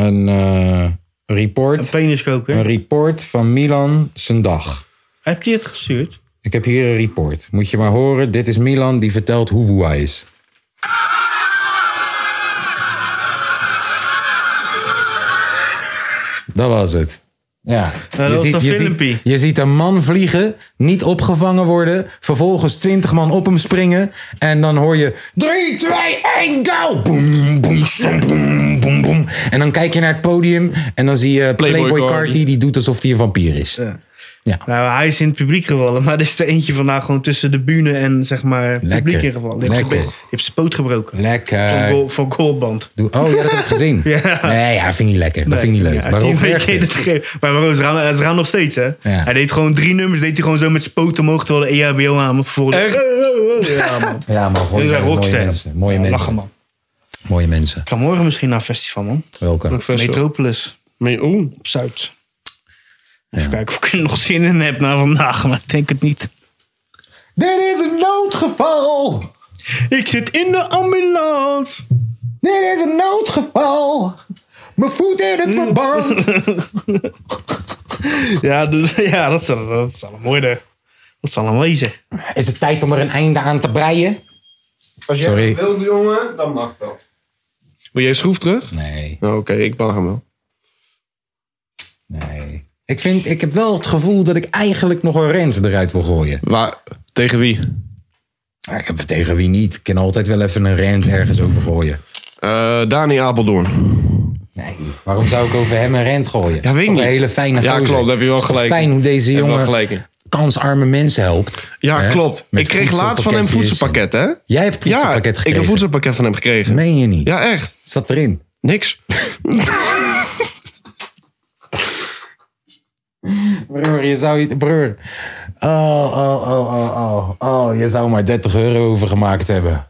Speaker 1: een eh,
Speaker 2: Een
Speaker 1: report.
Speaker 2: penis koken.
Speaker 1: Een report van Milan zijn dag.
Speaker 2: Heb je het gestuurd?
Speaker 1: Ik heb hier een report. Moet je maar horen. Dit is Milan die vertelt hoe woe hij is. Dat was het. Ja,
Speaker 2: dat was dat
Speaker 1: je,
Speaker 2: filmpje.
Speaker 1: ziet, je ziet een man vliegen, niet opgevangen worden. Vervolgens twintig man op hem springen. En dan hoor je 3, 2, 1, go! Boom, boom, stom, boom, boom, boom. En dan kijk je naar het podium en dan zie je Playboy,
Speaker 3: Playboy
Speaker 1: Carti.
Speaker 3: Carti,
Speaker 1: Die doet alsof hij een vampier is.
Speaker 2: Nou, hij is in het publiek gevallen, maar er is er eentje vandaag gewoon tussen de bühne en zeg maar het
Speaker 1: Lekker.
Speaker 2: publiek ingevallen. Die heeft
Speaker 1: Lekker.
Speaker 2: gebe- die heeft zijn poot gebroken. Van,
Speaker 1: Lekker.
Speaker 2: goal, van goalband.
Speaker 1: Doe- Oh, ja, dat heb ik gezien. Nee, ja, vind ik niet lekker. Dat vind ik niet leuk.
Speaker 2: Ja,
Speaker 1: Waarom?
Speaker 2: die weet
Speaker 1: erg
Speaker 2: je
Speaker 1: dit?
Speaker 2: het gegeven. Maar waarom? Ze gaan, ze gaan nog steeds, hè? Hij deed gewoon drie nummers, deed hij gewoon zo met zijn poot omhoog terwijl de E EHBO aan moet volgen.
Speaker 3: Echt?
Speaker 2: Ja, man.
Speaker 1: Ja, maar gewoon
Speaker 2: Jullie zijn
Speaker 1: mooie
Speaker 2: rocksterren.
Speaker 1: mensen. Mooie
Speaker 2: Lachen,
Speaker 1: mensen.
Speaker 2: man.
Speaker 1: Mooie mensen.
Speaker 2: Ik ga morgen misschien naar een festival, man.
Speaker 1: Welke?
Speaker 3: Professor.
Speaker 2: Metropolis
Speaker 3: Maar, oeh.
Speaker 2: op Zuid. Even kijken of ik er nog zin in heb na vandaag, maar ik denk het niet.
Speaker 1: Dit is een noodgeval.
Speaker 2: Ik zit in de ambulance.
Speaker 1: Dit is een noodgeval. Mijn voet in het verband.
Speaker 2: Ja, d- ja dat, zal, dat zal hem worden. Dat zal hem wezen.
Speaker 1: Is het tijd om er een einde aan te breien?
Speaker 3: Als
Speaker 1: Sorry.
Speaker 3: jij dat wilt, jongen, dan mag dat. Wil jij schroef terug?
Speaker 1: Nee,
Speaker 3: Nou, Oké, ik mag hem wel.
Speaker 1: nee. Ik, vind, ik heb wel het gevoel dat ik eigenlijk nog een rent eruit wil gooien.
Speaker 3: Waar, tegen wie?
Speaker 1: Maar Ik heb het tegen wie niet. Ik kan altijd wel even een rent ergens over gooien.
Speaker 3: Eh, Dani Apeldoorn.
Speaker 1: Nee, waarom zou ik over hem een rent gooien?
Speaker 3: Ja, weet ik
Speaker 1: Toch
Speaker 3: niet.
Speaker 1: Een hele fijne
Speaker 3: Ja,
Speaker 1: gozer.
Speaker 3: klopt, daar heb je wel
Speaker 1: Het is toch
Speaker 3: gelijk in.
Speaker 1: Fijn hoe deze
Speaker 3: Heb je wel
Speaker 1: jongen
Speaker 3: gelijk in.
Speaker 1: kansarme mensen helpt.
Speaker 3: Ja,
Speaker 1: Hè?
Speaker 3: klopt.
Speaker 1: Met
Speaker 3: ik kreeg laatst van hem
Speaker 1: voedselpakketjes
Speaker 3: voedselpakket, hè?
Speaker 1: en- eh, Jij hebt
Speaker 3: Ja,
Speaker 1: voedselpakket
Speaker 3: ik
Speaker 1: gekregen.
Speaker 3: heb een voedselpakket van hem gekregen.
Speaker 1: Meen je niet?
Speaker 3: Ja, echt.
Speaker 1: Zat erin.
Speaker 3: Niks.
Speaker 1: Broer, je zou je... Broer. Oh, oh, oh, oh, oh. Oh, je zou maar 30 euro overgemaakt hebben.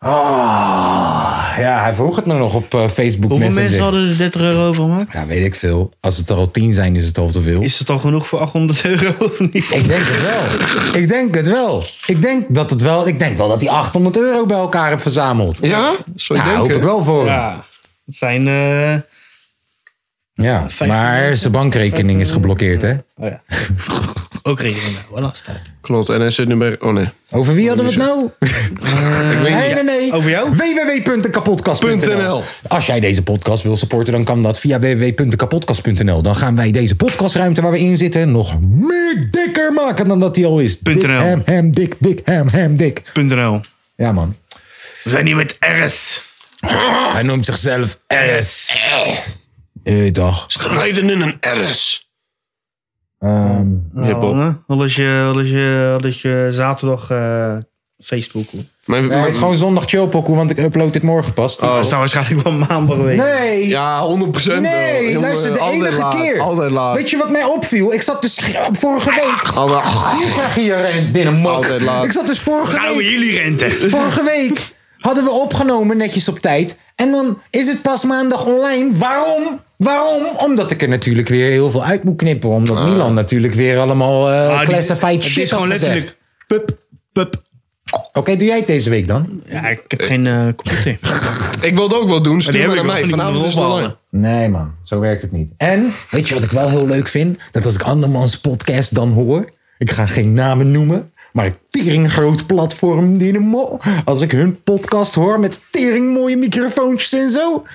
Speaker 1: Oh, ja, hij vroeg het me nog op eh, Facebook
Speaker 2: Hoeveel
Speaker 1: Messenger.
Speaker 2: mensen hadden er 30 euro over gemaakt?
Speaker 1: Ja, weet ik veel. Als het er al 10 zijn, is het al te veel.
Speaker 2: Is het al genoeg voor 800 euro of niet?
Speaker 1: Ik denk het wel. Ik denk het wel. Ik denk dat het wel. Ik denk wel dat hij 800 euro bij elkaar heeft verzameld.
Speaker 3: Ja? Zou je
Speaker 1: Daar
Speaker 3: denken?
Speaker 1: hoop ik wel voor. hem.
Speaker 2: Ja, het zijn... eh,
Speaker 1: Ja, maar zijn bankrekening is geblokkeerd, hè?
Speaker 2: Oh ja. Ook rekening wel lastig.
Speaker 3: Klopt. En hij zit nu bij... Oh nee.
Speaker 1: Over wie hadden we het nou?
Speaker 3: ik weet
Speaker 1: Nee,
Speaker 3: niet.
Speaker 1: nee, nee.
Speaker 2: Over jou?
Speaker 1: www.kapodcast.nl
Speaker 3: .nl.
Speaker 1: Als jij deze podcast wil supporten, dan kan dat via www.kapodcast.nl. Dan gaan wij deze podcastruimte waar we in zitten nog meer dikker maken dan dat die al is. Dik,
Speaker 2: .nl.
Speaker 1: hem, hem, dik, dik, hem, hem, dik.
Speaker 2: .nl.
Speaker 1: Ja, man.
Speaker 2: We zijn hier met RS.
Speaker 1: Hij noemt zichzelf RS. Eh, dag.
Speaker 3: Rijden in een RS.
Speaker 1: Ehm,
Speaker 3: Hiphop.
Speaker 2: Wat is je, wat is je, wat is je zaterdag eh, Facebook? hoor.
Speaker 3: Mijn,
Speaker 1: Nee, het is gewoon zondag chillpokoe, want ik upload dit morgen pas.
Speaker 2: Dat zou waarschijnlijk wel maandag wezen.
Speaker 1: Nee!
Speaker 3: Oh. Ja, 100 procent eh,
Speaker 1: Nee, luister, de enige keer.
Speaker 3: Altijd laat.
Speaker 1: Weet je wat mij opviel? Ik zat dus vorige week...
Speaker 3: Altijd- Ah, Ach,
Speaker 1: Hier krijg je hier een dinnenmok.
Speaker 3: Altijd laat.
Speaker 1: Ik zat dus vorige
Speaker 2: Houden
Speaker 1: week...
Speaker 2: jullie rente?
Speaker 1: Vorige week hadden we opgenomen netjes op tijd. En dan is het pas maandag online. Waarom? Waarom? Omdat ik er natuurlijk weer heel veel uit moet knippen. Omdat
Speaker 3: Ah.
Speaker 1: Milan natuurlijk weer allemaal eh
Speaker 2: Ah, die-
Speaker 1: classified shit
Speaker 2: Het is gewoon
Speaker 1: had gezegd.
Speaker 2: letterlijk pup, pup.
Speaker 1: Oké, doe jij het deze week dan?
Speaker 2: Ja, ik heb geen eh, computer.
Speaker 3: ik wil het ook wel doen.
Speaker 2: die
Speaker 3: Stuur maar naar
Speaker 2: heb ik
Speaker 3: mij.
Speaker 2: nog niet
Speaker 3: Vanavond is het
Speaker 2: opgehaald.
Speaker 3: online.
Speaker 1: Nee man, zo werkt het niet. En, weet je wat ik wel heel leuk vind? Dat als ik andermans podcast dan hoor... Ik ga geen namen noemen, maar ik tering groot platform Dynamo. Als ik hun podcast hoor met tering mooie microfoontjes en zo...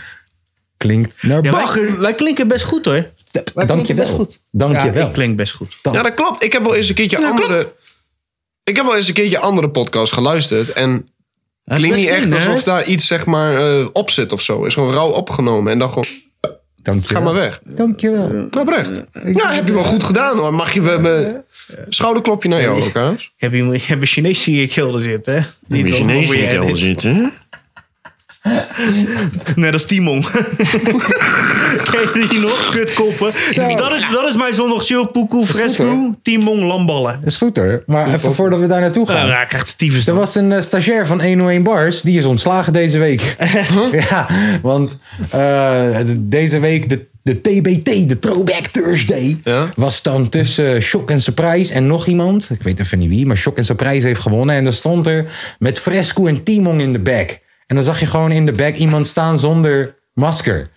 Speaker 1: Klinkt naar
Speaker 2: Ja,
Speaker 1: bagger.
Speaker 2: wij, wij klinken best goed hoor. Wij
Speaker 1: Dank je
Speaker 2: klinken best
Speaker 1: wel.
Speaker 2: goed.
Speaker 1: Dank
Speaker 2: ja,
Speaker 1: je wel.
Speaker 2: Ik klink best goed.
Speaker 3: Ja, dat klopt. Ik heb wel eens een keertje andere... Ik heb wel eens een keertje andere podcast geluisterd. En
Speaker 2: Het
Speaker 3: klinkt niet echt alsof daar iets zeg maar eh, op zit of zo. Is gewoon rauw opgenomen. En dan gewoon,
Speaker 1: Dank je
Speaker 3: ga
Speaker 1: wel.
Speaker 3: maar weg.
Speaker 1: Dank je wel.
Speaker 3: Nou, Brecht. Ja, heb je wel goed gedaan hoor. Mag je wel... me- Schouderklopje naar jou, Lucas.
Speaker 2: Je hebt, iemand- je hebt een Chinees in je kelder zitten, hè? Die wil over je heen is.
Speaker 3: zitten.
Speaker 2: Nee, dat is Timon. Ken je die nog? Kutkoppen. Dat is, dat is mijn zondag chill, poekoe,
Speaker 1: goed, hoor.
Speaker 2: fresco, Timon, lamballen.
Speaker 1: Dat is goed hoor. Maar even voordat we daar naartoe
Speaker 2: Nou,
Speaker 1: gaan.
Speaker 2: hij krijgt de tyfus.
Speaker 1: Er
Speaker 2: dan.
Speaker 1: was een eh, stagiair van 101 Bars, die is ontslagen deze week. ja, want eh, de- deze week de, de TBT, de Throwback Thursday,
Speaker 3: Ja.
Speaker 1: was dan tussen Shock en Surprise en nog iemand. Ik weet even niet wie, maar Shock en Surprise heeft gewonnen. En dan stond er met Fresco en Timon in de back. En dan zag je gewoon in de back iemand staan zonder masker.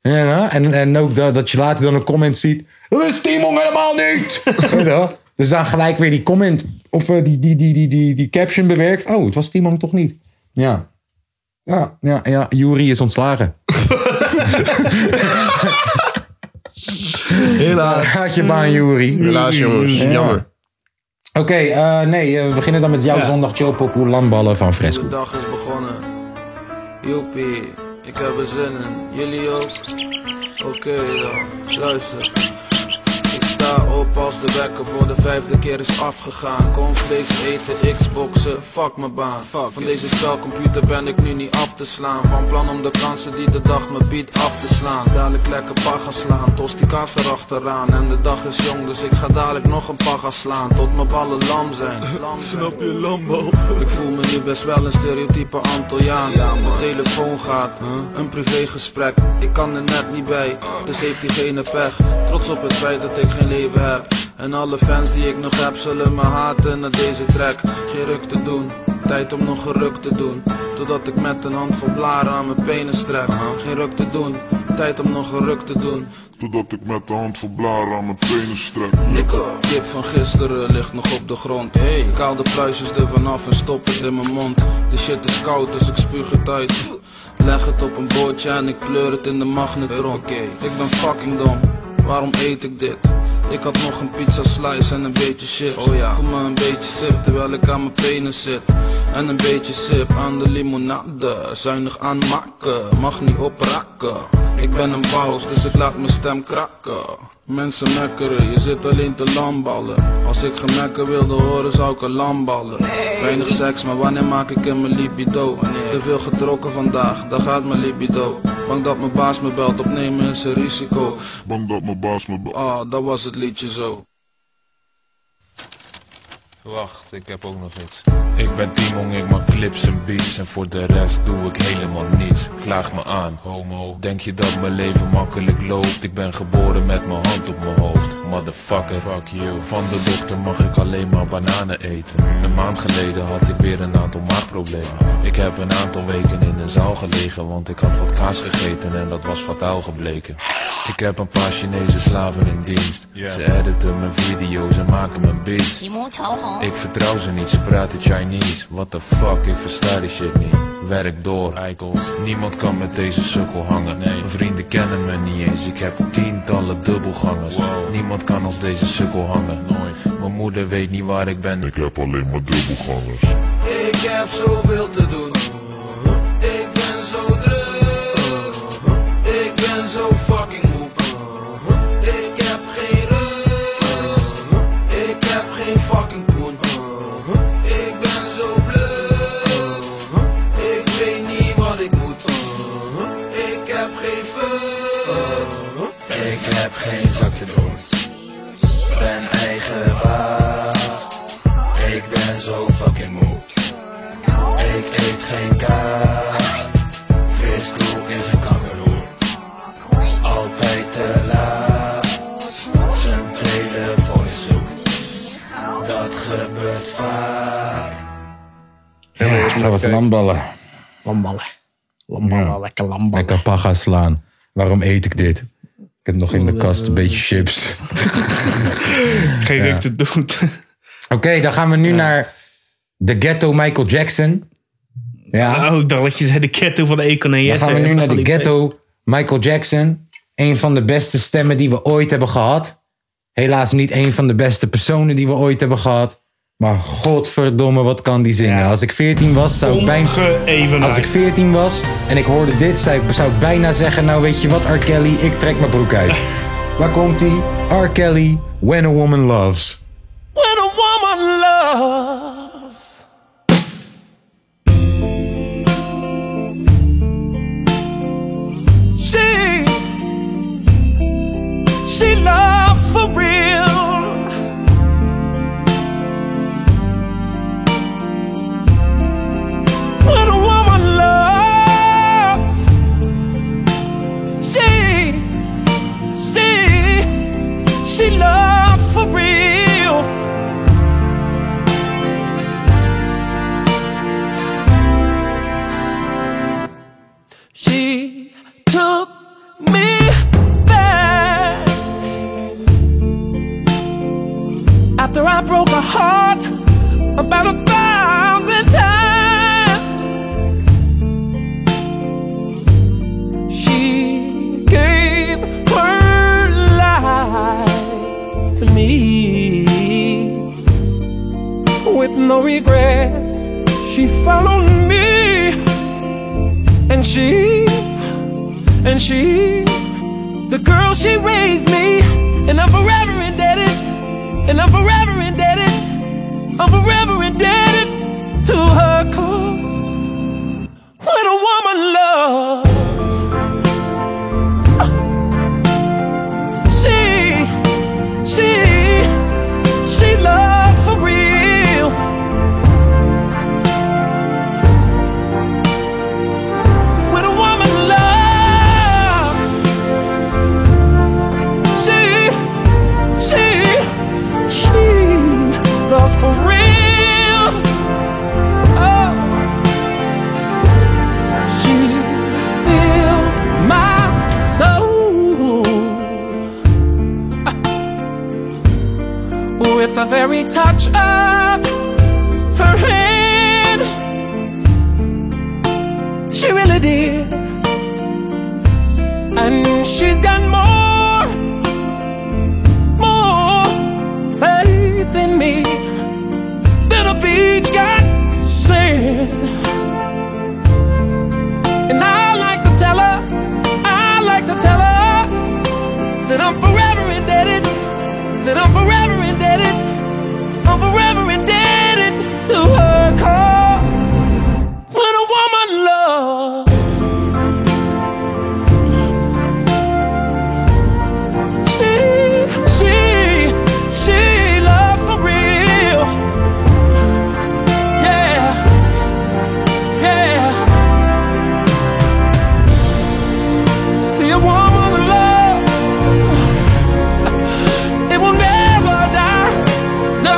Speaker 1: Ja, en, en ook dat, dat je later dan een comment ziet. Dat is Timon helemaal niet! Weet je wel? dus dan gelijk weer die comment. Of eh, die, die, die, die, die, die caption bewerkt. Oh, het was Timon toch niet? Ja. Ja, ja, ja. Jury is ontslagen. Helaas. Had je baan, Jury.
Speaker 3: Helaas jongens, jammer.
Speaker 1: Oké, eh, nee, eh, we beginnen dan met jouw zondag chillpokoe landballen van Fresco.
Speaker 6: De dag is begonnen. Joepie, ik heb er zin in. Jullie ook? Oké dan, luister. Ik sta op als de wekker voor de vijfde keer is afgegaan. Conflicts eten, Xboxen, fuck mijn baan. Fuck. Van deze spelcomputer ben ik nu niet af te slaan. Van plan om de kansen die de dag me biedt af te slaan. Dadelijk lekker pa gaan slaan, tost die kaas erachteraan. En de dag is jong, dus ik ga dadelijk nog een pa gaan slaan. Tot mijn ballen lam zijn. Lam zijn. Ik voel me nu best wel een stereotype Antilliaan Mijn telefoon gaat, een privégesprek Ik kan er net niet bij, dus heeft diegene pech Trots op het feit dat ik geen leven heb En alle fans die ik nog heb zullen me haten na deze track Geen ruk te doen, tijd om nog geruk te doen Totdat ik met een handvol blaren aan mijn penis trek Geen ruk te doen, tijd om nog geruk te doen
Speaker 7: Totdat ik met de hand vol blaren aan mijn tenen strek.
Speaker 6: Nikke, kip van gisteren ligt nog op de grond. Hey. Ik haal de pluisjes er vanaf en stop het in mijn mond. De shit is koud, dus ik spuug het uit. Leg het op een bordje en ik kleur het in de magnetron. Ik ben fucking dom, waarom eet ik dit? Ik had nog een pizza slice en een beetje chips Oh ja, voel me een beetje sip terwijl ik aan mijn penis zit En een beetje sip aan de limonade Zuinig aanmaken, mag niet oprakken Ik ben een paus, dus ik laat mijn stem krakken Mensen mekkeren, je zit alleen te lamballen Als ik gemekker wilde horen zou ik een lamballen Weinig seks, maar wanneer maak ik in mijn libido? Te veel getrokken vandaag, daar gaat mijn libido Bang dat mijn baas me belt, opnemen is een risico
Speaker 8: Bang dat mijn baas me belt.
Speaker 6: Ah, dat was het liedje zo
Speaker 9: Wacht, ik heb ook nog iets. Ik ben Timon, ik maak clips en beats en voor de rest doe ik helemaal niets. Klaag me aan, homo. Denk je dat mijn leven makkelijk loopt? Ik ben geboren met mijn hand op mijn hoofd. Motherfucker, fuck you. Van de dokter mag ik alleen maar bananen eten. Een maand geleden had ik weer een aantal maagproblemen. Ik heb een aantal weken in een zaal gelegen, want ik had wat kaas gegeten en dat was fataal gebleken. Ik heb een paar Chinese slaven in dienst. Ze editen mijn video's en maken mijn beats. Ik vertrouw ze niet, ze praten Chinese. What the fuck, ik versta die shit niet. Werk door, eikels. Niemand kan met deze sukkel hangen. Nee. Mijn vrienden kennen me niet eens. Ik heb tientallen dubbelgangers. Niemand kan als deze sukkel hangen. Nooit. Mijn moeder weet niet waar ik ben.
Speaker 8: Ik heb alleen maar dubbelgangers.
Speaker 6: Ik heb zoveel te doen. Ik ben zo druk. Ik ben zo fucking moe. Ik heb geen rust. Ik heb geen fucking poen. Ik ben zo blut. Ik weet niet wat ik moet. Ik heb geen fut. Ik heb geen zakje dood. Ben eigen baas. Ik ben zo fucking moe. Ik eet geen kaas. Frisco is een kangeroe. Altijd te laat. Zijn telefoon is zoek. Dat gebeurt vaak.
Speaker 1: dat was landballen.
Speaker 2: Lamballen. Lamballen, lekker lamballen.
Speaker 1: Lekker paga slaan. Waarom eet ik dit? Ik heb nog in de kast een beetje chips.
Speaker 2: Geen ja. te doen.
Speaker 1: Oké, dan gaan we nu naar de ghetto Michael Jackson. Ja,
Speaker 2: Oh, ik dacht dat je zei de ghetto van de Econ en
Speaker 1: dan gaan we nu naar de ghetto Michael Jackson. Een van de beste stemmen die we ooit hebben gehad. Helaas niet een van de beste personen die we ooit hebben gehad. Maar godverdomme, wat kan die zingen? Als ik 14 was, zou ik bijna... Als
Speaker 2: Nou,
Speaker 1: ik 14 was en ik hoorde dit, zou ik, zou ik bijna zeggen: Nou, weet je wat, R. Kelly, ik trek mijn broek uit. Waar komt ie? R. Kelly, When a Woman Loves.
Speaker 10: When a woman loves. She, she loves for real. When a woman loves, she, she, she loves for real. She took me back after I broke her heart about a thousand times. She gave her life to me with no regrets. She followed me and she, and she, the girl she raised me, and I'm forever indebted, and I'm forever indebted, I'm forever indebted to her cause. When a woman loves, she, she, she loves for real. When a woman loves, she, she, she loves for real. Oh, she filled my soul with the very touch of her hand. She really did. And she's got more, more that I'm forever indebted. I'm forever indebted to her call. When a woman loves, she, she, she loves for real. Yeah, yeah. See a woman love, it will never die. No,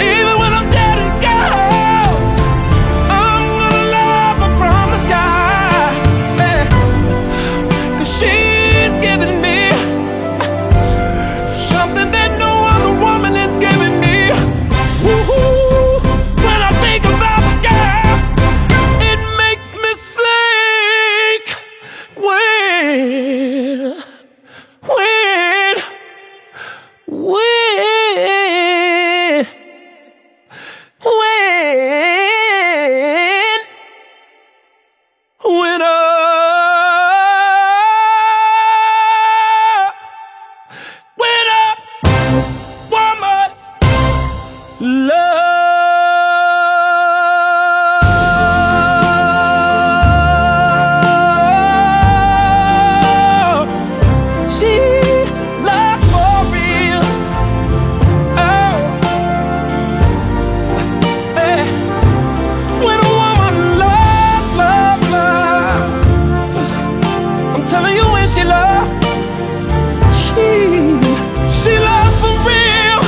Speaker 10: even when I'm dead and gone, I'm gonna love her from the sky. Yeah. 'Cause she's giving me something that no other woman is giving me. Woo-hoo. When I think about the girl, it makes me sink. Wait, wait, wait, wait, when uh, a, when a woman love. She loved for real. Oh, eh. when a woman loves, loves, loves, I'm telling you when she loves, she she loves for real.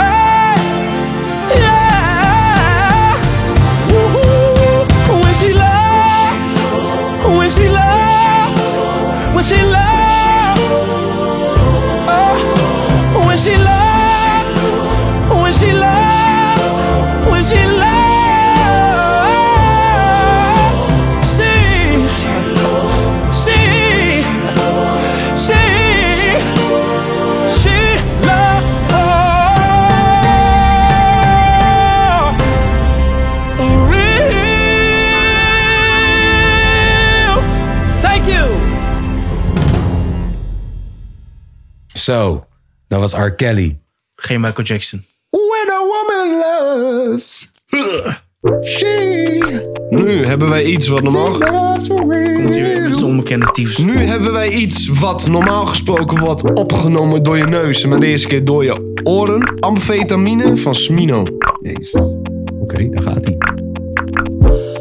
Speaker 10: Eh, yeah. Woo-hoo. When she loves, when she loves, when she loves, oh, when she loves, when she loves, when she loves, see, see, see, she loves all. Real. Thank you.
Speaker 1: Zo, dat was R. Kelly.
Speaker 2: Geen Michael Jackson.
Speaker 1: When a woman loves. She
Speaker 3: Nu hebben wij iets wat normaal...
Speaker 1: loves
Speaker 2: onbekende tyfus.
Speaker 3: Nu hebben wij iets wat normaal gesproken wordt opgenomen door je neus. Maar deze keer door je oren. Amfetamine van Smino.
Speaker 1: Jezus. Oké, daar gaat hij.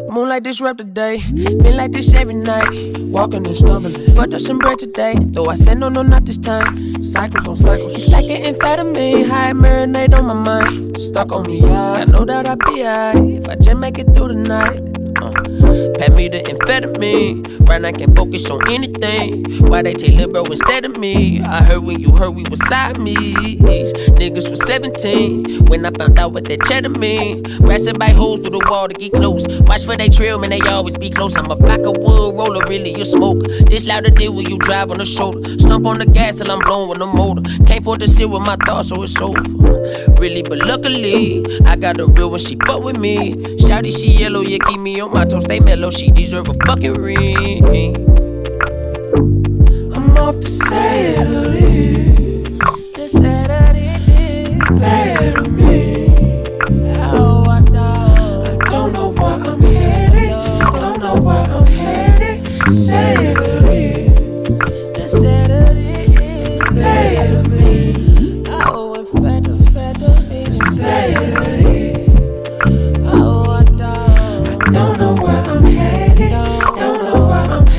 Speaker 10: Moonlight disrupt the day. Been like this every night. Walking and stumbling. But there's some bread today. Though I said no, no, not this time. Cycles on cycles. It's like an amphetamine. High marinade on my mind. Stuck on me, I know that I'll be alright. If I just make it through the night. Uh, pat me the amphetamine. Right now, I can focus on anything. Why they take Lil Bro instead of me? I heard when you heard we was side me. Niggas was 17 when I found out what that cheddar mean. Rassing by hoes through the wall to get close. Watch for they trail, man, they always be close. I'm a back of wood roller, really, you smoke. This louder deal when you drive on the shoulder. Stump on the gas till I'm blown with the motor. Can't afford to sit with my thoughts, so it's over. Really, but luckily, I got a real one, she fuck with me. Shouty, she yellow, yeah, keep me on my toes, stay mellow, she deserve a fucking ring. I'm off to Saturday. To Saturday. Bad of me. Oh, I don't. I don't know where I'm headed. Don't know where I'm headed. Saturday. To Saturday. Bad of me. Oh, and fed up, fed up. Saturday. Oh, I don't. I don't know where I'm headed. Don't know where I'm headed.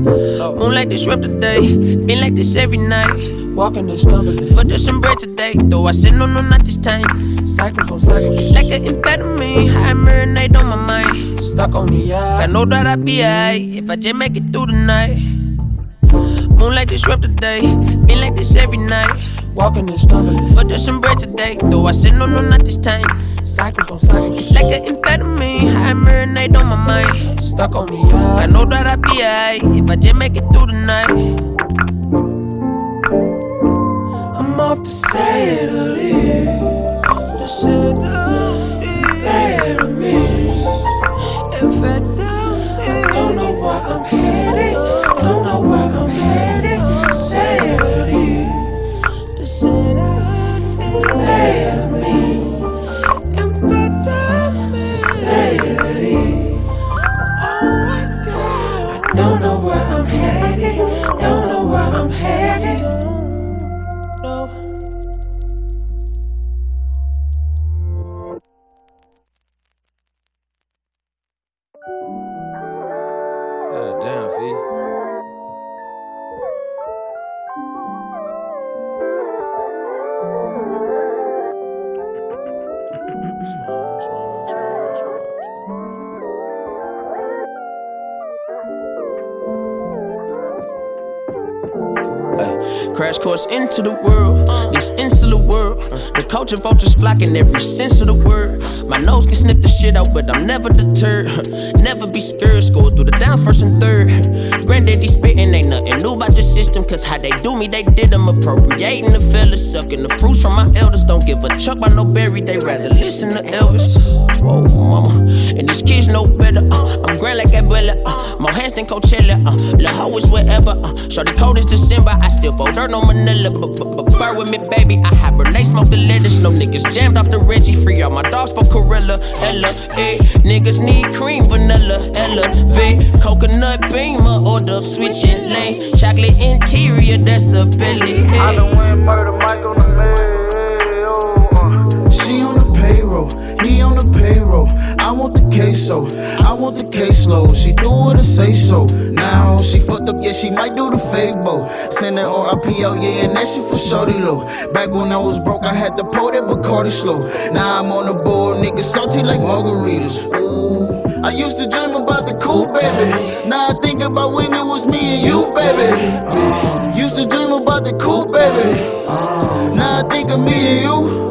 Speaker 10: Moonlight disrupt the day. Been like this every night. Walking and stumbling. For just some bread today. Though I said no, no, not this time. Cycles on cycles. It's like an amphetamine. High marinade on my mind. Stuck on me, yeah. I know that I'll be alright. If I just make it through the night. Moonlight disrupt the day. Been like this every night. Walking and stumbling. For just some bread today. Though I said no, no, not this time. Cycles on cycles. It's like an amphetamine. High marinade on my mind. Stuck on me, yeah. I know that I'll be alright. If I just make it through the night. I'm off to Saturday. To Saturday. Bad of me. In fact, I don't know where I'm headed. Don't know where I'm headed. Saturday. Oh, Don't know where I'm headed. Don't know where I'm headed.
Speaker 6: God damn, V.
Speaker 11: Crash course into the world, this insular world. The culture vultures flock in every sense of the word. My nose can sniff the shit out, but I'm never deterred. Never be scared, score through the downs first and third. Granddaddy spitting ain't nothing new about the system, cause how they do me, they did them appropriating the fellas, sucking the fruits from my elders. Don't give a chuck by no berry, they rather listen to Elvis. Whoa, mama. And these kids know better. Uh, I'm grand like Abuela. Uh, more hands than Coachella. Uh, La Ho is wherever. Uh, Shorty cold as December. I still fold dirt on Manila. But, but, but burn with me, baby. I hibernate, smoke the lettuce. No niggas jammed off the Reggie. Free all my dogs for Corilla. Ella, eh. Niggas need cream, vanilla. Elevate. Coconut beamer. Order switching lanes. Chocolate interior. That's a eh. Billy. I done went murder Mike on the
Speaker 12: She on the payroll, he on the payroll. I want the queso, I want the caseload. She do it to say so. Now she fucked up, yeah, she might do the fable. Send that RIP out, yeah, and that shit for shorty low. Back when I was broke, I had to pour that Bacardi slow. Now I'm on the board, niggas salty like margaritas. Ooh. I used to dream about the cool baby. Now I think about when it was me and you, baby. Uh, used to dream about the cool baby. Uh, now I think of me and you.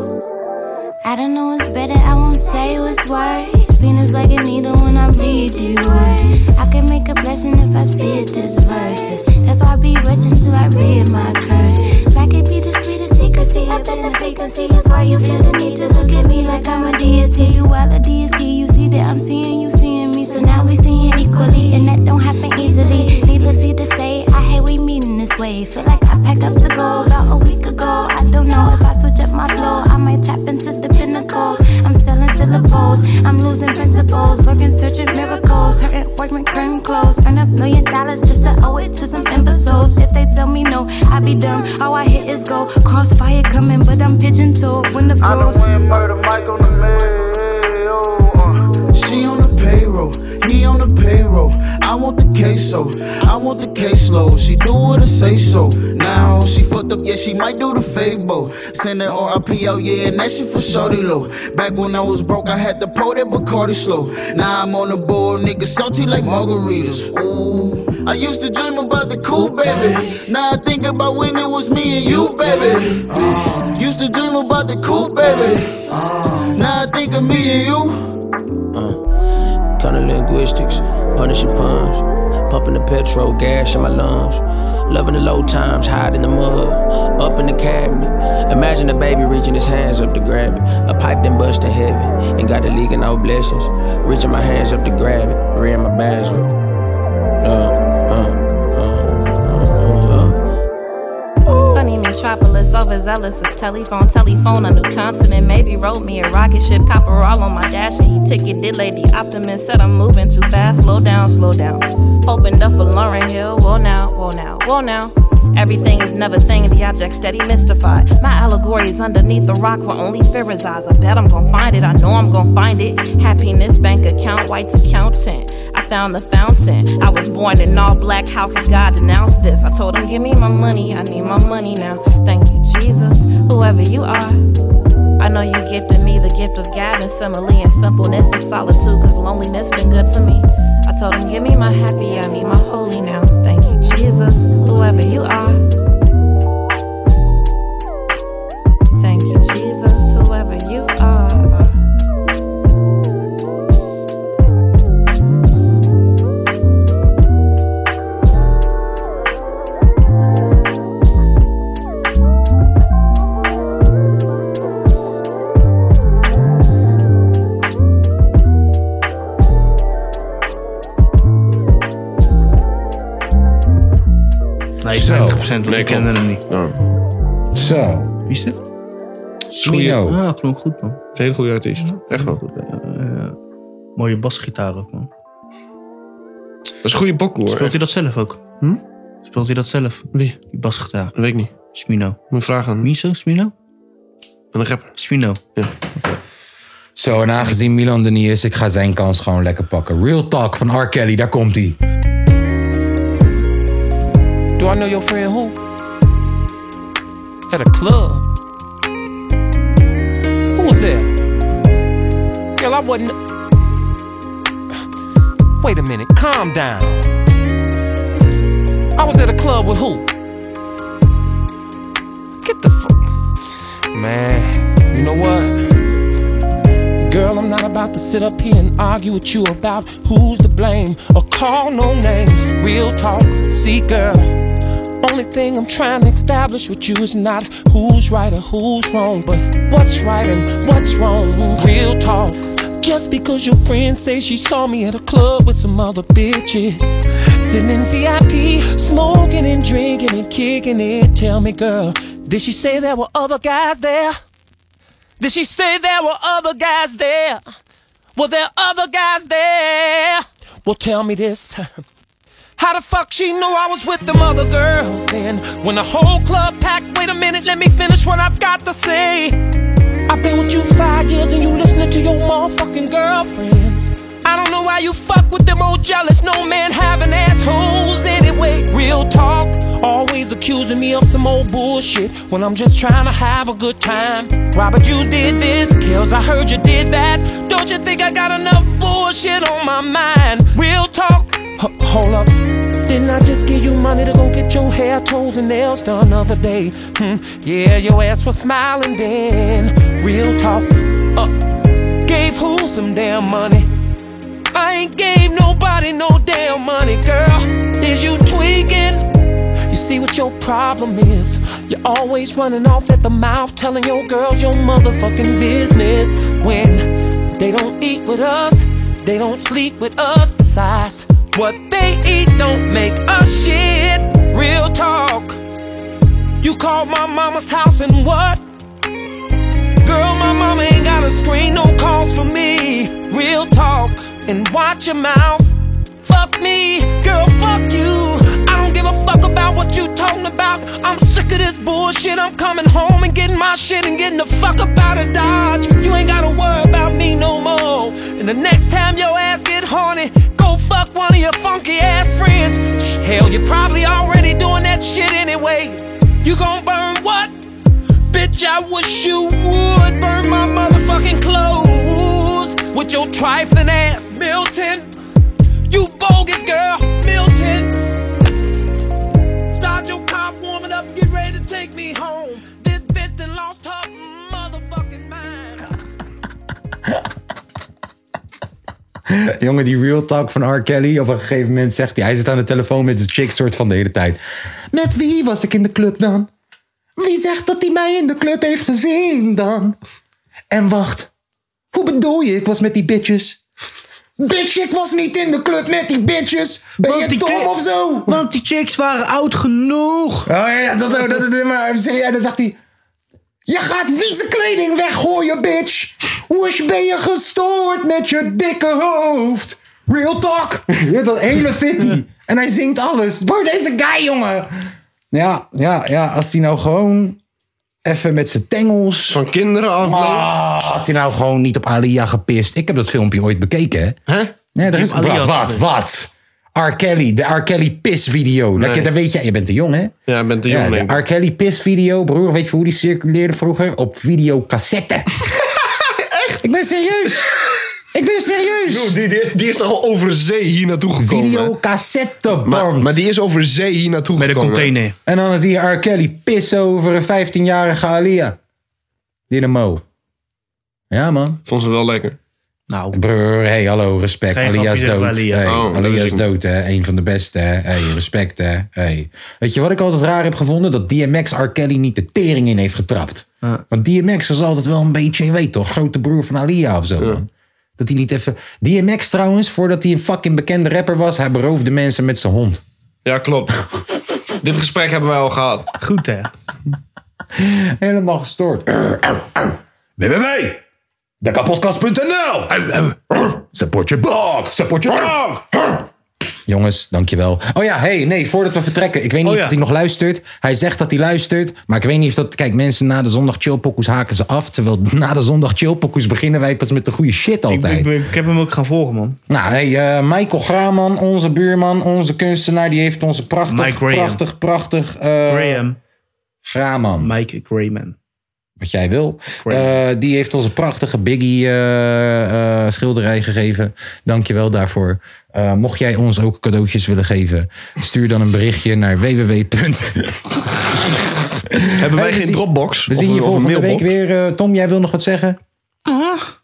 Speaker 13: I don't know what's better, I won't say what's worse. Penis like a needle when I bleed these words. I can make a blessing if I spit this verse. That's why I be rich until I read my curse. That could be the sweetest secrecy up in the frequency. That's why you feel the need to look at me like I'm a deity. You all a DST, you see that I'm seeing you seeing me. So now we seeing equally, and that don't happen easily. Needlessly to say, I hate we meeting this way. Feel like I packed up to go about a week ago. I don't know if I switch up my flow, I might tap into the pinnacles. I'm selling syllables, I'm losing principles. Looking, searching miracles, hurting workmen, curtain clothes. Earn a million dollars just to owe it to some imbeciles. If they tell me no, I be dumb. All I hit is go. Crossfire coming, but I'm pigeon toed when the flows.
Speaker 12: She on the payroll, he on the payroll. I want the queso, I want the caseload. She do it to say so. Now she fucked up, yeah, she might do the fable. Send that RIP out, oh yeah, and that shit for shorty low. Back when I was broke, I had to pour that Bacardi slow. Now I'm on the board, nigga, salty like margaritas. Ooh, I used to dream about the cool baby. Now I think about when it was me and you, baby. Uh, used to dream about the cool baby. Uh, now I think of me and you.
Speaker 11: Counting linguistics, punishing puns, pumping the petrol, gas in my lungs. Loving the low times, hide in the mud, up in the cabinet. Imagine a baby reaching his hands up to grab it. A pipe then bust in heaven, and got the league and all blessings. Reaching my hands up to grab it, rearing my bands up. Uh, uh, uh, uh, uh.
Speaker 14: Sunny metropolis, overzealous as telephone, telephone, a new continent. Maybe rode me a rocket ship, copper all on my dash. And he ticket did Lady Optimus, said I'm moving too fast. Slow down, slow down. Hoping up for Lauren Hill. Whoa now, whoa now, whoa now. Everything is never thing, the object steady mystified. My allegory is underneath the rock where only fear resides. I bet I'm gonna find it, I know I'm gonna find it. Happiness, bank account, white accountant. I found the fountain. I was born in all black, how could God denounce this? I told him, give me my money, I need my money now. Thank you, Jesus, whoever you are. I know you gifted me the gift of guidance, simile, and simpleness and solitude, cause loneliness been good to me. I told him, give me my happy, I need my holy now. Thank you, Jesus, whoever you are. Thank you, Jesus, whoever you are.
Speaker 2: Nee,
Speaker 1: Zo.
Speaker 2: 50% want ik kende hem niet.
Speaker 1: Zo.
Speaker 2: Wie is dit?
Speaker 1: Slino.
Speaker 2: Ja, klonk goed man.
Speaker 3: Is een hele goede artiest. Echt wel.
Speaker 2: mooie basgitaar ook man.
Speaker 3: Dat is een goede boek hoor.
Speaker 2: Speelt hij dat zelf ook?
Speaker 3: Hm?
Speaker 2: Speelt hij dat zelf?
Speaker 3: Wie?
Speaker 2: Die basgitaar. Dat
Speaker 3: weet ik niet.
Speaker 2: Smino.
Speaker 3: Moet vraag aan.
Speaker 2: Miso? Smino?
Speaker 3: Een rapper.
Speaker 2: Smino.
Speaker 3: Ja.
Speaker 1: Zo, en aangezien Milan er niet is, ik ga zijn kans gewoon lekker pakken. Real Talk van R. Kelly, daar komt hij.
Speaker 15: Do I know your friend who? At a club. Who was there? Girl, I wasn't. Wait a minute, calm down. I was at a club with who? Get the fuck. Man, you know what? Girl, I'm not about to sit up here and argue with you about who's to blame or call no names. Real talk, see, girl. Only thing I'm trying to establish with you is not who's right or who's wrong, but what's right and what's wrong. Real talk. Just because your friend says she saw me at a club with some other bitches. Sitting in VIP, smoking and drinking and kicking it. Tell me, girl, did she say there were other guys there? Did she say there were other guys there? Were there other guys there? Well, tell me this. How the fuck she knew I was with them other girls then? When the whole club packed, wait a minute, let me finish what I've got to say. I've been with you five years and you listening to your motherfucking girlfriends. I don't know why you fuck with them old jealous, no man having assholes anyway. Real talk, always accusing me of some old bullshit when I'm just trying to have a good time. Robert, you did this, Kills, I heard you did that. Don't you think I got enough bullshit on my mind? Real talk, H- hold up. Didn't I just give you money to go get your hair, toes, and nails done the other day? Hmm, yeah, your ass was smiling then. Real talk, uh, gave who some damn money? I ain't gave nobody no damn money, girl. Is you tweaking? You see what your problem is. You're always running off at the mouth, telling your girls your motherfucking business. When they don't eat with us, they don't sleep with us. Besides, what they eat don't make us shit. Real talk. You called my mama's house and what? Girl, my mama ain't got a screen, no calls for me. Real talk and watch your mouth. Fuck me, girl, fuck you. I don't give a fuck about what you talking about. I'm sick of this bullshit. I'm coming home and getting my shit and getting the fuck up out of Dodge. You ain't gotta worry about me no more. And the next time your ass get horny, go fuck one of your funky ass friends. Shh, Hell, you're probably already doing that shit anyway. You gon' burn what? Bitch, I wish you would burn my motherfucking clothes with your trifling ass, Milton. You bogus girl, Milton. Start your cop warming up, get ready to take me home. This bitch done lost her motherfucking mind.
Speaker 1: Jongen, die Real Talk van R. Kelly. Op een gegeven moment zegt hij, hij zit aan de telefoon met zijn chick soort van de hele tijd. Met wie was ik in de club dan? Wie zegt dat hij mij in de club heeft gezien dan? En wacht, hoe bedoel je, ik was met die bitches? Bitch, ik was niet in de club met die bitches. Ben je dom of zo?
Speaker 2: Want die chicks waren oud genoeg.
Speaker 1: Oh ja, ja, dat, dat, dat, maar serieus, dan zegt hij... Je gaat vieze kleding weggooien, bitch! Hoe is- ben je gestoord met je dikke hoofd? Real talk! Ja, dat hele fitty. En hij zingt alles. Word deze guy, jongen! Ja, ja, ja. Als hij nou gewoon even met zijn tengels...
Speaker 3: Van kinderen af.
Speaker 1: Ah. had hij nou gewoon niet op Alia gepist. Ik heb dat filmpje ooit bekeken, hè? Nee, daar is...
Speaker 3: Alia
Speaker 1: Wat, wat,
Speaker 3: gepist.
Speaker 1: wat? R. Kelly, de R. Kelly pisvideo. Dat,
Speaker 3: Nee.
Speaker 1: je- dat weet jij, je bent te jong, hè?
Speaker 3: Ja, je bent te jong,
Speaker 1: Ja,
Speaker 3: denk
Speaker 1: de R. Kelly pisvideo, broer. Weet je hoe die circuleerde vroeger? Op videocassette. Echt? Ik ben serieus. Ik ben serieus.
Speaker 3: die, die, die is toch al over zee hier naartoe gekomen?
Speaker 1: Videocassette
Speaker 3: maar, maar die is over zee hier naartoe gekomen.
Speaker 1: En dan zie je R. Kelly pissen over een 15-jarige Alia. Dynamo. Ja, man.
Speaker 3: Vond ze wel lekker.
Speaker 1: Nou. Broer, hey, hallo, respect.
Speaker 3: Geen
Speaker 1: Alia is
Speaker 3: grapjes
Speaker 1: dood.
Speaker 3: over Alia.
Speaker 1: Hey,
Speaker 3: Oh, dat
Speaker 1: Alia
Speaker 3: wist
Speaker 1: is
Speaker 3: ik niet.
Speaker 1: dood, hè. Eén van de beste, hè. Hey, respect, hè. Hey. Weet je wat ik altijd raar heb gevonden? Dat DMX R. Kelly niet de tering in heeft getrapt. Want DMX was altijd wel een beetje, je weet toch, grote broer van Alia of zo. man. Dat hij niet even... DMX trouwens, voordat hij een fucking bekende rapper was, hij beroofde mensen met zijn hond.
Speaker 3: Ja, klopt. Dit gesprek hebben wij al gehad.
Speaker 2: Goed, hè?
Speaker 1: Helemaal gestoord. www. Dekapodcast.nl Support je blog, support je blog. Jongens, dankjewel. Oh ja, hey, nee, voordat we vertrekken. Ik weet niet
Speaker 2: Oh
Speaker 1: of
Speaker 2: ja.
Speaker 1: hij nog luistert. Hij zegt dat hij luistert. Maar ik weet niet of dat... Kijk, mensen na de zondag chillpokoes haken ze af. Terwijl na de zondag chillpokoes beginnen wij pas met de goede shit altijd.
Speaker 2: Ik, ben- ik heb hem ook gaan volgen, man.
Speaker 1: Nou, hey, eh, Michael Graman, onze buurman, onze kunstenaar, die heeft onze
Speaker 2: Mike
Speaker 1: prachtig,
Speaker 2: Graham.
Speaker 1: prachtig, prachtig. eh Graham. Graman. Mike Graham. Wat jij wil. Eh, die heeft onze prachtige Biggie-schilderij gegeven. Dankjewel daarvoor. Eh, mocht jij ons ook cadeautjes willen geven, stuur dan een berichtje naar www.
Speaker 3: Hebben wij
Speaker 1: we
Speaker 3: geen
Speaker 1: zien-
Speaker 3: Dropbox?
Speaker 1: We zien
Speaker 3: Of-
Speaker 1: je
Speaker 3: of een
Speaker 1: volgende week
Speaker 3: mailbox?
Speaker 1: weer. eh, Tom, jij wil nog wat zeggen?
Speaker 10: Ah.